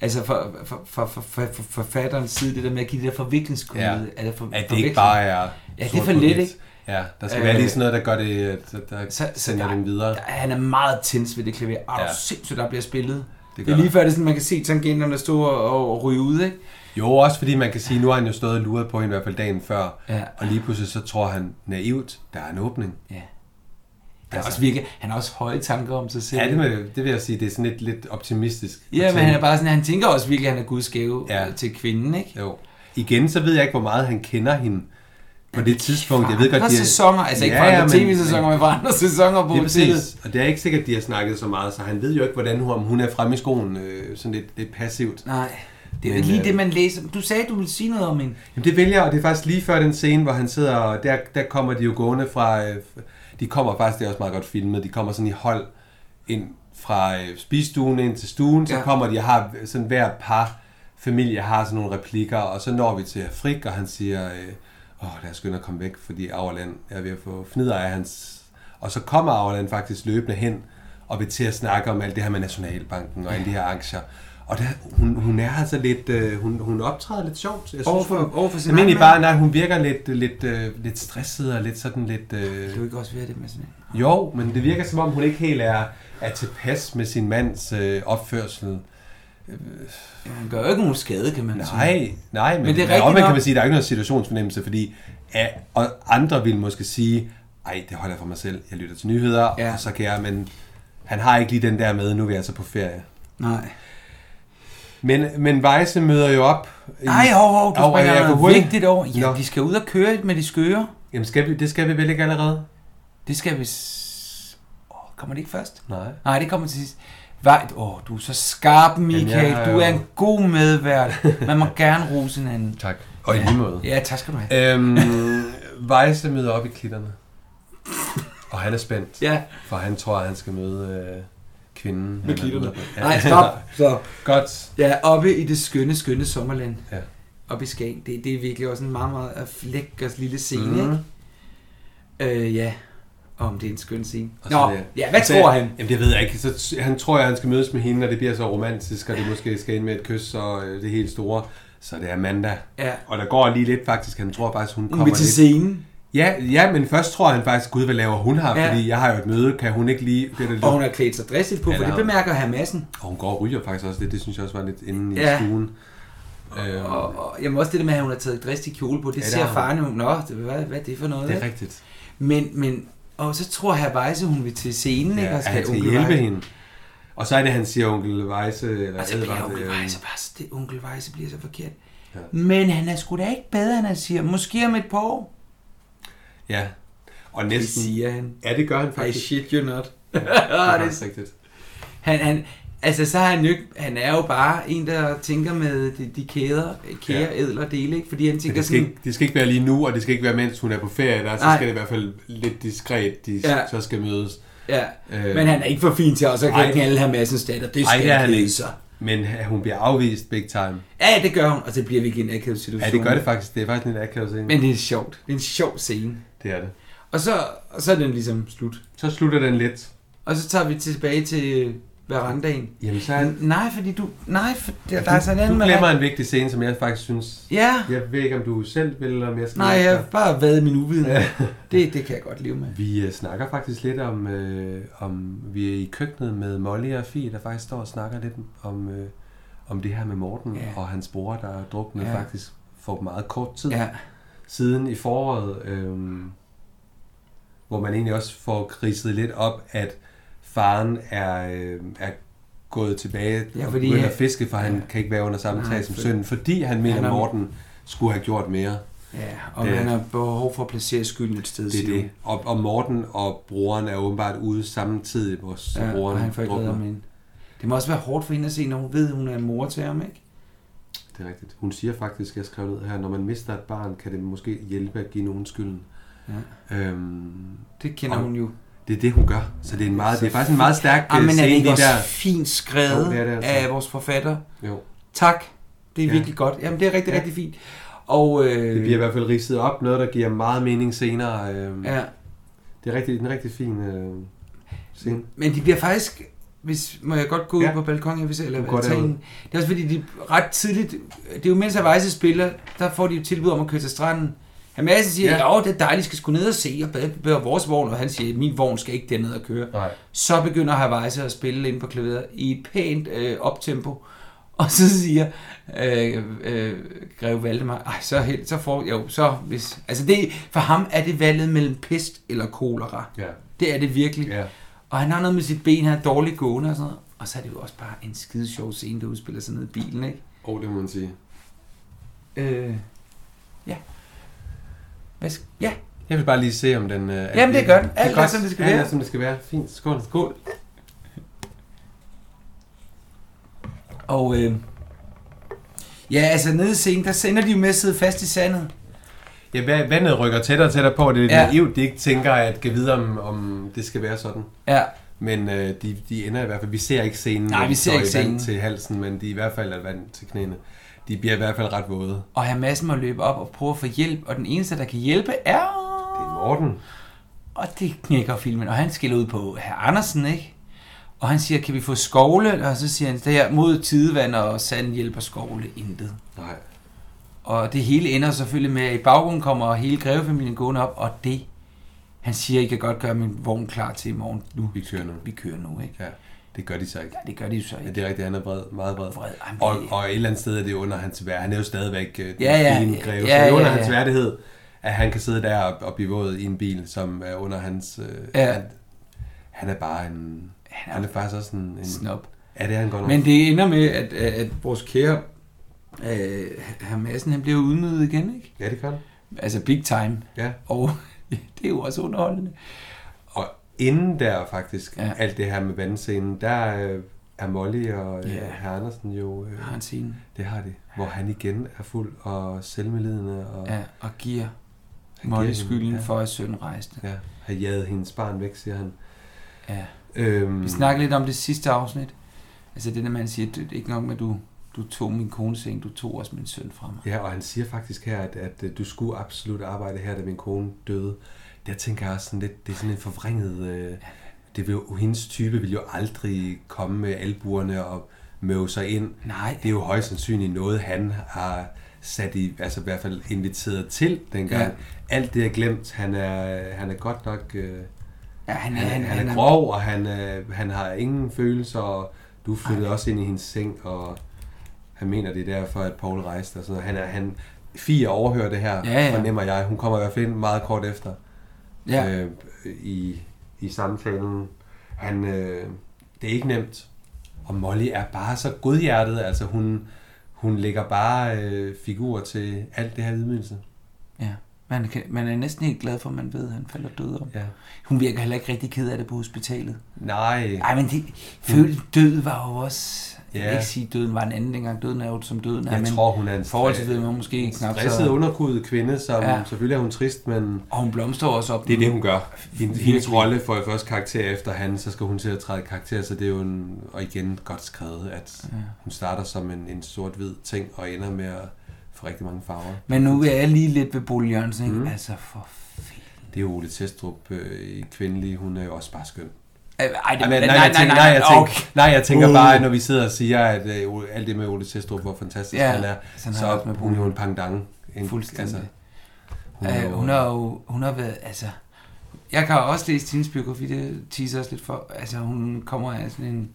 Speaker 1: Altså for, for, for, for, for, for forfatterens side, det der med at give det der forviklingskomedie.
Speaker 2: Ja.
Speaker 1: Eller for,
Speaker 2: at det ikke bare er...
Speaker 1: det er for
Speaker 2: sort på
Speaker 1: lidt,
Speaker 2: hvidt.
Speaker 1: ikke?
Speaker 2: Ja, der skal
Speaker 1: Øh,
Speaker 2: være lige sådan noget, der gør det, øh, der, der
Speaker 1: Så-
Speaker 2: så,
Speaker 1: så
Speaker 2: sender
Speaker 1: der-
Speaker 2: den videre.
Speaker 1: Der- Han er meget tænds ved det klaver. Arh,
Speaker 2: Ja.
Speaker 1: ja. sindssygt, der bliver spillet. Det, det
Speaker 2: gør
Speaker 1: er
Speaker 2: der.
Speaker 1: lige før, det er sådan, man kan se tangenterne stå og, og ryge ud, ikke?
Speaker 2: Jo, også fordi man kan sige, nu har han jo stået og luret på hende i hvert fald dagen før,
Speaker 1: Ja.
Speaker 2: og lige pludselig så tror han naivt, der er en åbning.
Speaker 1: Ja. Han, er
Speaker 2: Altså.
Speaker 1: også virkelig, han har også høje tanker om sig selv.
Speaker 2: Ja, det, med, det vil jeg sige, det er sådan lidt, lidt optimistisk. at
Speaker 1: Ja, men
Speaker 2: tænke.
Speaker 1: han er bare sådan, han tænker også virkelig, at han er gudskæve
Speaker 2: Ja.
Speaker 1: ja. til kvinden, ikke?
Speaker 2: Jo. Igen, så ved jeg ikke, hvor meget han kender hende på det tidspunkt. Jeg ved godt,
Speaker 1: Andre
Speaker 2: de er-
Speaker 1: sæsoner, altså ikke fra andre
Speaker 2: men-
Speaker 1: tv-sæsoner, men fra
Speaker 2: <laughs>
Speaker 1: andre sæsoner på
Speaker 2: Det er
Speaker 1: hotellet.
Speaker 2: præcis, og det er ikke sikkert, at de har snakket så meget, så han ved jo ikke, hvordan hun, om hun er fremme i skoen, øh, sådan lidt, lidt passivt.
Speaker 1: Nej, det er jo
Speaker 2: Men,
Speaker 1: ikke lige
Speaker 2: øh,
Speaker 1: det, man læser. Du sagde, du ville sige noget om en.
Speaker 2: Jamen, det vælger, og det er faktisk lige før den scene, hvor han sidder, og der, der kommer de jo gående fra, øh, de kommer faktisk, det er også meget godt filmet, de kommer sådan i hold ind fra øh, spisestuen ind til stuen, så
Speaker 1: Ja.
Speaker 2: kommer de og har sådan hver par familie har sådan nogle replikker, og så når vi til Frik, og han siger, øh, åh, lad os skynde at komme væk, fordi Auerland er ved at få fnider af hans... Og så kommer Auerland faktisk løbende hen, og vil til at snakke om alt det her med Nationalbanken og alle de her aktier. Og der, hun, hun er altså lidt, øh, hun, hun optræder lidt sjovt. Jeg
Speaker 1: Overfor-
Speaker 2: hun,
Speaker 1: overfor sin
Speaker 2: jeg mener
Speaker 1: egen
Speaker 2: bare,
Speaker 1: mand?
Speaker 2: nej, hun virker lidt, lidt, øh, lidt stresset og lidt sådan lidt... Øh,
Speaker 1: Det er jo ikke også ved det med sådan en.
Speaker 2: jo, men det virker som om, hun ikke helt er, er tilpas med sin mands øh, opførsel.
Speaker 1: Ja, Han gør jo ikke nogen skade, kan man sige.
Speaker 2: Nej, nej, men,
Speaker 1: Men
Speaker 2: men
Speaker 1: det
Speaker 2: det
Speaker 1: er rigtigt
Speaker 2: kan
Speaker 1: nok.
Speaker 2: man sige, der er ikke noget situationsfornemmelse, fordi ja, og andre vil måske sige, ej, det holder jeg for mig selv, jeg lytter til nyheder, ja.
Speaker 1: Ja.
Speaker 2: og så kan jeg, men han har ikke lige den der med, nu er vi altså på ferie.
Speaker 1: Nej.
Speaker 2: Men, men Weisse møder jo op. i-
Speaker 1: Nej, hov, hov, du
Speaker 2: Hov, er jeg
Speaker 1: springer
Speaker 2: på
Speaker 1: noget
Speaker 2: hurtigt?
Speaker 1: vigtigt over.
Speaker 2: Nå.
Speaker 1: Ja, vi skal ud og køre med de skøre.
Speaker 2: Jamen, skal vi, det skal vi vel ikke allerede?
Speaker 1: Det skal vi... s- Åh, kommer det ikke først?
Speaker 2: Nej.
Speaker 1: Nej, det kommer til sidst. Vej, åh, du er så skarp, Michael.
Speaker 2: har
Speaker 1: Du er
Speaker 2: jo-
Speaker 1: en god <laughs> medvært. Man må gerne rose hinanden.
Speaker 2: Tak. Og i lige måde.
Speaker 1: Ja, tak skal du have.
Speaker 2: Øhm, <laughs> Weisse møder op i klitterne. Og han er spændt,
Speaker 1: Ja,
Speaker 2: for han tror, at han skal møde øh, kvinden. han
Speaker 1: med
Speaker 2: er
Speaker 1: klitterne.
Speaker 2: ude på. Ja.
Speaker 1: Nej, stop. stop.
Speaker 2: <laughs> Godt.
Speaker 1: Jeg er oppe i det skønne, skønne sommerland.
Speaker 2: Ja.
Speaker 1: Oppe i Skagen. Det, det er virkelig også en meget, meget øh, flækkers lille scene,
Speaker 2: Mhm.
Speaker 1: mm. ikke? Øh, ja. Om det er en skøn scene.
Speaker 2: Og så
Speaker 1: Nå,
Speaker 2: det-
Speaker 1: ja, hvad
Speaker 2: så-
Speaker 1: tror han?
Speaker 2: Jamen, det ved jeg ikke. Så t- han tror, at han skal mødes med hende, og det bliver så romantisk, og det måske skal ind med et kys og øh, det helt store. Så det er Amanda.
Speaker 1: Ja.
Speaker 2: Og der går lige lidt faktisk. Han tror faktisk, hun
Speaker 1: Hun
Speaker 2: kommer
Speaker 1: vil til
Speaker 2: lidt.
Speaker 1: scenen,
Speaker 2: Ja, ja, men først tror han faktisk, gud, hvad laver hun her? Ja.
Speaker 1: Ja.
Speaker 2: Fordi jeg har jo et møde, kan hun ikke lige... Det, der,
Speaker 1: og hun har klædt sig dressigt på,
Speaker 2: Ja,
Speaker 1: for
Speaker 2: der
Speaker 1: det
Speaker 2: har-
Speaker 1: bemærker herr Madsen.
Speaker 2: og hun går og ryger faktisk også lidt. Det synes jeg også var lidt inde i
Speaker 1: Ja.
Speaker 2: stuen. Øh,
Speaker 1: Og, og jamen også det der med, at hun har taget dressig kjole på, det
Speaker 2: Ja,
Speaker 1: ja,
Speaker 2: det
Speaker 1: ser
Speaker 2: har hun.
Speaker 1: faren jo, nå, det, hvad, hvad er det for noget?
Speaker 2: det er
Speaker 1: ikke?
Speaker 2: rigtigt.
Speaker 1: Men, men, og så tror herr Weisse, hun vil til scenen, ikke?
Speaker 2: Ja,
Speaker 1: Og
Speaker 2: at han skal
Speaker 1: onkel
Speaker 2: hjælpe
Speaker 1: Weisse-
Speaker 2: hende. Og så er det, han siger onkel Weisse, eller
Speaker 1: Og så bliver
Speaker 2: Edvard,
Speaker 1: Altså, onkel
Speaker 2: øh,
Speaker 1: Weisse bare, så- det, onkel Weisse bliver så forkert.
Speaker 2: Ja.
Speaker 1: Ja. Men han er sgu da ikke bedre, end han siger. Måske om et par år.
Speaker 2: Ja, og
Speaker 1: Det
Speaker 2: næsten...
Speaker 1: siger han.
Speaker 2: Ja, det gør han
Speaker 1: I
Speaker 2: faktisk.
Speaker 1: shit you not. <laughs>
Speaker 2: Ja,
Speaker 1: Ah, det
Speaker 2: det
Speaker 1: er
Speaker 2: er faktisk rigtigt.
Speaker 1: Han, han, altså, så er han, jo, ikke- han er jo bare en, der tænker med de, de kæder, kære,
Speaker 2: Ja.
Speaker 1: ja. ædler dele, ikke? Fordi han
Speaker 2: Men
Speaker 1: tænker
Speaker 2: det skal,
Speaker 1: sådan,
Speaker 2: ikke, det skal ikke være lige nu, og det skal ikke være, mens hun er på ferie. Der, så
Speaker 1: Nej.
Speaker 2: skal det i hvert fald lidt diskret, de ja.
Speaker 1: Ja.
Speaker 2: så skal mødes.
Speaker 1: ja.
Speaker 2: Øh.
Speaker 1: Øh, men han er ikke for fin til også at
Speaker 2: Ej.
Speaker 1: kan knalde her massens datter. Det
Speaker 2: Ej,
Speaker 1: skal
Speaker 2: det er han
Speaker 1: han
Speaker 2: ikke.
Speaker 1: Så.
Speaker 2: Men ha- hun bliver afvist big time.
Speaker 1: Ja, det gør hun, og det bliver virkelig en akavet
Speaker 2: Ja,
Speaker 1: situation.
Speaker 2: det gør det faktisk. Det er faktisk en lidt akavet scene.
Speaker 1: Men det er sjovt. Det er en sjov scene.
Speaker 2: Det er det.
Speaker 1: Og så, og så er den ligesom slut.
Speaker 2: Så slutter den lidt.
Speaker 1: Og så tager vi tilbage til øh, verandaen.
Speaker 2: Jamen, så er
Speaker 1: Ja. Nej, fordi du... Nej, for der, der er sådan en
Speaker 2: du,
Speaker 1: anden...
Speaker 2: du
Speaker 1: med-
Speaker 2: glemmer en vigtig scene, som jeg faktisk synes...
Speaker 1: Ja.
Speaker 2: Jeg ved ikke, om du selv vil, eller om jeg skal...
Speaker 1: Nej, jeg har bare været i min uviden.
Speaker 2: Ja.
Speaker 1: Det, det kan jeg godt leve med.
Speaker 2: Vi øh, snakker faktisk lidt om, øh, om... Vi er i køkkenet med Molly og Fie, der faktisk står og snakker lidt om, øh, om det her med Morten
Speaker 1: Ja.
Speaker 2: og hans bror, der er druknet
Speaker 1: Ja.
Speaker 2: faktisk for meget kort tid
Speaker 1: Ja.
Speaker 2: siden i foråret, øhm, hvor man egentlig også får kriset lidt op, at faren er, øhm, er gået tilbage
Speaker 1: Ja,
Speaker 2: ja,
Speaker 1: fordi
Speaker 2: fordi og begynder
Speaker 1: jeg-
Speaker 2: at fiske, for han
Speaker 1: ja.
Speaker 2: kan ikke være under samme
Speaker 1: Nej,
Speaker 2: tag som
Speaker 1: for-
Speaker 2: sønnen, fordi han mener,
Speaker 1: Han er-
Speaker 2: Morten skulle have gjort mere.
Speaker 1: Ja, og
Speaker 2: Det-
Speaker 1: man har behov for at placere skylden et sted,
Speaker 2: Det er
Speaker 1: siger
Speaker 2: det.
Speaker 1: hun.
Speaker 2: Og, og Morten og broren er åbenbart ude samtidig, hvor så
Speaker 1: Ja, og
Speaker 2: broren
Speaker 1: han får ikke reddet ham ind. Det må også være hårdt for hende at se, når hun ved, at hun er en mor til ham, ikke?
Speaker 2: Det er rigtigt. Hun siger faktisk, jeg skrev ned her, når man mister et barn, kan det måske hjælpe at give nogen skylden. Ja. Øhm,
Speaker 1: Det kender
Speaker 2: Og-
Speaker 1: hun jo.
Speaker 2: det er det, hun gør. Så det er, en meget, det er faktisk en meget stærk
Speaker 1: Ah,
Speaker 2: øh,
Speaker 1: men er det
Speaker 2: scene,
Speaker 1: ikke
Speaker 2: det
Speaker 1: også
Speaker 2: der.
Speaker 1: fint skrevet
Speaker 2: Jo, det er det altså.
Speaker 1: af vores forfatter?
Speaker 2: Jo.
Speaker 1: Tak. Det er
Speaker 2: Ja.
Speaker 1: virkelig godt. Jamen, det er rigtig,
Speaker 2: Ja.
Speaker 1: rigtig fint. Og, øh,
Speaker 2: Det bliver i hvert fald ridset op, noget der giver meget mening senere. Øhm, ja.
Speaker 1: Ja,
Speaker 2: Det er rigtig, en rigtig fin øh, scene.
Speaker 1: men de bliver faktisk... Hvis, må jeg godt gå ud
Speaker 2: Ja.
Speaker 1: på balkonen, hvis, eller
Speaker 2: Du går
Speaker 1: tage
Speaker 2: derud.
Speaker 1: en- Det er også fordi, de ret tidligt... Det er jo mens Avejse spiller, der får de jo tilbud om at køre til stranden. Han Madsen siger, ja.
Speaker 2: Ja.
Speaker 1: det er dejligt, skal sgu ned og se og bade på vores vogn, og han siger, min vogn skal ikke derned og køre.
Speaker 2: Nej.
Speaker 1: Så begynder Havajse at spille ind på klaveret i et pænt øh, optempo. <laughs> Og så siger øh, øh, Greve Valdemar, Ej, så, held, så får jo, så hvis... Altså det, for ham er det valget mellem pest eller kolera.
Speaker 2: Ja.
Speaker 1: Det er det virkelig.
Speaker 2: ja.
Speaker 1: Og han har noget med sit ben, han er dårligt gående og sådan noget. Og så er det jo også bare en skide sjov scene, der udspiller sig ned i bilen, ikke?
Speaker 2: Oh, det må man sige.
Speaker 1: Øh, ja. Hvad sk- ja,
Speaker 2: Jeg vil bare lige se, om den... Øh, er
Speaker 1: Jamen, det er godt. Alt er,
Speaker 2: godt.
Speaker 1: som det skal
Speaker 2: Alt
Speaker 1: være.
Speaker 2: er, som det skal være. Fint. Skål. Skål.
Speaker 1: og øh, ja, altså nede i scenen, der sender de jo med at sidde fast i sandet.
Speaker 2: Ja, va- vandet rykker tættere og tættere på. Det er
Speaker 1: Ja.
Speaker 2: ja. naivt, de ikke tænker at kan vide, om, om det skal være sådan.
Speaker 1: Ja,
Speaker 2: Men øh, de, de ender i hvert fald... Vi ser ikke scenen.
Speaker 1: Nej,
Speaker 2: hvor
Speaker 1: vi
Speaker 2: de
Speaker 1: ser
Speaker 2: står
Speaker 1: ikke
Speaker 2: i
Speaker 1: scenen.
Speaker 2: vand til halsen, men de er i hvert fald er vand til knæene. De bliver i hvert fald ret våde.
Speaker 1: og her massen må løbe op og prøve at få hjælp, og den eneste, der kan hjælpe, er...
Speaker 2: Det er Morten.
Speaker 1: Og det knækker filmen, og han skiller ud på herr Andersen, ikke? Og han siger, kan vi få skovle? Og så siger han, det her mod tidevand og sand hjælper skovle intet.
Speaker 2: Nej.
Speaker 1: Og det hele ender selvfølgelig med, at i baggrunden kommer hele grevefamilien gående op, og det, han siger, I kan godt gøre min vogn klar til i morgen. Nu
Speaker 2: Vi kører nu.
Speaker 1: vi kører nu, ikke?
Speaker 2: Ja, det gør de så ikke.
Speaker 1: Ja, det gør de jo så
Speaker 2: Ja,
Speaker 1: ikke.
Speaker 2: det er rigtigt. Han er vred, meget vred.
Speaker 1: Vred, ej, men
Speaker 2: Og,
Speaker 1: det-
Speaker 2: og et eller andet sted er det under hans værdighed. Han er jo stadigvæk øh, den
Speaker 1: Ja, ja,
Speaker 2: fine greve.
Speaker 1: ja,
Speaker 2: så det er under
Speaker 1: ja,
Speaker 2: hans
Speaker 1: ja.
Speaker 2: værdighed, at han kan sidde der og, og blive våd i en bil, som er under hans... Øh,
Speaker 1: Ja.
Speaker 2: han, han er bare en...
Speaker 1: Han
Speaker 2: Han
Speaker 1: er-
Speaker 2: er, faktisk også en... en
Speaker 1: Snop.
Speaker 2: Ja, det er han godt nok.
Speaker 1: Men det ender med, at, at at vores kære øh, herr Madsen, han bliver udnyttet igen, ikke?
Speaker 2: Ja, det kan han.
Speaker 1: Altså big time.
Speaker 2: Ja.
Speaker 1: Og <laughs> det er jo også underholdende.
Speaker 2: Og inden der faktisk,
Speaker 1: Ja.
Speaker 2: ja. alt det her med vandscenen, der øh, er Molly og øh,
Speaker 1: Ja.
Speaker 2: herr Andersen jo... Øh,
Speaker 1: Har han scene.
Speaker 2: det har de. Hvor han igen er fuld og selvmedlidende og...
Speaker 1: Ja, og giver
Speaker 2: Han
Speaker 1: Molly
Speaker 2: giver hende-
Speaker 1: skylden
Speaker 2: ja.
Speaker 1: for, at sønnen rejste.
Speaker 2: Ja, har jaget hendes barn væk, siger han.
Speaker 1: Ja.
Speaker 2: Øhm,
Speaker 1: Vi snakkede lidt om det sidste afsnit. Altså det der, man siger, det er ikke nok med, at du, du tog min kones seng, du tog også min søn fra mig.
Speaker 2: Ja, og han siger faktisk her, at, at øh, du skulle absolut arbejde her, da min kone døde. Der tænker jeg også sådan lidt, det er sådan en forvrænget... Øh, det vil jo, hendes type vil jo aldrig komme med albuerne og møve sig ind.
Speaker 1: Nej.
Speaker 2: Det er jo højst sandsynligt noget, han har sat i, altså i hvert fald inviteret til dengang.
Speaker 1: Ja.
Speaker 2: Ja. Alt det er glemt. Han er, han er godt nok... Øh,
Speaker 1: Ja, han,
Speaker 2: han, han, han er grov, og han, øh, han har ingen følelser, og du flyttede også ind i hendes seng, og han mener, det er derfor, at Paul rejste og sådan noget. Han er, han, Fie overhører det her,
Speaker 1: Ja, ja.
Speaker 2: fornemmer jeg. Hun kommer i hvert fald ind meget kort efter
Speaker 1: Ja,
Speaker 2: øh, i, i samtalen. Han, øh, det er ikke nemt. Og Molly er bare så godhjertet, altså hun, hun lægger bare øh, figurer til alt det her ydmygelse.
Speaker 1: ja. Man, kan, man er næsten helt glad for, at man ved, at han falder død om.
Speaker 2: Ja.
Speaker 1: Hun virker heller ikke rigtig ked af det på hospitalet.
Speaker 2: Nej,
Speaker 1: Nej, men det, følte død var jo også... Jeg vil
Speaker 2: Mm. Ja.
Speaker 1: ikke sige, at døden var en anden dengang. Døden er jo som døden er,
Speaker 2: jeg
Speaker 1: men
Speaker 2: tror, hun er en
Speaker 1: i forhold til døden var hun måske knap
Speaker 2: stresset,
Speaker 1: så...
Speaker 2: underkudet kvinde, som
Speaker 1: Ja.
Speaker 2: ja. selvfølgelig er hun trist, men
Speaker 1: Og hun blomstrer også op.
Speaker 2: det er det, hun gør. Hendes, hendes
Speaker 1: Virkelig.
Speaker 2: rolle får jo først karakter efter han, så skal hun til at træde i karakter, så det er jo en, og igen godt skrevet, at
Speaker 1: Ja.
Speaker 2: hun starter som en, en sort-hvid ting og ender med at få rigtig mange farver.
Speaker 1: Men nu er jeg lige lidt ved Bolle Jørgensen, ikke? Mm.
Speaker 2: Mm.
Speaker 1: Altså, for fanden.
Speaker 2: Det er jo Ole Testrup øh, i kvindelig, hun er jo også bare skøn.
Speaker 1: Ej, ej, det,
Speaker 2: Ej, men, nej, jeg tænker, nej, jeg tænker, nej, jeg tænker bare, at når vi sidder og siger, at øh, Ole- alt det med Ole Testrup, hvor fantastisk
Speaker 1: Ja,
Speaker 2: han er,
Speaker 1: sådan har jeg
Speaker 2: så
Speaker 1: også med
Speaker 2: hun er jo
Speaker 1: Bolle.
Speaker 2: en pangdang. En,
Speaker 1: Fuldstændig.
Speaker 2: hun, er
Speaker 1: Øh,
Speaker 2: jo-
Speaker 1: hun har jo hun har været, altså... Jeg kan jo også læse hendes biografi, det teaser også lidt for. Altså, hun kommer af sådan en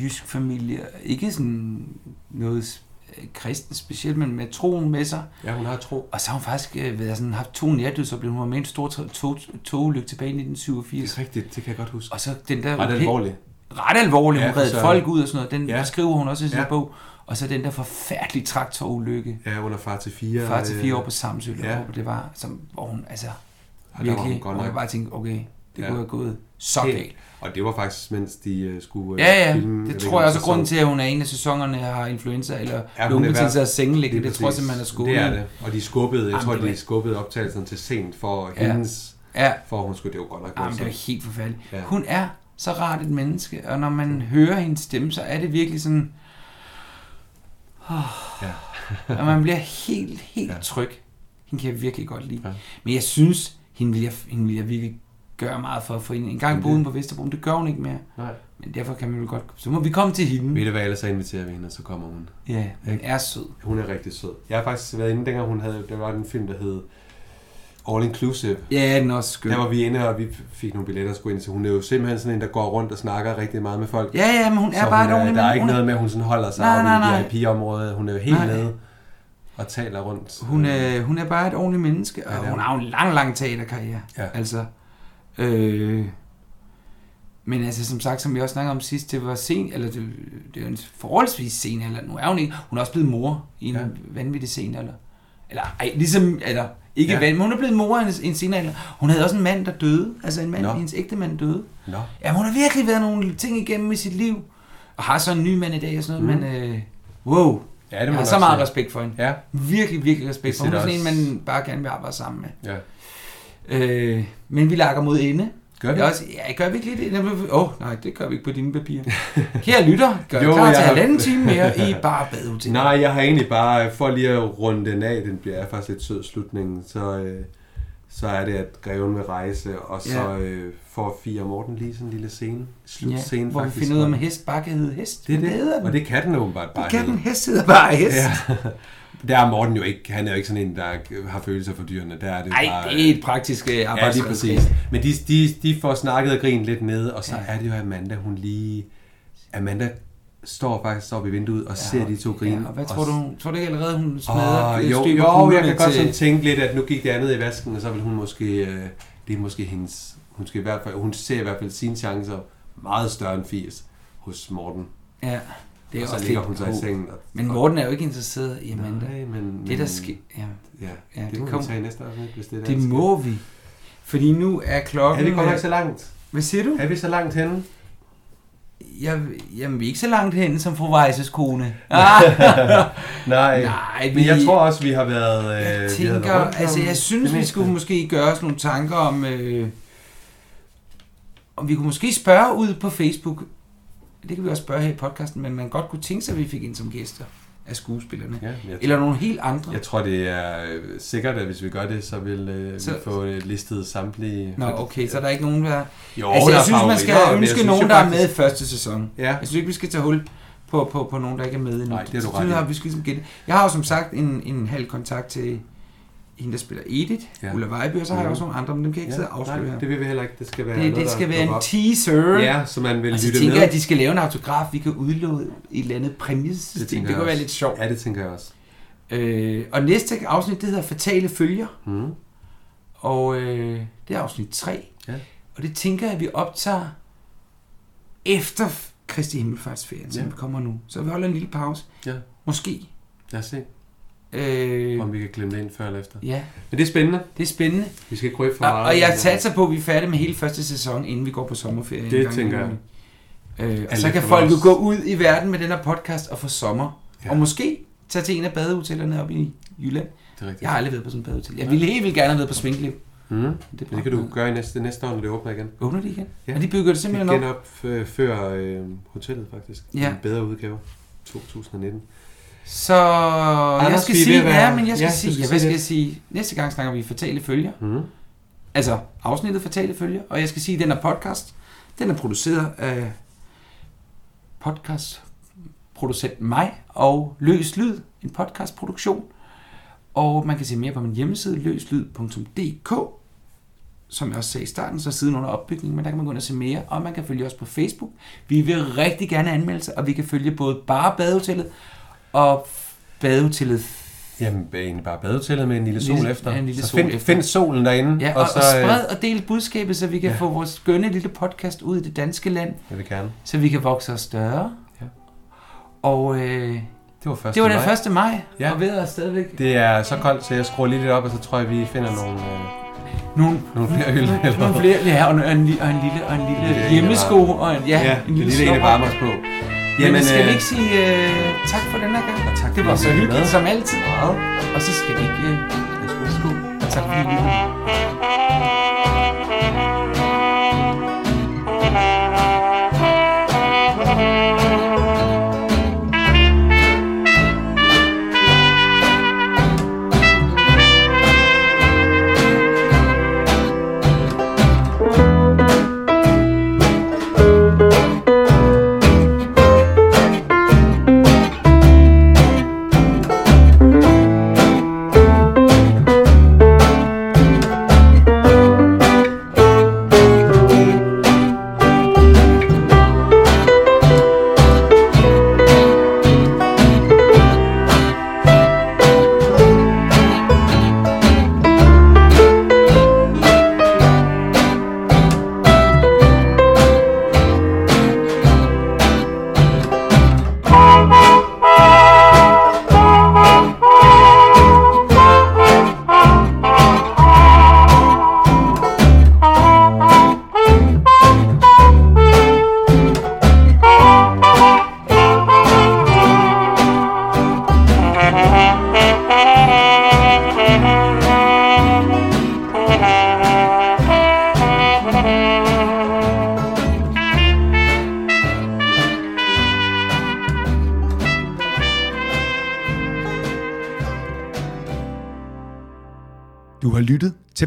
Speaker 1: jysk familie. Ikke sådan noget... s- øh, kristen specielt, men med troen med sig.
Speaker 2: Ja, hun har tro.
Speaker 1: Og så har hun faktisk øh, været sådan, haft to nærdødsoplevelser. Hun var med i en stor tog- tog- togulykke tilbage i 1987.
Speaker 2: Det er rigtigt, det kan jeg godt huske.
Speaker 1: Og så den der...
Speaker 2: Ret alvorligt.
Speaker 1: ret alvorlig. Hun
Speaker 2: Ja,
Speaker 1: reddede
Speaker 2: så-
Speaker 1: folk ud og sådan noget. Den
Speaker 2: Ja.
Speaker 1: ja. skriver hun også i sin
Speaker 2: Ja.
Speaker 1: ja. bog. Og så den der forfærdelige traktorulykke.
Speaker 2: Ja, under far til fire.
Speaker 1: Far til fire
Speaker 2: øh,
Speaker 1: år på Samsø,
Speaker 2: ja.
Speaker 1: ja. hvor det var, som, hvor hun altså
Speaker 2: og der var hun
Speaker 1: virkelig,
Speaker 2: godt
Speaker 1: hvor
Speaker 2: nok-
Speaker 1: man bare tænkte, okay, det
Speaker 2: Ja.
Speaker 1: ja. kunne have gået så
Speaker 2: Helt.
Speaker 1: galt.
Speaker 2: Og det var faktisk, mens de øh, skulle øh,
Speaker 1: Ja, ja,
Speaker 2: filme,
Speaker 1: det
Speaker 2: ved
Speaker 1: tror
Speaker 2: ikke,
Speaker 1: jeg også er
Speaker 2: om
Speaker 1: grunden
Speaker 2: sæson-
Speaker 1: til, at hun er en af sæsonerne har influenza eller
Speaker 2: er
Speaker 1: ja, lungebetændelse
Speaker 2: hver-
Speaker 1: og sengeliggende.
Speaker 2: Lige
Speaker 1: Det, det tror jeg
Speaker 2: præcis.
Speaker 1: simpelthen er skolen.
Speaker 2: Det er det. Og de skubbede, jeg
Speaker 1: Jamen,
Speaker 2: tror,
Speaker 1: det var-
Speaker 2: de skubbede optagelsen til sent for
Speaker 1: Ja.
Speaker 2: hendes,
Speaker 1: Ja,
Speaker 2: for at hun skulle, det var godt nok
Speaker 1: Jamen, det
Speaker 2: voldsomt.
Speaker 1: var helt forfærdeligt.
Speaker 2: Ja.
Speaker 1: Ja. Hun er så rart et menneske, og når man hører hendes stemme, så er det virkelig sådan... Oh, ja. og man bliver helt, helt
Speaker 2: Ja.
Speaker 1: ja. tryg. Hende kan jeg virkelig godt lide.
Speaker 2: Ja.
Speaker 1: Ja. Men jeg synes, hende vil jeg, hende vil jeg virkelig gøre meget for at få hende. En gang boede hun på Vesterbro, men det gør hun ikke mere.
Speaker 2: Nej.
Speaker 1: Men derfor kan man jo godt... Så må vi komme til hende.
Speaker 2: Ved du hvad, ellers så inviterer vi hende, og så kommer hun.
Speaker 1: Ja, hun er sød.
Speaker 2: Hun er rigtig sød. Jeg har faktisk været inde, dengang hun havde, der var en film, der hed All Inclusive.
Speaker 1: Ja, den er også skøn.
Speaker 2: Der var vi inde, og vi fik nogle billetter og skulle ind til. Hun er jo simpelthen sådan en, der går rundt og snakker rigtig meget med folk.
Speaker 1: Ja, ja, men hun er
Speaker 2: så
Speaker 1: bare et
Speaker 2: hun er,
Speaker 1: ordentligt
Speaker 2: der er
Speaker 1: menneske.
Speaker 2: ikke
Speaker 1: Hun
Speaker 2: noget med, at hun sådan holder sig
Speaker 1: Nej, nej,
Speaker 2: nej,
Speaker 1: nej.
Speaker 2: i VIP-området. Hun er jo helt
Speaker 1: Nej.
Speaker 2: nede og taler rundt.
Speaker 1: Hun øh, er, hun er bare et ordentligt menneske,
Speaker 2: Ja, det
Speaker 1: og hun
Speaker 2: er hun.
Speaker 1: har jo en lang, lang teaterkarriere.
Speaker 2: Ja.
Speaker 1: Altså, øh, men altså, som sagt, som vi også snakkede om sidst, det var sen, eller det, det er jo en forholdsvis sen, eller nu er hun ikke, hun er også blevet mor i en
Speaker 2: Ja.
Speaker 1: ja. vanvittig sen, eller, eller ej, ligesom, eller, ikke
Speaker 2: Ja.
Speaker 1: ja. men hun er blevet mor i en, en senere alder. Hun havde også en mand, der døde, altså en mand,
Speaker 2: Nå.
Speaker 1: hendes ægte mand døde.
Speaker 2: Nå,
Speaker 1: Ja, hun har virkelig været nogle ting igennem i sit liv, og har så en ny mand i dag og sådan noget, mm. men øh, wow,
Speaker 2: ja, det må
Speaker 1: jeg har
Speaker 2: man
Speaker 1: så
Speaker 2: nok
Speaker 1: meget
Speaker 2: sige.
Speaker 1: respekt for hende.
Speaker 2: Ja,
Speaker 1: Virkelig, virkelig respekt for. Hun
Speaker 2: Det
Speaker 1: er
Speaker 2: sætter
Speaker 1: sådan en,
Speaker 2: også-
Speaker 1: man bare gerne vil arbejde sammen med.
Speaker 2: ja.
Speaker 1: Øh, men vi lakker mod ende.
Speaker 2: Gør vi?
Speaker 1: Jeg også, ja, gør vi ikke lige det? Åh, oh, nej, det gør vi ikke på dine
Speaker 2: <laughs>
Speaker 1: papirer. Her lytter, gør
Speaker 2: Jo,
Speaker 1: jo, klar
Speaker 2: jeg
Speaker 1: til
Speaker 2: har-
Speaker 1: halvanden time
Speaker 2: <laughs>
Speaker 1: mere i bare badehotel.
Speaker 2: Nej, jeg har egentlig bare, øh, for lige at runde den af, den bliver faktisk lidt sød slutningen, så, øh, så er det, at greven vil rejse, og så
Speaker 1: Ja.
Speaker 2: øh, får Fia og Morten lige sådan en lille scene,
Speaker 1: ja,
Speaker 2: slutscene
Speaker 1: hvor vi
Speaker 2: faktisk.
Speaker 1: finder ud af, om hest bare kan hedde hest.
Speaker 2: det
Speaker 1: Hvad
Speaker 2: er
Speaker 1: hedder
Speaker 2: det, og
Speaker 1: den?
Speaker 2: det kan den åbenbart bare
Speaker 1: Det kan
Speaker 2: hedde.
Speaker 1: den. Hest hedder bare hest.
Speaker 2: <laughs> Ja.
Speaker 1: Ja.
Speaker 2: Der er Morten jo ikke, han er jo ikke sådan en, der har følelser for dyrene. Der er det
Speaker 1: Ej,
Speaker 2: bare,
Speaker 1: det er et praktisk øh,
Speaker 2: Ja,
Speaker 1: arbejde.
Speaker 2: lige præcis. Men de, de, de får snakket og grint lidt med, og så ja. er det jo Amanda, hun lige... Amanda står faktisk oppe i vinduet og ja, ser de to grine.
Speaker 1: Ja, og hvad tror du? hun- Tror du ikke allerede, hun smadrer
Speaker 2: Åh,
Speaker 1: et
Speaker 2: jo,
Speaker 1: stykke
Speaker 2: jo, jeg
Speaker 1: kuglerne
Speaker 2: kan godt
Speaker 1: til-
Speaker 2: sådan tænke lidt, at nu gik det andet i vasken, og så vil hun måske... Øh, det er måske hendes... Hun, skal i hvert fald, hun ser i hvert fald sine chancer meget større end 80 hos Morten.
Speaker 1: Ja, det er
Speaker 2: og så
Speaker 1: også
Speaker 2: ligger
Speaker 1: lidt
Speaker 2: hun så i
Speaker 1: håb.
Speaker 2: sengen. Og,
Speaker 1: Men Morten er jo ikke interesseret i Amanda.
Speaker 2: Nej, men,
Speaker 1: Det, der
Speaker 2: men-
Speaker 1: sker... Ja.
Speaker 2: Ja,
Speaker 1: Ja,
Speaker 2: det,
Speaker 1: det
Speaker 2: må vi
Speaker 1: kommer.
Speaker 2: tage i næste afsnit, hvis det er
Speaker 1: Det må vi. Fordi nu er
Speaker 2: Er
Speaker 1: klokken... øh,
Speaker 2: vi kommet så langt?
Speaker 1: Hvad siger du?
Speaker 2: Er vi så langt henne?
Speaker 1: Jeg, jamen, vi er ikke så langt henne som fru Weisses
Speaker 2: <laughs>
Speaker 1: kone. Ah,
Speaker 2: Nej,
Speaker 1: Nej,
Speaker 2: men
Speaker 1: vi-
Speaker 2: jeg tror også, vi har været... Øh,
Speaker 1: jeg
Speaker 2: vi har
Speaker 1: tænker,
Speaker 2: været rundt om
Speaker 1: altså jeg synes,
Speaker 2: det
Speaker 1: vi
Speaker 2: meste.
Speaker 1: skulle måske gøre os nogle tanker om, øh, om vi kunne måske spørge ud på Facebook, det kan vi også spørge her i podcasten, men man godt kunne tænke sig, at vi fik ind som gæster af skuespillerne.
Speaker 2: Ja, men jeg,
Speaker 1: Eller nogle helt andre.
Speaker 2: jeg tror, det er øh, sikkert, at hvis vi gør det, så vil øh,
Speaker 1: Så-
Speaker 2: vi få øh, listet samtlige...
Speaker 1: Nå, okay, så er der ikke nogen, der...
Speaker 2: Jo,
Speaker 1: Altså,
Speaker 2: der
Speaker 1: jeg
Speaker 2: er
Speaker 1: synes, man skal
Speaker 2: favoritter, men jeg
Speaker 1: ønske
Speaker 2: synes jo
Speaker 1: nogen, der er
Speaker 2: faktisk-
Speaker 1: med i første sæson.
Speaker 2: Ja,
Speaker 1: Jeg synes ikke, vi skal tage hul på, på, på nogen, der ikke er med endnu.
Speaker 2: Nej, det har du
Speaker 1: Så
Speaker 2: ret i.
Speaker 1: har vi skal ligesom gætte. Jeg har jo som sagt en, en halv kontakt til hende, der spiller Edith,
Speaker 2: Ja.
Speaker 1: ja. Ulla Vejby, og så har jeg
Speaker 2: Mhm.
Speaker 1: også nogle andre, men dem kan jeg ikke sidde og
Speaker 2: ja.
Speaker 1: afsløre
Speaker 2: Nej,
Speaker 1: her.
Speaker 2: det vil vi heller ikke. Det skal være
Speaker 1: Det,
Speaker 2: noget,
Speaker 1: det
Speaker 2: der
Speaker 1: skal være en
Speaker 2: dukker op.
Speaker 1: teaser.
Speaker 2: Ja, så man vil
Speaker 1: og så
Speaker 2: lytte
Speaker 1: tænker
Speaker 2: med.
Speaker 1: jeg, at de skal lave en autograf, vi kan udlåde et eller andet præmiesystem.
Speaker 2: tænker
Speaker 1: Det,
Speaker 2: jeg
Speaker 1: det kunne være
Speaker 2: også.
Speaker 1: lidt sjovt.
Speaker 2: Ja, det tænker jeg også.
Speaker 1: Øh, og næste afsnit, det hedder Fatale Følger,
Speaker 2: Mm.
Speaker 1: og øh, det er afsnit 3.
Speaker 2: Ja.
Speaker 1: Og det tænker jeg, at vi optager efter Kristi Himmelfartsferien, som
Speaker 2: Ja.
Speaker 1: kommer nu. Så vi holder en lille pause.
Speaker 2: Ja.
Speaker 1: Måske.
Speaker 2: Lad os se,
Speaker 1: Øh,
Speaker 2: om vi kan glemme det ind før eller efter.
Speaker 1: ja,
Speaker 2: Men det er spændende.
Speaker 1: det er spændende.
Speaker 2: Vi skal ikke røbe for
Speaker 1: Og,
Speaker 2: meget.
Speaker 1: og jeg
Speaker 2: Men,
Speaker 1: satser på, at vi er færdige med hele første sæson, inden vi går på sommerferie.
Speaker 2: Det
Speaker 1: en gang i
Speaker 2: tænker jeg.
Speaker 1: juni. Øh, og
Speaker 2: Alt
Speaker 1: så
Speaker 2: efter
Speaker 1: kan folk jo
Speaker 2: vores-
Speaker 1: gå ud i verden med den her podcast og få sommer.
Speaker 2: Ja.
Speaker 1: Ja. Og måske tage til en af badehotellerne oppe i Jylland.
Speaker 2: Det er rigtigt.
Speaker 1: Jeg har aldrig været på sådan et badehotel. Jeg ville helt vildt gerne have været på Svingliv.
Speaker 2: Mm.
Speaker 1: Men
Speaker 2: Men det kan du gøre i næste, næste år, når det åbner igen.
Speaker 1: Åbner de igen?
Speaker 2: Ja.
Speaker 1: Ja. Og de bygger det
Speaker 2: Det
Speaker 1: simpelthen op.
Speaker 2: genopfører øh, hotellet faktisk.
Speaker 1: Ja.
Speaker 2: En bedre udgave. 2019.
Speaker 1: Så Anders, jeg
Speaker 2: Anders,
Speaker 1: skal
Speaker 2: vi er ved
Speaker 1: sige,
Speaker 2: at være-
Speaker 1: ja, men jeg skal
Speaker 2: Ja,
Speaker 1: sige,
Speaker 2: du skal
Speaker 1: ja,
Speaker 2: sige
Speaker 1: hvad skal
Speaker 2: det.
Speaker 1: jeg sige? Næste gang snakker vi fatale følger.
Speaker 2: Mm.
Speaker 1: Altså afsnittet Fatale Følger, og jeg skal sige, at den er podcast. Den er produceret af podcastproducent mig og Løs Lyd, en podcastproduktion. Og man kan se mere på min hjemmeside, løslyd.dk, som jeg også sagde i starten, så er siden under opbygning, men der kan man gå ind og se mere, og man kan følge os på Facebook. Vi vil rigtig gerne anmelde sig, og vi kan følge både bare badehotellet og badehotellet.
Speaker 2: Jamen, egentlig bare badehotellet med en lille sol
Speaker 1: Lille-
Speaker 2: efter.
Speaker 1: ja, en lille
Speaker 2: så
Speaker 1: sol
Speaker 2: find,
Speaker 1: efter.
Speaker 2: find solen derinde,
Speaker 1: Ja, og, og,
Speaker 2: så...
Speaker 1: og
Speaker 2: øh,
Speaker 1: spred og del budskabet, så vi kan ja. få vores skønne lille podcast ud i det danske land,
Speaker 2: Jeg vil gerne.
Speaker 1: så vi kan vokse os større.
Speaker 2: Ja.
Speaker 1: Og øh,
Speaker 2: Det var første
Speaker 1: det var den
Speaker 2: maj.
Speaker 1: 1. maj,
Speaker 2: Ja.
Speaker 1: ja. og vejret er stadigvæk
Speaker 2: Det er så koldt, så jeg skruer lige lidt op, og så tror jeg, vi finder nogle, øh,
Speaker 1: nogle,
Speaker 2: nogle flere øl. Eller
Speaker 1: nogle flere, ja, og en, og en, li- og en lille, og en
Speaker 2: lille
Speaker 1: lille
Speaker 2: en,
Speaker 1: hjemmesko, og en, ja,
Speaker 2: Ja,
Speaker 1: en lille,
Speaker 2: lille en
Speaker 1: snor.
Speaker 2: varme os på.
Speaker 1: Jamen, Men skal
Speaker 2: øh,
Speaker 1: vi ikke sige øh, tak for denne gang?
Speaker 2: tak
Speaker 1: det
Speaker 2: fordi
Speaker 1: var
Speaker 2: I
Speaker 1: så
Speaker 2: lyttede
Speaker 1: hyggeligt
Speaker 2: med.
Speaker 1: som altid. Og så skal vi ikke... Øh, værsgo. og tak fordi I lyttede.
Speaker 5: Du har lyttet til